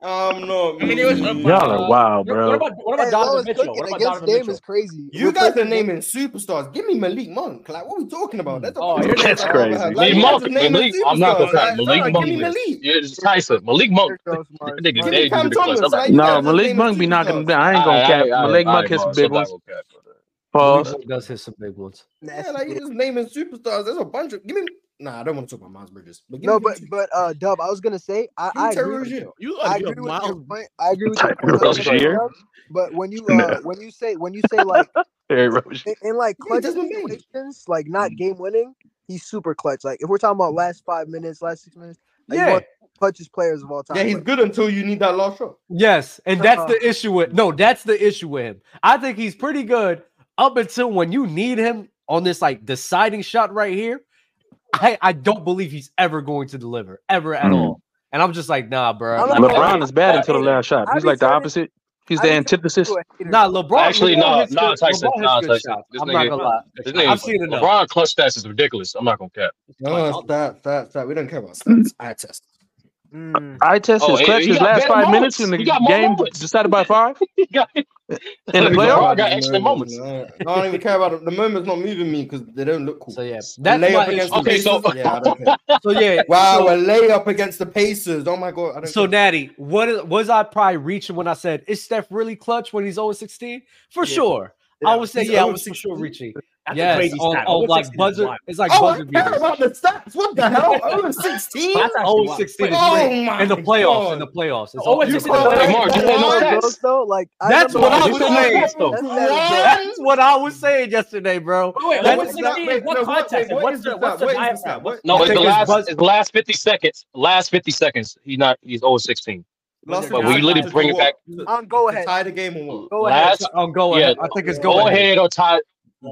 I'm not moved. I mean, it was Y'all are wild, bro. what about Hey, Donovan Lois Mitchell? cooking What about against Donovan Dame Mitchell? is crazy. You We're guys are putting- naming superstars. Give me Malik Monk. Like, what are we talking about? That's, oh, That's crazy. Like, Malik you guys Monk, are naming Malik, I'm not gonna superstars. cut Like, Malik nah, give Monk. me is- Malik. Yeah, it's Tyson. Malik Monk. That nigga Give me days Cam in the clutch. Thomas. I'm Like, like, you guys No, are naming Malik Monk be not gonna. I ain't gonna Alright, cap. alright, alright, Malik Monk alright, hit some boss. big Somebody ones. will cut for that. Pause. does hit some big ones. yeah, like, you're just naming superstars. There's a bunch of. Give me. Nah, I don't want to talk about Miles Bridges. But give No, me him but but uh, Dub, I was gonna say I, Give me I agree. Terry with Rozier. you. You I gotta give agree with your Miles- point. I agree with your point. Terry on some of Rozier? stuff, But when you uh, Nah. when you say when you say like Terry Rozier. Mm. in, in like clutch Desmond Bain. situations, like not game winning, he's super clutch. Like if we're talking about last five minutes, last six minutes, like he's one of the clutchest players of all time. Yeah, he's Like, good until you need that last shot. Yes, and that's the Uh-uh. issue with no, that's the issue with him. I think he's pretty good up until when you need him on this like deciding shot right here. I I don't believe he's ever going to deliver ever at Mm. all, and I'm just like nah, bro. I'm not Like, gonna lie. LeBron is bad I until the hate last him. shot. I He's like the return it. opposite. He's I the return it antithesis. to a hater. nah, LeBron Actually, LeBron no, hits no, good. Tyson, LeBron hits no, good Tyson. shots. This I'm not nigga, gonna lie. this I've nigga, seen enough. LeBron clutch stats is ridiculous. I'm not gonna cap. No, stat, stat, stat. We don't care about stats. I test. Mm. I test Oh, his he, clutch he his got last better five moments. minutes and the He got more game moments. decided by five He got, in the I don't playoffs. care LeBron got about the extra moments. moments. man. I don't even care about it. The moment's not moving me because they don't look cool. So yeah, that's a layup my against issue. the Okay, so- Pacers. Yeah, I don't care. So yeah, Wow, so- a layup against the Pacers. Oh my god, I don't So care. Natty, what is, was I probably reaching when I said is Steph really clutch when he's 0 16? For Yeah. sure. I Yeah. would say He's yeah, I 0 was for sure reaching. oh That's a yes, crazy on, stat. on 0 like 16 is buzzer, wild. it's like Oh, I buzzer care beaters. about the stats. What the hell? Oh, 16? That's actually 0 wild. 16 is Oh great. my in the playoffs. In God. the playoffs, it's Oh, all- it's it's just- all- Hey, Hey, Mark, you said no That stats. gross though. Like I That's remember what I You was said no saying. stats though. that stat is gross. That's what I was saying yesterday, bro. wait, That's- what's 16? wait, what no, what- context? wait, what what's is the, the what's stat? the What is the diaphragm? stat? What's- No, I it's the think it's last, buzz. it's the last fifty seconds. Last fifty seconds. He's not. He's 0 16. Last But when you 50 literally seconds bring to it back, what? To, On go to ahead. tie the game or what? Go ahead. last Oh, uh, go yeah, ahead. I think it's go go ahead. ahead or tie.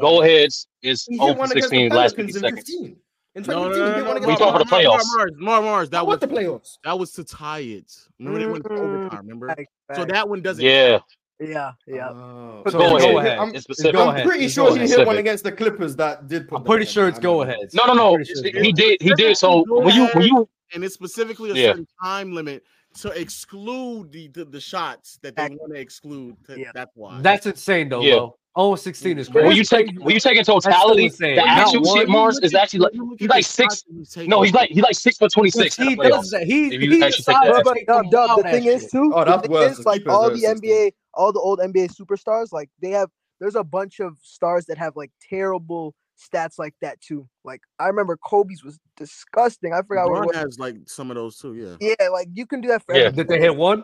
Go aheads is He 0 hit for one against the 16 last 50 Pelicans in seconds. 15. In No, no, no, no, 2015, he hit no. one no, We Mar- against the talking Mar- about Pelicans. the Mar- Mar- playoffs. Mars, Mar- Mars. That was What the playoffs? that was to tie it. Remember they went to overtime. Remember, Facts, so facts. that one doesn't. Yeah, Yeah, yeah. Oh, It's go go I'm pretty- ahead. ahead. I'm, It's It's specific. go I'm ahead. pretty It's sure he hit one specific. against the Clippers that did put I'm them in pretty the sure it's game. I go remember. ahead. No, no, I'm no. pretty sure it's go He ahead. did. He did. So Go when you when ahead, you and it's specifically a yeah. certain time limit to exclude the the, the shots that they want to exclude. To, That's why. That's insane though, Yeah. low. Oh, 16 is But when crazy. you take when you take in That's still totality, the insane. Not actual shit one. Mars is Look at- actually like when you look he's at the like shots six. that he's No, taking. he's like he's like six for twenty Because six in the he does playoffs. that. He If you he actually take the But decides to but actual, take Dub them Dub, the wild thing ass is shit. too, Oh, the that's thing worse. is The like keepers all are the 16. NBA, all the old NBA superstars, like they have. There's a bunch of stars that have like terrible stats like that too. Like I remember Kobe's was disgusting. I forgot what it LeBron was. has like some of those too. Yeah. Yeah, like you can do that for yeah, everything. Did they hit one?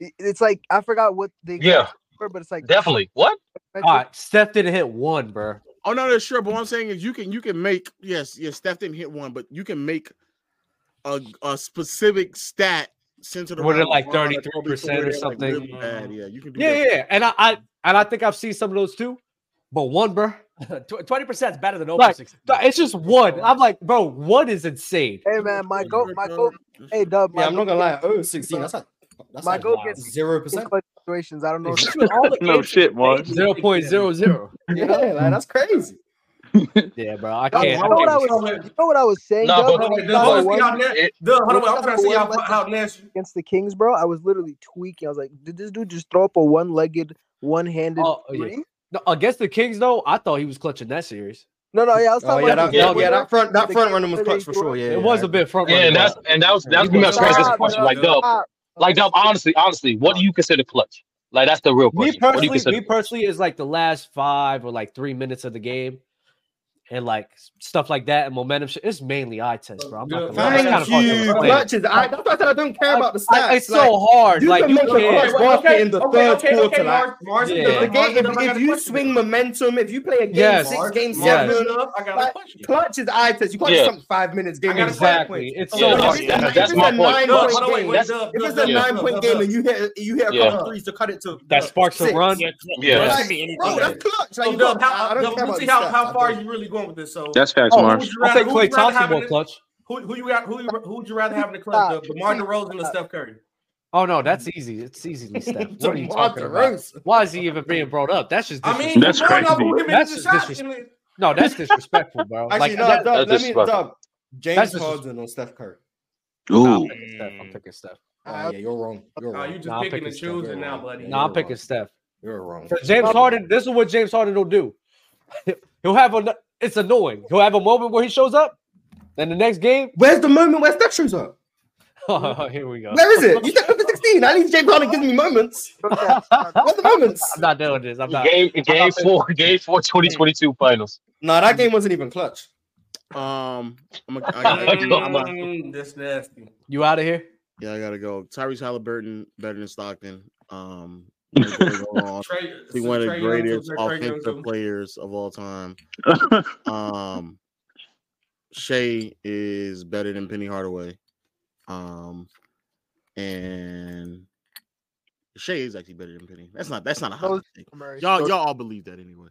It- It's like I forgot what the exact yeah, were, but it's like definitely. What? All right, Steph didn't hit one, bro. Oh no, no, sure. But what I'm saying is you can you can make yes, yes. Steph didn't hit one, but you can make a, a specific stat centered Were they around oh, like LeBron 33% or Kobe, something? really bad. Yeah, you can do Yeah, that. yeah, yeah. And I, I and I think I've seen some of those too. But one, bro. Twenty percent is better than over like, six. It's just one. I'm like, bro, one is insane. Hey man, my goat, my goat. Hey Dub, my Yeah, I'm not goat gonna lie, gets- oh, 16, that's not- that's my not goat wild. gets 0%. in clutch situations. I don't know. no shit, Mark. Zero point zero zero. Yeah, like, that's crazy. Yeah, bro. I That's- can't. you, know what I was, you know what I was saying? Nah, Dub? but- When we Dub, saw hold the on, one- see how na- Dub, hold on, I'm trying to see one how- leg how against the Kings, bro. I was literally tweaking. I was like, did this dude just throw up a one-legged, one-handed Oh, yeah. three? No, against the Kings though, I thought he was clutching that series. No, no, yeah, I was Oh, talking yeah, about that- yeah, yeah, that front, that front running was clutch for sure. it was a bit front. Yeah, and that's and that was that was gonna be my Stop, transition question. Like, Dub. Dub, like Dub, honestly, honestly, what do you consider clutch? Like, that's the real Me question. What do you personally, consider? me personally is like the last five or like three minutes of the game, and like stuff like that and momentum. shit. It's mainly eye test, bro. I'm not gonna lie. It's Thank kinda fucking you. playing. Clutches. I, that's why I said I don't care about the stats. Like, it's so hard. You Like, can you make a can't- clutch Okay, basket in the okay, third okay, okay, quarter. like, Mars- Mars is yeah. done. Mars the is game, done. I if, got if a you question. swing momentum, if you play a game Yes. six, Mars- game Mars seven, is done. I got clutch is eye test. You can't Yeah. just something five minutes game. I got a and score exactly. points. It's If so it's a- hard. if Yeah, it's that's a my point. nine No, point hold on, wait, game- wait, that's- Dub, If it's Dub, a Dub, nine point Dub, game Dub. and you hit you hit a Yeah. couple threes to cut it to That sparks a six. run. Yeah, yeah. Like, That could be bro, anything. that's clutch. Like, So you Dub, got- I how, don't Dub, care we'll about see the how, stats. how far you really going with this. So That's facts, who Mark. would you I'll rather- take who Klay would you rather Thompson have in more the- clutch. Who who you got? Who you, who would you rather have in the clutch? Dub? DeMar DeRozan or Steph Curry? Oh no, that's easy. It's easily stacked. What are you DeMar talking about? Why is he even being brought up? That's just I mean, disrespectful. That's LeBron, crazy. who him That's into just the disres- shot, I mean- No, that's disrespectful, bro. Actually, like no, Dub, that- that's let me disrespectful. Dub. James That's disres- Harden or Steph Curry. Nah, I'm picking Steph. I'm picking Steph. Uh, Ah, yeah, you're wrong. You're Nah, wrong. you just Nah, I'm picking picking and Steph. choosing now, buddy. No, I'm picking Steph. You're wrong. For James Harden, this is what James Harden will do. He'll have a. It's annoying. He'll have a moment where he shows up. Then the next game. Where's the moment where Steph shows up? Oh, here we go. Where is it? You said number 16. I need James Harden gives me moments. What's the moments? I'm not doing this. I'm not. Game game four, game four, 2022 finals. No, that game wasn't even clutch. Um, I'm a, I Come gotta, on. Mm, that's nasty. You out of here? Yeah, I gotta go. Tyrese Halliburton better than Stockton. Um, he's gonna go on. Trey- he's one of Trey Young too, the greatest Trey Young offensive too. players of all time. um, Shea is better than Penny Hardaway. Um, and Shea is actually better than Penny. That's not that's not a hot Those- take. Murray, Y'all those- y'all all believe that anyway.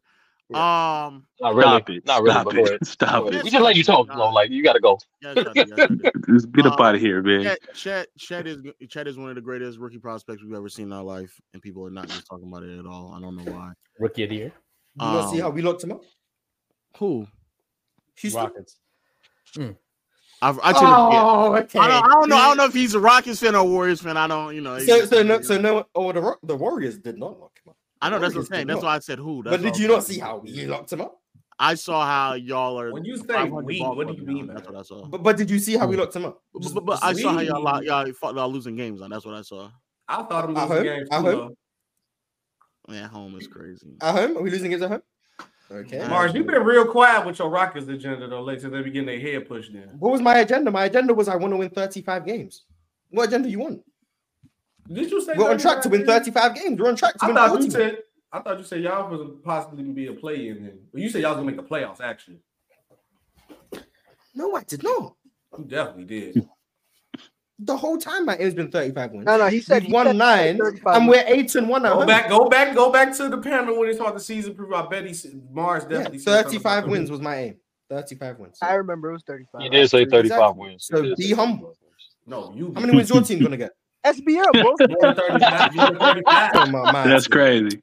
Um, Not really. Stop it. Not really. Stop but it. go ahead. Stop Go ahead. it. We just let you talk, Flo. Like you gotta go. Yeah, I tried to, yeah, I tried to. Just get up Um, out of here, man. Chet, Chet, Chet is Chet is one of the greatest rookie prospects we've ever seen in our life, and people are not just talking about it at all. I don't know why. Um, Rookie of the year. You not see how we looked him up? Who? Houston. Rockets. I've, I tend to Oh, forget. okay. I don't, I don't know. I don't know if he's a Rockets fan or a Warriors fan. I don't. You know. it's So, just- so no, so no. Oh, the Ro- the Warriors did not lock him up. I know that's what I'm Warriors saying. did That's not. why I said who. That's But all did I'm you not saying. see how we locked him up? I saw how y'all are. When you say 500 we, ball what do you club now. mean by That's that? what I saw. But, but did you see how we looked him up? But, Just- but, but just- I saw how y'all lo- y'all fought y'all losing games on. That's what I saw. I thought him losing At home? games At too, home? though. Man, home is crazy. At home? Are we losing games at home? Okay. Mars, you've been real quiet with your Rockets agenda though, lately. They be getting their head pushed in. What was my agenda? My agenda was I want to win 35 games. What agenda you want? Did you say We're on track to win 35 games? 35 games. We're on track to I win thought 40. you said I thought you said y'all was possibly gonna be a play in then. But you said y'all was gonna make the playoffs actually. No, I did not. You definitely did. The whole time my aim's been 35 wins. No, no, he said- We've he won said nine, 35 and we're wins. eight and one. at Go home. back, go back, go back to the panel when they start the season preview. I bet he said- Mars Yeah, definitely said something 35 about- wins was my aim. 35 wins. I remember it was 35. He did say 35 wins. He So did be say humble. No, you. How many wins your team gonna get? SBR, both Come on, man. That's crazy.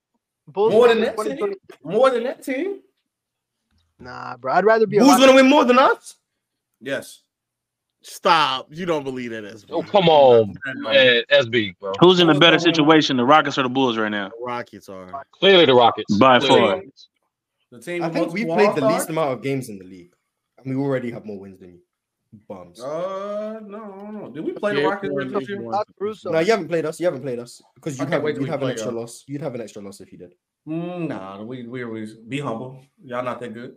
Bulls More won than in that team? 2020. More than that team? Nah, bro. I'd rather be. a Who's Rocket- gonna win more than us? Yes. Stop. You don't believe that. SB. Oh, come on, man. SB, bro. Who's in a Bulls better don't win. situation, the Rockets or the Bulls right now? Rockets are. Clearly the Rockets. By Clearly the far. Rockets. The team. I with think we multiple played the All-Stars? least amount of games in the league, and we already have more wins than you. Bums. Uh, no, no, no. Did we play the Yeah, Rockets four earlier this and eight, year? one. No, you haven't played us. You haven't played us because I you can't have wait till you we have an play uh, extra y'all. loss. You'd have an extra loss if you did. Mm, nah, we we we be humble. Y'all not that good.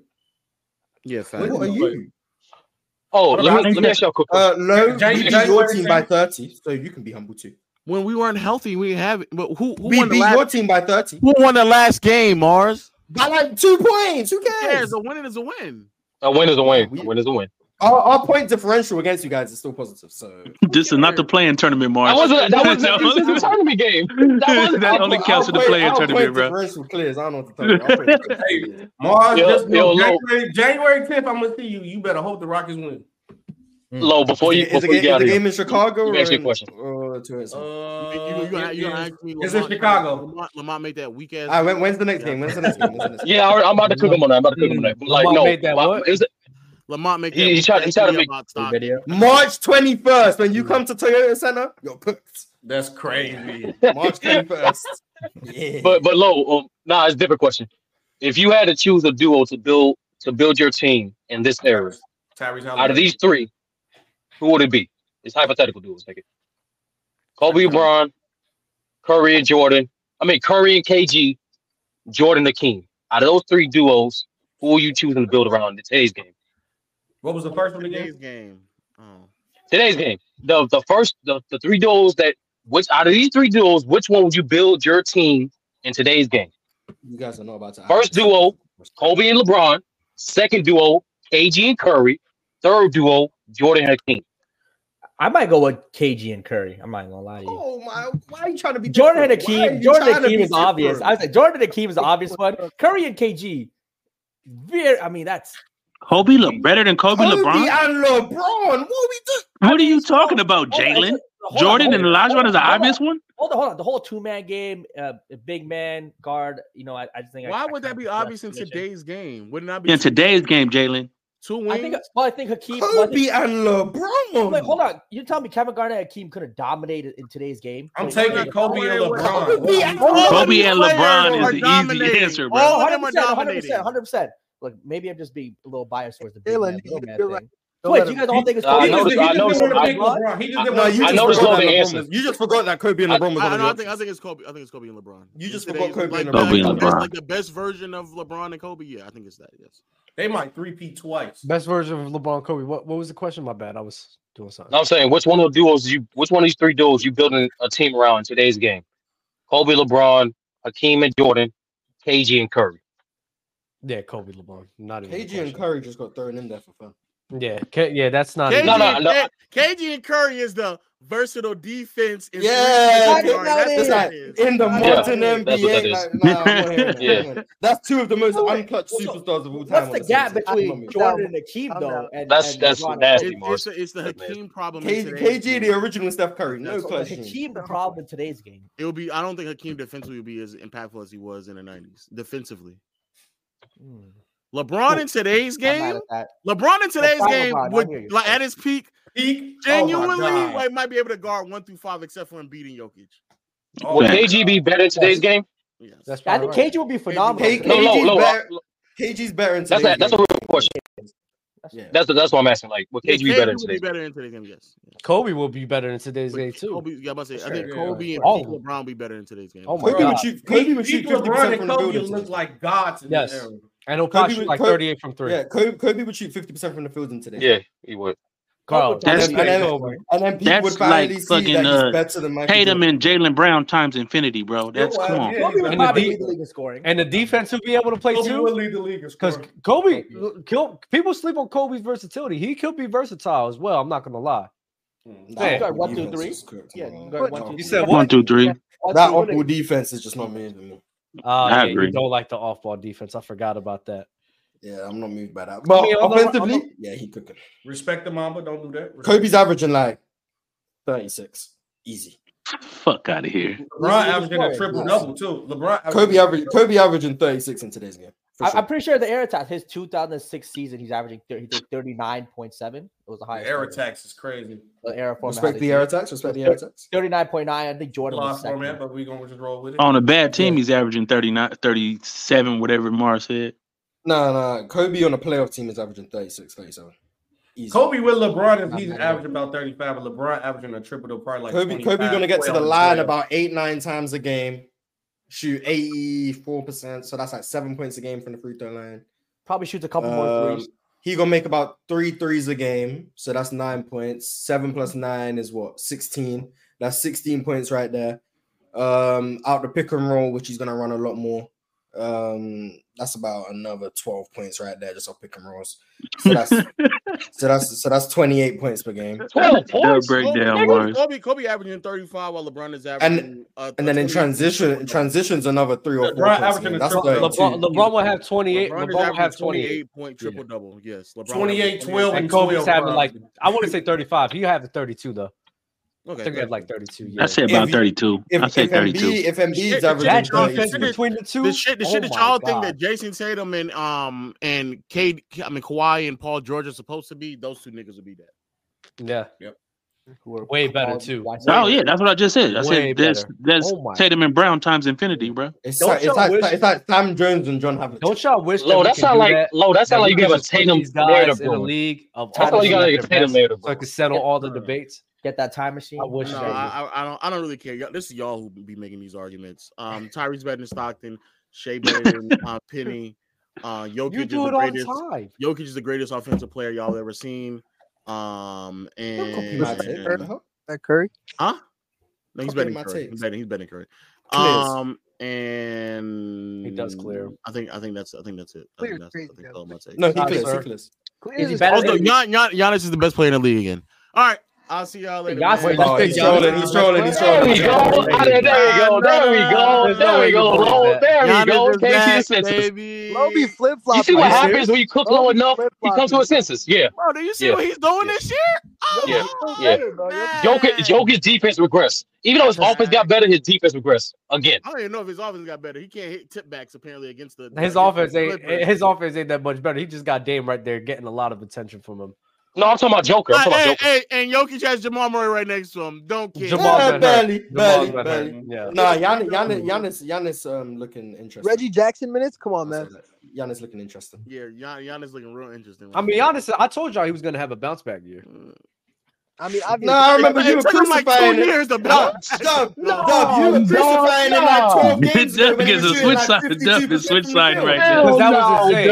Yeah, What, fact. are you? Oh, Hold let on, me let me ask y'all a quick Uh, question. no, Jan- we beat January your team by tenth? thirty, so you can be humble too. When we weren't healthy, we didn't have. But who who We won the beat your last? team by thirty Who won the last game, Mars? by like two points. Who Yeah, cares? a win is a win. A win is a win. A win is a win. Our, our point differential against you guys is still positive. So This is not the playing tournament, Mark. That wasn't- that wasn't- That this is wasn't- a tournament game. That only counts for the playing tournament, bro. Differential clears. I don't know what to tell you. Our point differential clears. Mars, Yo- just know yo, Lo. January, January 10th, I'm gonna see you. You better hope the Rockets win. Hmm. Low before you Is it- is before you it, is get out it of game here, in Chicago? Let me ask you a or in- question. or to us? Uh, you gonna, you gonna ask me? It's in Lamont- Chicago. Lamont, Lamont made that weak ass. All right, when- when's the next game? When's the next game? When's the next game? Yeah, I, I'm about to cook him on that. I'm about to cook him on that. But like, Lamont no, made that Lamont- is it- Lamont make He- that he tried- weak he ass tried to video make- about stock. March 21st, when you come to Toyota Center, you're cooked. That's crazy. March 21st. yeah. but but low. Um, nah, it's a different question. If you had to choose a duo to build to build your team in this era, Tyrese out Halliburton. of these three, who would it be? It's hypothetical duos, nigga. Kobe, LeBron, Curry, and Jordan. I mean, Curry and KG, Jordan, the King. Out of those three duos, who are you choosing to build around in today's game? What was the first one again? Today's game. Today's game, the the first, the, the three duos that which out of these three duos, which one would you build your team in today's game? You guys don't know about to. First duo, Kobe and LeBron. Second duo, KG and Curry. Third duo, Jordan and King. I might go with KG and Curry. I'm not gonna lie to you. Oh my! Why are you trying to be Jordan and different? Why are Akeem. you Jordan trying and to Akeem be is obvious. different? I said Jordan and Akeem is the obvious one. Curry and KG. Very. I mean, that's Kobe look better than Kobe, Kobe LeBron. and LeBron. What we do? What are you talking about, hold on, Jalen? hold on, Jordan hold and on, Elijah hold is an on, hold obvious on. one. Hold on, hold on. The whole two man game, uh, big man guard. You know, I, I just think. I- Why I would kinda that be prefer obvious in position. today's game? Wouldn't that be In today's game, Jalen. two wings? I think. Well, I think Hakeem. well, I Kobe think- and LeBron. Wait, hold on. You tell me Kevin Garnett and Hakeem could have dominated in today's game? I'm taking Kobe and LeBron. Kobe and- Kobe and LeBron is are the easy dominating. answer, Oh, bro. 100%, 100%, 100%. Look, maybe I'm just being a little biased towards the big man, little man you're thing. right. So Don't wait, let do you him- guys all think it's Nah, I Kobe? noticed- I noticed- I- No, you noticed just forgot Logan that LeBron answer. was- You just forgot that Kobe and I, LeBron was I, on no, I the think I think it's Kobe. I think it's Kobe and LeBron. You just In forgot today's- Kobe like, and the- LeBron. Kobe and the best- LeBron. Like the best version of LeBron and Kobe. Yeah, I think it's that. Yes. They might three P twice. Best version of LeBron Kobe. What what was the question? My bad. I was doing something. No, I'm saying which one of the duos you which one of these three duos you building a team around in today's game? Kobe, LeBron, Hakeem and Jordan, KG and Curry. Yeah, Kobe LeBron. Not even. a KG and question. Curry just got thrown in there for fun. Yeah, K- yeah, that's not. KG, even- and- KG and Curry is the versatile defense. In Yeah, three-point guard. That's that's what like it is. in the Yeah, modern that's what that NBA. is. Like, nah, I'm not hearing that. Yeah. I'm not- That's two of the most uncut what's up? superstars of all time. What's on the team, gap so come on, between man. Jordan and Hakeem though? And, That's- and that's LeBron? nasty, It- it's, a, it's the Hakeem problem. in KG, today's KG, the game. original Steph Curry, no That's what question. Hakeem the problem in today's game. It'll be. I don't think Hakeem defensively will be as impactful as he was in the nineties defensively. Hmm. LeBron in today's I'm mad game. at that. LeBron in today's game fine with LeBron, I hear would you. like at his peak. Peak. Oh my Genuinely, God. like might be able to guard one through five, except for Embiid and Jokic. Would KG be better in today's game? That's I think KG would be phenomenal. Hey, No, no, KG's no. better- uh, KG's better in That's a, today's that's a game. real question. That's the, that's what I'm asking. Like, would Yeah, KG be better in would be today's? better in today's game. Yes, Kobe will be better in today's day too. Kobe. Yeah, I'm about to say. Sure, I think yeah, Kobe of and Oh. course. Pete LeBron be better in today's game. Oh my Kobe God. would shoot. Kobe would shoot Peak fifty LeBron percent and from the Kobe building. look today. like gods in Yes. this era. And he'll probably Kobe shoot would- like Kobe- 38 from three. Yeah, Kobe, Kobe would shoot fifty percent from the field in today. Yeah, he would. Carl, And That's then, and, Kobe. then, and then Pete would That's finally like see fucking that he's uh, better than Michael Tatum Jordan. and Jalen Brown times infinity, bro. That's come on. Kobe would And the probably D- lead the league in scoring. And the defense will be able to play Kobe too. would lead the league in Because scoring. Kobe, look, kill, people sleep on Kobe's versatility. He could be versatile as well. I'm not gonna lie. That Man. Guard one, two, defense three. is cooked, Yeah, man. guard one, two, You three. said One, what? two, three. One, That two, one, awful defense is just not moving me. Uh, I yeah, you agree. don't like the off-ball defense. I forgot about that. Yeah, I'm not moved by that. But mean, I'm not- I'm offensively, yeah, he cooking. Respect the Mamba. Don't do that. Respect Kobe's averaging like 36, easy. Fuck out of here. LeBron averaging a scoring. triple double too. LeBron Kobe average, Kobe averaging 36 in today's game. For I, sure. I'm pretty sure the air attack, his 2006 season, he's averaging 30, he did 39.7. It was the The highest. air ever. attacks is crazy. The air format Respect had the it. air attacks. Respect the air attacks. 39.9. I think Jordan was Lost second. format, but we gonna just roll with it. On a bad team, he's averaging 39, 37, whatever Mars said. No, no. Kobe on a playoff team is averaging 36, 37. Easy. Kobe with LeBron, if he's Nah, averaging about 35, and LeBron averaging a triple double, probably like Kobe, Kobe 25, gonna get to the 12, line 12. about eight, nine times a game, shoot 84%. So that's like seven points a game from the free throw line. Probably shoots a couple more threes. Um, He gonna make about three threes a game, so that's nine points. Seven plus nine is what sixteen. That's sixteen points right there. Um, out the pick and roll, which he's gonna run a lot more. Um, that's about another twelve points right there, just off pick and rolls. So that's So that's so that's 28 points per game. Kobe, Kobe, Kobe, Kobe averaging 35 while LeBron is averaging. And uh, and then in 28. transition transitions another three or four points. a game. That's LeBron, 32. LeBron will have 28. LeBron LeBron, is will have 28. averaging 28 point triple double. Yes, LeBron 28, averaging 12, And Kobe's having probably. like, I want to say 35. He had the 32, though. Okay, I think he had like 32. Yeah. I say about If- 32. I say 32. That Shit, shit that- defense shit that- between the two. The shit, the oh shit that my y'all think God. that Jason Tatum and um and Cade, I mean Kawhi and Paul George are supposed to be. Those two niggas would be that. Yeah. Yep. Way better too. Oh yeah, that's what I just said. I Way said there's better. there's Oh my. Tatum and Brown times infinity, bro. It's like, it's, like, it's like Sam Jones and John Havlicek. Don't y'all wish Lo, we that could sound do like- that, Lo, that sound we like you could have a just put Tatum these guys narrative in a going. league of That sound all like you got the a best, Tatum narrative so I could settle all the debates. Get that time machine. I wish. No, that was- I, I, I don't. I don't really care. Y'all- This is y'all who be making these arguments. Um, Tyrese better than Stockton, Shea better than uh, Penny. Uh, Jokic You do is the it all the greatest. time. Jokic is the greatest offensive player y'all ever seen. Um, and That Curry. huh? No, he's Don't better get than my Curry. takes. He's better. He's better than Curry. Clears. Um, and he does clear. I think. I think that's. I think that's it. I Clear think is that's, I crazy, think all my takes. No, he Nah, clears, he sir. clears. Clears Is he is better? Also, crazy. Gian, Gian, Giannis is the best player in the league again. All right. I'll see y'all later. Giannis- man. Oh, he's trolling, he's trolling, he's There we trolling. go. Ah, there- there we go, there we go, There's there no we way you go, can Lo, do that. there we Giannis go. is Came to back, your senses. baby. Lobi flip flop. You see what happens when you cook low enough? He comes to a senses. Yeah. Bro, do you see Yeah. what he's doing Yeah. this year? Yeah. Oh, Yeah. Jokic, Jokic's defense regressed. Even though his offense got better, his defense regressed again. I don't even know if his offense got better. He can't hit tip backs apparently against the His against offense the ain't Clippers. his offense ain't that much better. He just got Dame right there getting a lot of attention from him. No, I'm talking about Joker. Hey, hey, hey, and Jokic has Jamal Murray right next to him. Don't care. Jamal Yeah, Yeah, barely, barely, been barely. hurt. Yeah. Nah, Giannis, Giannis, Giannis, Giannis, um, looking interesting. Reggie Jackson minutes. Come on, man. Giannis looking interesting. Yeah, Gian, Giannis looking real interesting. I mean, honestly, I told y'all he was gonna have a bounce back year. I mean, No, I remember you were crucifying it. Dub, dub, dub, Oh, you were no, crucifying him like no. 12 games ago Duff when he is was a shooting switch like side. Duff is switch side right there. Because that was insane.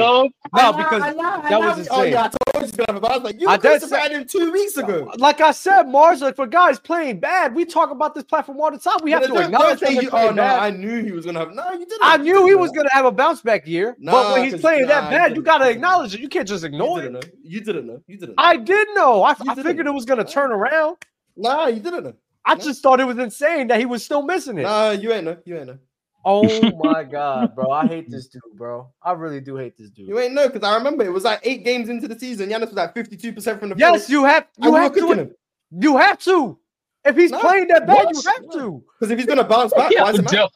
No, I- because I lied, I that was lied. insane. Oh, yeah, I told you he's gonna have a bounce back. You I were did crucifying him two weeks ago. Like I said, Mars, like for guys playing bad, we talk about this platform all the time. We have But to don't- acknowledge don't that say they're you, oh playing no, I bad. knew he was gonna have. No, you didn't. I knew he was gonna have a bounce back year, but Nah, when he's 'cause- playing nah, that you bad, you didn't. gotta acknowledge it. You can't just ignore it. You didn't know. You didn't. Know. I did know. I, I figured it was gonna turn around. Nah, you didn't know. I just thought it was insane that he was still missing it. Nah, you ain't know. You ain't know. Oh my god, bro! I hate this dude, bro. I really do hate this dude. You ain't know because I remember it was like eight games into the season. Giannis was like fifty-two percent from the Yes, field. you have. And You we were have to. cooking him. You have to. If he's No, playing that bad, you what? have to. Because if he's gonna bounce back, why does it matter?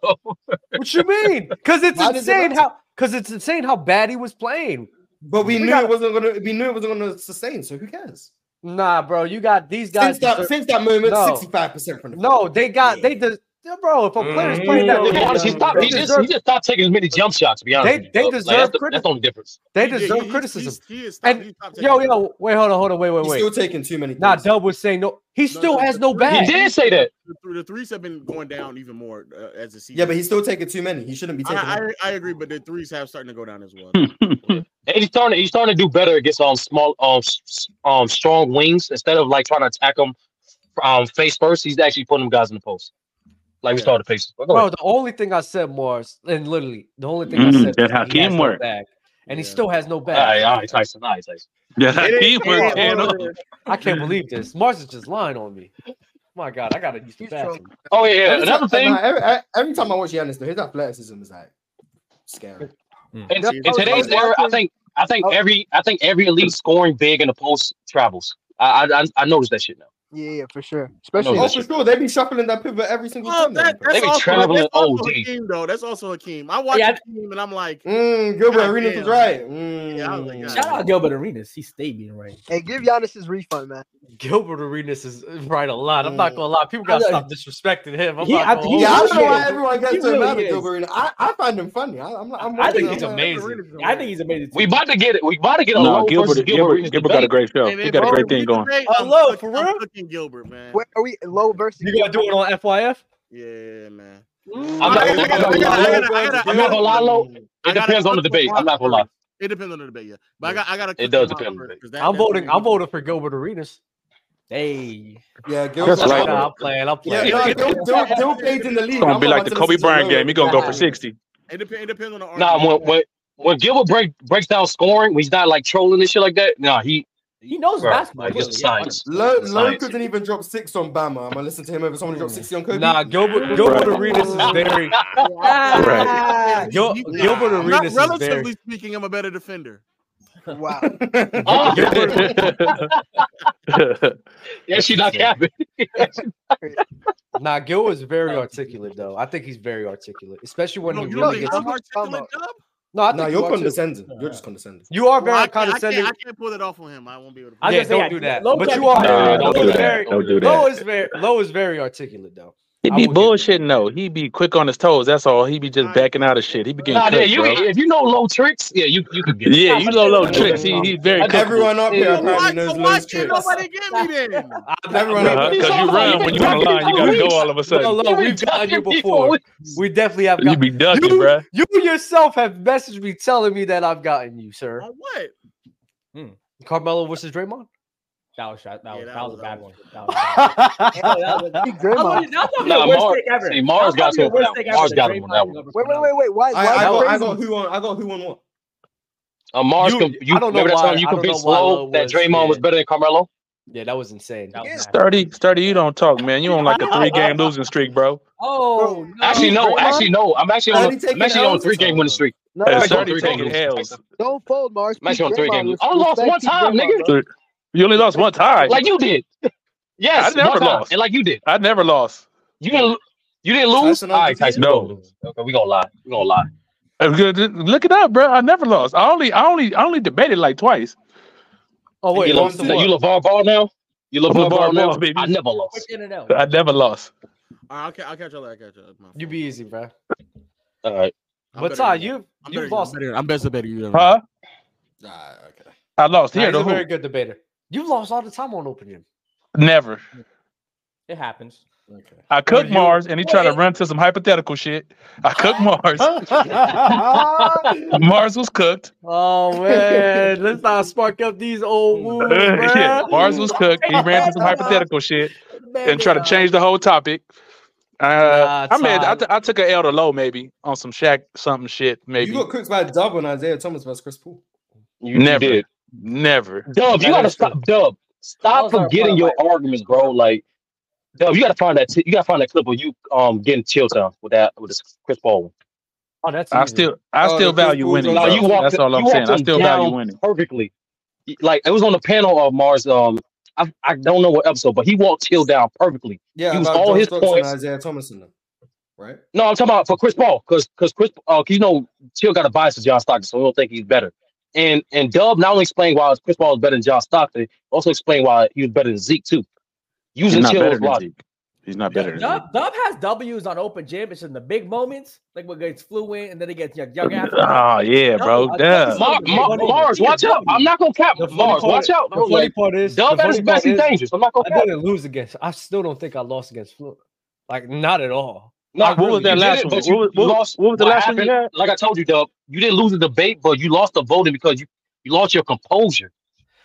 What you mean? Because it's Why does it insane matter? how. Because it's insane how bad he was playing. But we, knew got- it wasn't gonna. We knew it wasn't gonna sustain. So who cares? Nah, bro, you got these guys. Since that- deserve- since that moment, No. 65% from the No, they got they just bro. If a player's playing that, To be honest, Mm. he stopped. they He just deserve- he just stopped taking as many jump shots. To be honest, They- with you, they bro. deserve that's, the, criti- that's the only difference. They deserve criticism. and taking yo, yo, wait, hold on, hold on, wait, wait, He's wait. still taking too many. Nah, Dub was saying no. He still has no bag. The, th- the threes have been going down even more uh, as the season. Yeah, but he's still taking too many. He shouldn't be taking. I, them. I, I agree, but the threes have starting to go down as Hmm. well. And he's starting. He's starting to do better against um small um s- s- um strong wings instead of like trying to attack them um face first. He's actually putting them guys in the post. Like we started faces. But go Bro, ahead. the only thing I said, Mars, and literally the only thing I Mm, said, was that he has Hakeem no work. bag, and he still has no All right, bag. all right, Tyson. All right, Tyson. Yeah, It ain't Hakeem fair, work. bro. hand up. I can't believe this. Mars is just lying on me. My God, I gotta use the bathroom. Oh yeah, yeah. Every another time- thing. nah, every, every- every time I watch Giannis, though, his athleticism is like scary. Hmm. In, in today's era, I think I think Oh. every I think every elite scoring big in the post travels. I I I- I noticed that shit now. Yeah, yeah, for sure. Especially- oh, for sure, they be shuffling that pivot every single time. though. That's They be also, traveling that's also OD. Hakeem, though. That's also Hakeem. I watch Hakeem and I'm like, mm, Gilbert Arenas was right. Mm. Yeah, I was like, Shout out Gilbert Arenas. He stayed being right. Hey, give Giannis his refund, man. Gilbert Arenas is right a lot. I'm not gonna lie. People I gotta know. stop disrespecting him. I'm oh, He- not I- gonna he- hold yeah, I it. don't know why is. everyone He gets so really mad at is. Gilbert Arenas. I, I find him funny. I, I'm, I'm I think watching he's him, I'm like, amazing. I think he's amazing. We about to get it. We about to get a Nah, low Gilbert- versus Gilbert. Gilbert- Arenas Gilbert got a debate. great show. He got a great thing going. I'm low for real. fucking Gilbert, man. Where are we? Low versus. You gonna do it on FYF? Yeah, man. I'm not I gonna- gotta- I'm not gonna I gotta- lie, I Lo. gotta- I gotta- I'm not gonna lie, Lo. I It gotta depends on the cook debate. I'm Kawhi not gonna lie. first. It depends on the debate, yeah. But I got, I gotta. It cook does Kawhi depend on the first, debate. 'cause that- I'm that's voting. what we I'm voting for Gilbert Arenas. Hey, yeah, I'm Gilbert. playing. I'm playing. I'm Yeah, playing. no, Gil- Gil- Gil played in the league. It's gonna be I'm like about the to Kobe listen to Bryant Lowe game. He's gonna go for every time. sixty. It, dep- it depends on the Nah, when when when Gilbert break, breaks down scoring, when he's not like trolling and shit like that. Nah, he He knows Bro, basketball. like, clearly, it's yeah. science. Low, It's Low science. couldn't even drop six on Bama. I'm gonna listen to him over someone who dropped sixty on Kobe. Nah, Gilbert Gilbert Arenas is very Right. Gil, Gilbert Not Arenas is very relatively speaking, I'm a better defender. Wow. yeah, she not happy. nah, Gil is very articulate though. I think he's very articulate, espally when No, he you really think gets. I'm articulate, Dub? No, I think Nah, you you're are too. condescending. You're just condescending. You are Well, very I can't- I condescending. can't, I can't pull it off on him. I won't be able to. Yeah, don't do that. But you are. Nah, don't Low do is that. very- Don't do Low that. is very. Low is very articulate though. He be bullshitting though. He be quick on his toes. That's all. He be just backing out of shit. He be getting Nah, yeah, cooked, you bro. if you know low tricks, yeah, you you could get. it. Yeah, you know low I- tricks. He, he's very cookable. Everyone up here Yeah. apparently knows Lowe's tricks. Nobody get me then. Everyone Uh-huh, up 'cause here. you run when you on the line, you gotta go all of a No, sudden. low, we've done you before. We definitely have. You be ducking, you, bruh. You yourself have messaged me telling me that I've gotten you, sir. Hmm. What? Carmelo versus Draymond. That was that was, that was a bad one. That was Nah, Mar- see, Mars got to worst on thing that one. ever. Mars got him on that one. Wait, wait, wait, wait. Why? I, why I, got, I crazy? got who on. I got who on what? Uh, Mars, You- com- you I don't know remember that why- time you I don't know convinced why Low Lowe that was- Draymond was yeah. better than Carmelo? Yeah, that was insane. That was Sturdy, sturdy, you don't talk, man. You on like a three game losing streak, bro. Oh no! Actually, no. Draymond? Actually, no. I'm actually How did on. he A, take I'm actually an on a L? three game winning streak. No, Hey, I'm actually on sturdy three game taking winning streak. L's. don't fold, Mars. I'm actually Keep on three Draymond. game. Res- I only lost respect one keep time, Draymond, nigga. bro. You only lost one time. Like you did. Yes, I never one time. lost. And like you did. I never lost. You didn't. You didn't lose. Tyson All right, Tyson. We No. undefeated? gonna lose. Okay, we gonna lie. We gonna lie. That's good. Look it up, bro. I never lost. I only, I only, I only debated like twice. Oh wait, you, lost Le, to what? you LeVar Ball now? You I'm LeVar, LeVar Ball now? Ball, baby. I never lost. In and out. I never lost. All right, I'll, ca- I'll catch y'all. later, I'll catch y'all. My fault. You be easy, bro. All right. I'm but better Ty, than you. you I'm you've better than you. lost. I'm better. I'm best better than you. ever. Huh? Ah, okay. I lost Nah, here. he's The a very who? good debater. You've lost all the time on open gym. Never. It happens. Okay. I cooked you- Mars, and he tried to run to some hypothetical shit. I cooked Mars. Mars was cooked. Oh man, let's not spark up these old wounds, yeah, bruh. Mars was cooked. He ran to some hypothetical shit and tried to change the whole topic. Uh, Nah, I mean, I, Todd. t- I took an L to low maybe on some Shaq something shit maybe. You got cooked by Dub and Isaiah Thomas versus Chris Paul. You, you Never, did. never. Dub, you That gotta is true. stop. Dub, That stop was our part forgetting your of arguments, bro. Like, Dub, you gotta find that. T- you gotta find that clip of you um getting chill time with that with this Chris Paul. Oh, that's I easy. still, I Oh, still the Chris value Paul winning, John No, bro. you Stockton. walked. That's all You I'm saying. walked I him still value down winning. perfectly. Like it was on the panel of Mars. Um, I, I don't know what episode, but he walked Chill down perfectly. Yeah, Used about all John his Stockton and points. Isaiah Thomas in them, right? No, I'm talking about for Chris Paul, because because Chris, uh, you know, Chill got a bias to John Stockton, so he don't think he's better. And and Dub not only explained why Chris Paul is better than John Stockton, also explained why he was better than Zeke too, He's using not better Chill's than logic. Zeke. He's not Yeah. better than Zeke. Dub, Dub has W's on open gym. It's in the big moments, like when gets flew in, and then he gets young, young athlete. Oh yeah, bro. No, I Duh. think Mar- Mar- Mars, watch out! I'm not gonna cap The funny Mars. part- Watch out, The bro. funny Like part is, the Dub at his funny part best, he's is, dangerous. I'm not gonna I cap. didn't lose against. I still don't think I lost against Flu. Like not at all. I No, What really was that you don't. did last it, one? but What you, was, you what, lost. what was the What last one you happened? had? Like I told you, Dub, you didn't lose the debate, but you lost the voting because you you lost your composure,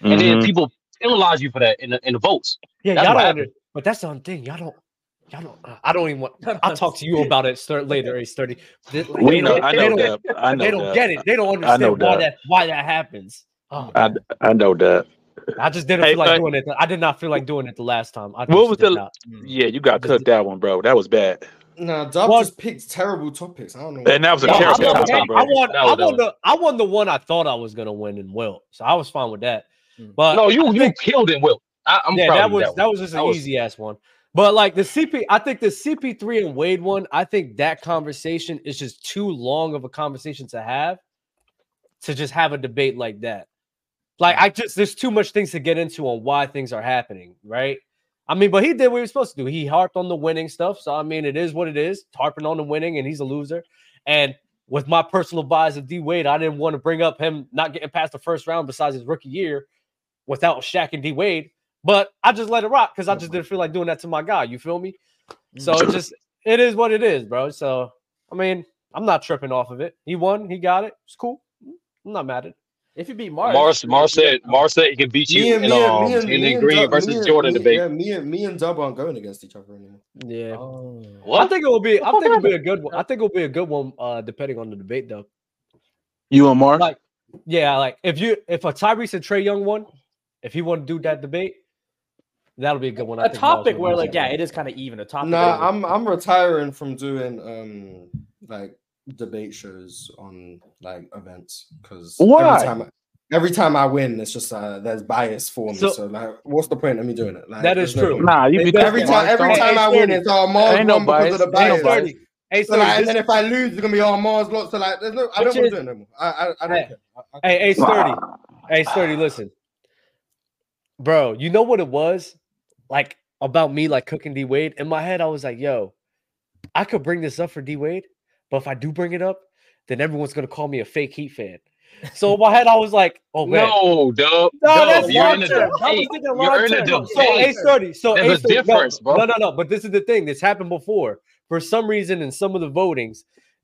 and then Mhm. people penalized you for that in the, in the votes. Yeah, That's y'all what don't. happened. Under, but that's the one thing y'all don't. Y'all don't. uh, I don't even want. I'll talk to you about it start later. Ace thirty. They, like, We they know. don't. I They know don't. that. I know They don't that. get it. They don't I know understand why that. that why that happens. Oh, I, man. I know that. I just didn't Hey, feel like uh, doing it. I did not feel like doing it the last time. I what just was did the? not. Yeah, you got I just cooked that one, bro. That was bad, Nah, Dub Well- just picked terrible topics. I don't know. and that was a No, I'm terrible not I, gonna topic, cap. I bro. won. That I was that won was. the. I won the one I thought I was gonna win in Will, so I was fine with that. But No, I you you think- killed it, Will. I, I'm yeah, proud that of you. was That one. that was just an That was easy ass one. But like the CP, I think the CP3 and Wade one, I think that conversation is just too long of a conversation to have to just have a debate like that. Like I just there's too much things to get into on why things are happening, right? I mean, but he did what he was supposed to do. He harped on the winning stuff. So I mean, it is what it is. Harping on the winning, and he's a loser. And with my personal bias of D Wade, I didn't want to bring up him not getting past the first round besides his rookie year without Shaq and D Wade. But I just let it rock because I just didn't feel like doing that to my guy. You feel me? So it just it is what it is, bro. So I mean, I'm not tripping off of it. He won, he got it. It's cool. I'm not mad at it. If you beat Mars, Mars. you- Mars you- said. Mars said he can beat Me you and in me and um me and me Jalen and Green Dub, me versus and Jordan me, debate. yeah, me and me and Dub aren't going against each other anymore. Yeah. Oh. I What? think it will be. The I fuck think it'll be a happened? good one. I think it'll be a good one, uh, depending on the debate, though. You and Mars? Like, yeah, like if you if a Tyrese and Trey Young one, If he want to do that debate, that'll be a good one. A I think Miles topic will where lose like that yeah, it one. is kind of even. A topic. where- Nah, I'm I'm retiring from doing um like debate shows on like events because Why? every time I, every time I win, it's just uh, there's bias for me. So, like, what's the point of me doing it? Like, That is there's no true. point. Nah, you be every talking time every nonsense. time I win, it's all Mars Ain't no no because of the bias. Ain't bias. no bias. Hey, so, like, Sturdy, and then this- if I lose, it's gonna be all Mars blocks. So like, there's no. I Which don't want is- to do it anymore. I I, I don't Hey, care. Hey, hey, sturdy. Hey, sturdy. Listen, bro. You know what it was like about me, like cooking D Wade. In my head, I was like, "Yo, I could bring this up for D Wade, but if I do bring it up, then everyone's gonna call me a fake Heat fan." So in my head, I was like, "Oh man, No, dub. No, dub, that's you're in long a term. I was debate. thinking long You're in a term. debate. So A thirty. So There's a A30 no, difference, bro. No, no, no. But this is the thing. This happened before. For some reason, in some of the votings,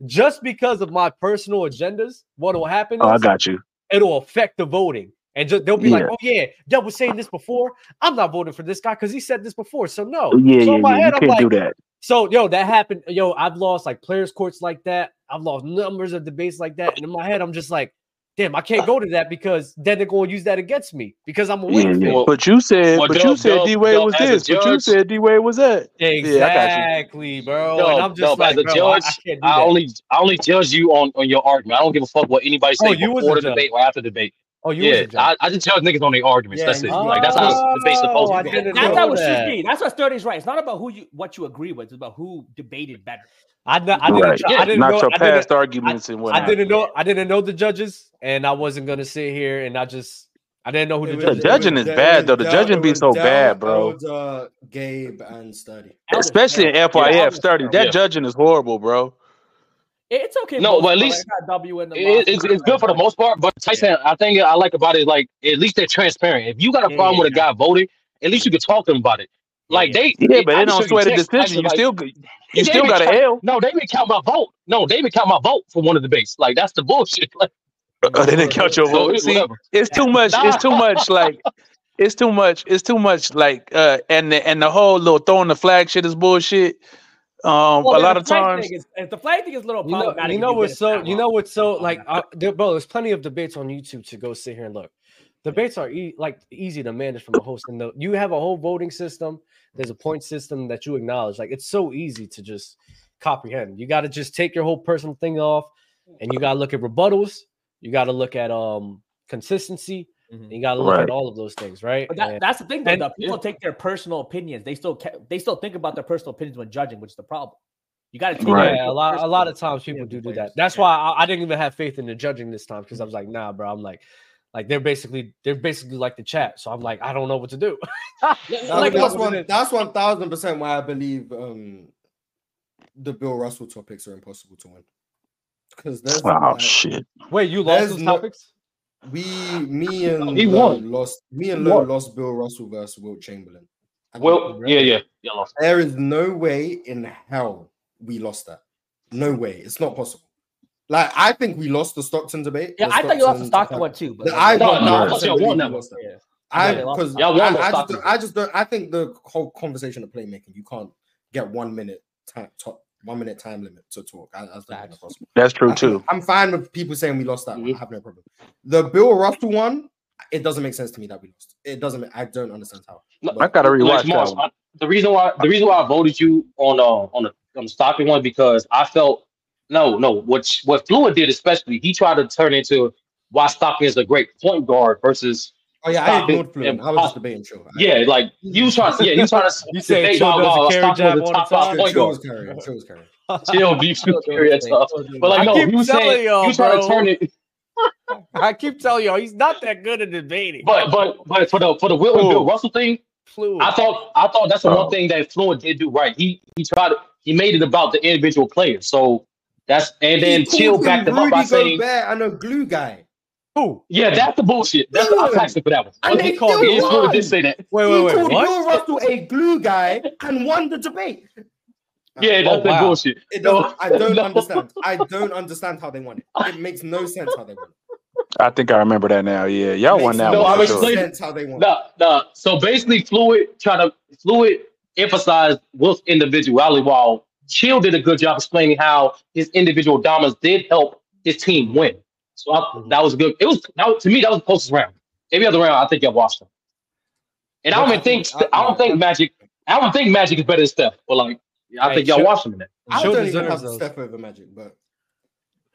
just because of my personal agendas, what will happen? Oh, I is got you. It'll affect the voting, and just they'll be like, Yeah. "Oh yeah, Dub was saying this before. I'm not voting for this guy because he said this before." So no. Yeah, so yeah, yeah. You I'm can't like, do that. so yo, that happened. Yo, I've lost like players' courts like that. I've lost numbers of debates like that. And in my head, I'm just like, damn, I can't go to that because then they're going to use that against me because I'm a Yeah, wing. yeah. fan. but you said, well, but Dub- you said Dub- D Wade Dub was as a this, but you judge- said D Wade was that. Yeah, I got you. Exactly, bro. and Dub, I'm just Dub, like, as a bro, I, I judge, can't do I, that. only I only judge you on, on your argument. I don't give a fuck what anybody say Oh, you was before a the judge. debate or after the debate. Oh, you was yeah, a judge. I, I just judge niggas on their arguments. Yeah, that's and it. you- you Like that's got how it. the debate's Oh, supposed to I go. didn't That's know how it should that. be. That's what Sturdy's right. It's not about who you what you agree with. It's about who debated better. I, kn- I didn't. right. try- I didn't Not know. your I past didn't. arguments and I whatnot. didn't know. I didn't know the judges, and I wasn't gonna sit here and I just. I didn't know who the It The was, judges. it judging was, is Da- bad it though. was The Dell, judging it be was so Dell, bad, bro. Elder, uh, Gabe, and Study. Especially in FYF thirty. That Yeah. judging is horrible, bro. It's okay. No, both, well, at but least I got W in the it- loss. it's, it's good for the most part. But Tyson, I think I like about it like at least they're transparent. If you got a problem with a guy voting, at least you can talk to them about it. Like they, Yeah, it, but I they just don't show you sweat a text. decision. Tyson You like still g- you they still even got an count- L. No, they didn't count my vote. No, they didn't count my vote for one of the debates. Like that's the bullshit. Like, Oh, they didn't count your so vote. it, See, whatever. it's too much. It's Nah. too much. Like it's too much. It's too much. Like uh, and the, and the whole little throwing the flag shit is bullshit. Um, Well, a then lot the of flag times. thing is if the flag thing is a little You know, problematic. you if know get what's it so that you wrong. know what's so like uh, there, bro. There's plenty of debates on YouTube to go sit here and look. Debates are e- like easy to manage from the host, and the, you have a whole voting system. There's a point system that you acknowledge. Like it's so easy to just comprehend. You got to just take your whole personal thing off, and you got to look at rebuttals. You got to look at um consistency. Mm-hmm. And you got to look at Right. all of those things, right? But that, And- that's the thing, though. and- though. People take their personal opinions. They still ca- they still think about their personal opinions when judging, which is the problem. You got to take Yeah, it a lot a lot of times people do do that. That's why I, I didn't even have faith in the judging this time because I was like, nah, bro. I'm like, like they're basically they're basically like the chat. So I'm like, I don't know what to do. That- Like, that's look, one. That's one thousand percent why I believe um the Bill Russell topics are impossible to win because there's Oh like, shit. Wait, you lost those topics? We, me, No, and he Low won. lost. Me He and Low won. lost Bill Russell versus Wilt Chamberlain. I think Well, yeah, yeah, yeah. I lost. there is no way in hell we lost that. No way. It's not possible. Like I think we lost the Stockton debate. Yeah, the I thought you lost the Stockton Stockton- one too, but No, I No, I one thought thousand y'all percent won believe we that one. lost that. Yeah. I Yeah, they lost because that. Y'all won I, the I just Stockton don't- I just don't I think the whole conversation of playmaking you can't get one minute time top one minute time limit to talk. I, I just don't think that's possible. That's true I think- too. I'm fine with people saying we lost that Mm-hmm. one. I have no problem. The Bill Russell one, it doesn't make sense to me that we lost. It doesn't. make- I don't understand how. I gotta Like, rewatch Smalls, that one. I- the reason why the reason why I voted you on uh on the on the Stockton one because I felt no no what what Fluid did especially he tried to turn into why Stockton is a great point guard versus Oh yeah, I Stockton ignored Fluent. and I was just debating Chill. I- yeah like you trying yeah you trying to You saying debate Cho why does a carry why Stockton was jab a all the top five time? point Chill guard was carrying. Chill was carrying. chill be superior tough uh, but like I no keep he was telling saying y'all, you trying to turn bro. it I keep telling y'all, he's not that good at debating. But but but for the for the Will and Bill Russell thing, Fluid. I thought I thought that's the Oh. one thing that Fluent did do right. He he tried to- he made it about the individual player. So that's and He then Chill called backed him him up by Rudy saying, Gobert and a glue guy. Who? yeah, that's the bullshit. That's the, I taxed him for that one. And But they he still me and Fluent won. did say that. Wait, he wait, wait. called Bill What? Russell a glue guy and won the debate. Yeah, Oh that's that wow. bullshit. It doesn't. No, I don't no. understand. I don't understand how they won it. It makes no sense how they won. I think I remember that now. Yeah, y'all It won makes that No, one I'm for no sure. explaining. sense how they won. No, no. So basically, Fluid trying to Fluid emphasized Wilt's individuality while Chill did a good job explaining how his individual dominance did help his Mm-hmm. team win. So I, that was good. It was that, was- to me that was the closest round. Every other round, I think I watched them. And I don't even think I don't think Magic I don't think Magic is better than Steph. But like I Hey, think y'all Chil- watched him in that. I Chil don't even deserves have those. Steph over Magic, but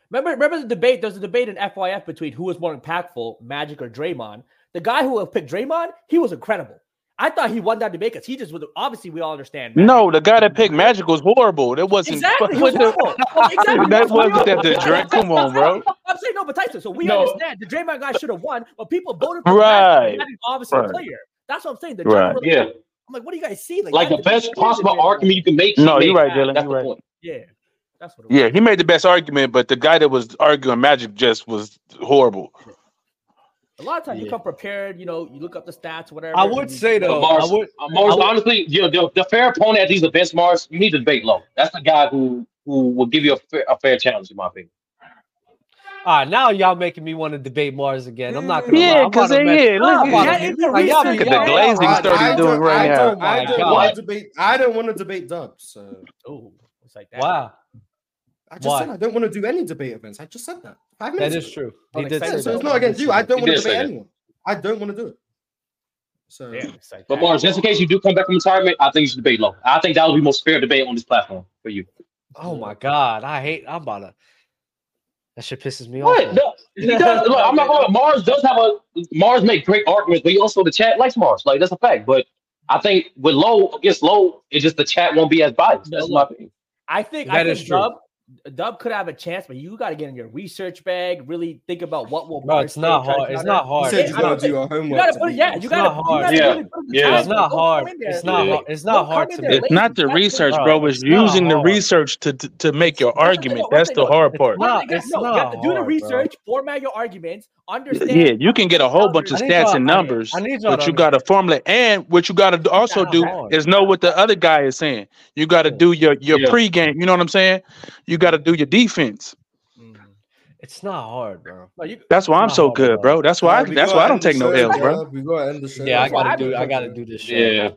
Remember, remember the debate. There's a debate in FYF between who was more impactful, Magic or Draymond. The guy who picked Draymond, he was incredible. I thought he won that debate because he just was obviously we all understand. No, the guy that picked Magic was horrible. That wasn't Exactly, he was what the- horrible. Oh, exactly, he That was horrible. wasn't that the drink. Come on, bro. I'm saying no, but Tyson. So we No. understand the Draymond guy should have won, but people voted for the guy Right. who had an obviously Right. player. That's what I'm saying. The Right. judge- Yeah. I'm like, what do you guys see? Like that debate the best is possible amazing. argument you can make. No, he you're made. right, Dylan. That's You're the right. point. Yeah. Yeah, he made the best argument, but the guy that was arguing Magic just was horrible. A lot of times you come prepared. You know, you look up the stats, whatever. I would say though, Mars, I would, uh, Mars, I would- honestly, you know, the, the fair opponent at these events, Mars, you need to debate low. That's the guy who who will give you a fair, a fair challenge, in my opinion. All right, Ah, now y'all making me want to debate Mars again. I'm not gonna. Yeah, lie. I'm because about to mess- yeah, I'm look, about to yeah, mess- look like, y'all be- at the y'all- glazing y'all- stuff I- I he's doing don't- right I now. don't- I My don't God. want to debate. I don't want to debate Dub. So oh, it's like that. Wow, I just Why? said I don't want to do any debate events. I just said that five That minutes. is ago. true. He did Yeah, say so that. it's not He against did you. I say that. don't He want to did say debate that. anyone. I don't want to do it. So But Mars, just in case you do come back from retirement, I think you should debate low. I think that would be the most fair debate on this platform for you. Oh my god, I hate. I'm about to. That shit pisses me What? off. No, he does. Look, I'm not going. Mars does have a Mars make great arguments, but he also the chat likes Mars. Like that's a fact. But I think with low against low, it's just the chat won't be as biased. That's my opinion. I think I That think is true. Dub Dub could have a chance, but you got to get in your research bag, really think about what will. No, Mars it's say, not try to hard. It's counter- not hard. You said you I don't gotta do think- your You homework gotta to put, be yeah, honest. you It's gotta, not you hard. gotta Yeah. really put in the Yeah. time. It's not Don't come hard. in there It's not lazy. hard. It's not Don't come hard in to there make. It's not the lazy. That's the- research, bro. It's not using the hard. research to, to to make your That's the thing, argument. though. That's thing, the though. hard It's part. not- you got- it's no, you have to not do the hard, bro. research, format your arguments, understand. Yeah, you can get a whole bunch of I need stats y'all- and I- numbers, I need y'all but to you got to formulate. And what you got to also not do hard. is know what the other guy is saying. You got to do your your Yeah. pregame. You know what I'm saying? You got to do your defense. It's not hard, bro. That's why I'm so good, bro. That's why I, Dub, we that's gotta why I end don't the take no show, L's, bro. Dub. We gotta end the show. Yeah, I That's what gotta I'm do. I doing. gotta do this shit. Yeah.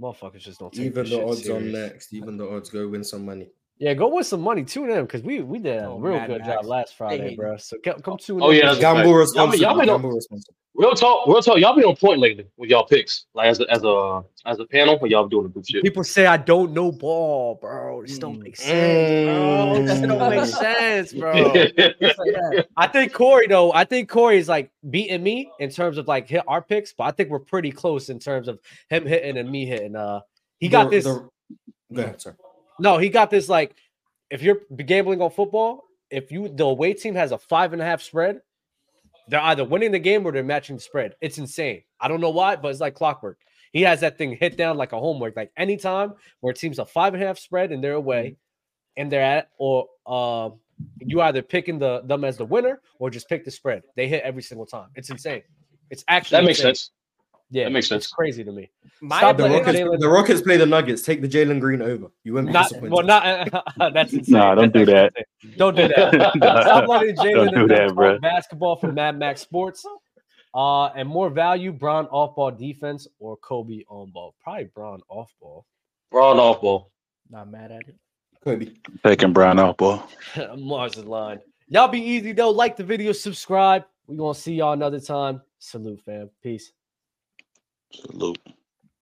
Motherfuckers just don't take Even this the shit odds on serious. next. Even the odds go win some money. Yeah, go win some money. Tune in because we we did a real Mad good Max. job last hate Friday, you. bro. So come, come tune Oh in. yeah, that's a fact. Gamble Y'all be, y'all responsibly. be on, Gamble responsibly. real talk, real talk. Y'all be on point lately with y'all picks, like as a, as a as a panel, when y'all be doing the good shit. People say I don't know ball, bro. This Mm. don't make sense, bro. This don't make sense, bro. I think Corey though. I think Corey is like beating me in terms of like hit our picks, but I think we're pretty close in terms of him hitting and me hitting. Uh, he got The- this. the- Mm. Go ahead, sir. No, he got this. Like, if you're gambling on football, if you the away team has a five and a half spread, they're either winning the game or they're matching the spread. It's insane. I don't know why, but it's like clockwork. He has that thing hit down like a homework. Like anytime where it seems a five and a half spread and they're away, Mm-hmm. and they're at or uh, you either picking the them as the winner or just pick the spread. They hit every single time. It's insane. It's actually That makes insane. sense. Yeah, that makes It's sense. crazy to me. My Stop The letting Rockets, Jalen- the Rockets play the Nuggets. Take the Jalen Green over. You won't be Not disappointed. well, not that's insane. Nah, don't That's do that. actually insane. Don't do that. Nah, Stop letting Jalen don't do and them that, talk bruh. basketball for Mad Max Sports. Uh, and more value, Braun off ball defense or Kobe on ball. Probably Braun off ball. Braun off ball. Not mad at it. Kobe. Taking Brown off, boy. Mars is lying. Y'all be easy though. Like the video, subscribe. we gonna see y'all another time. Salute, fam. Peace. Salute.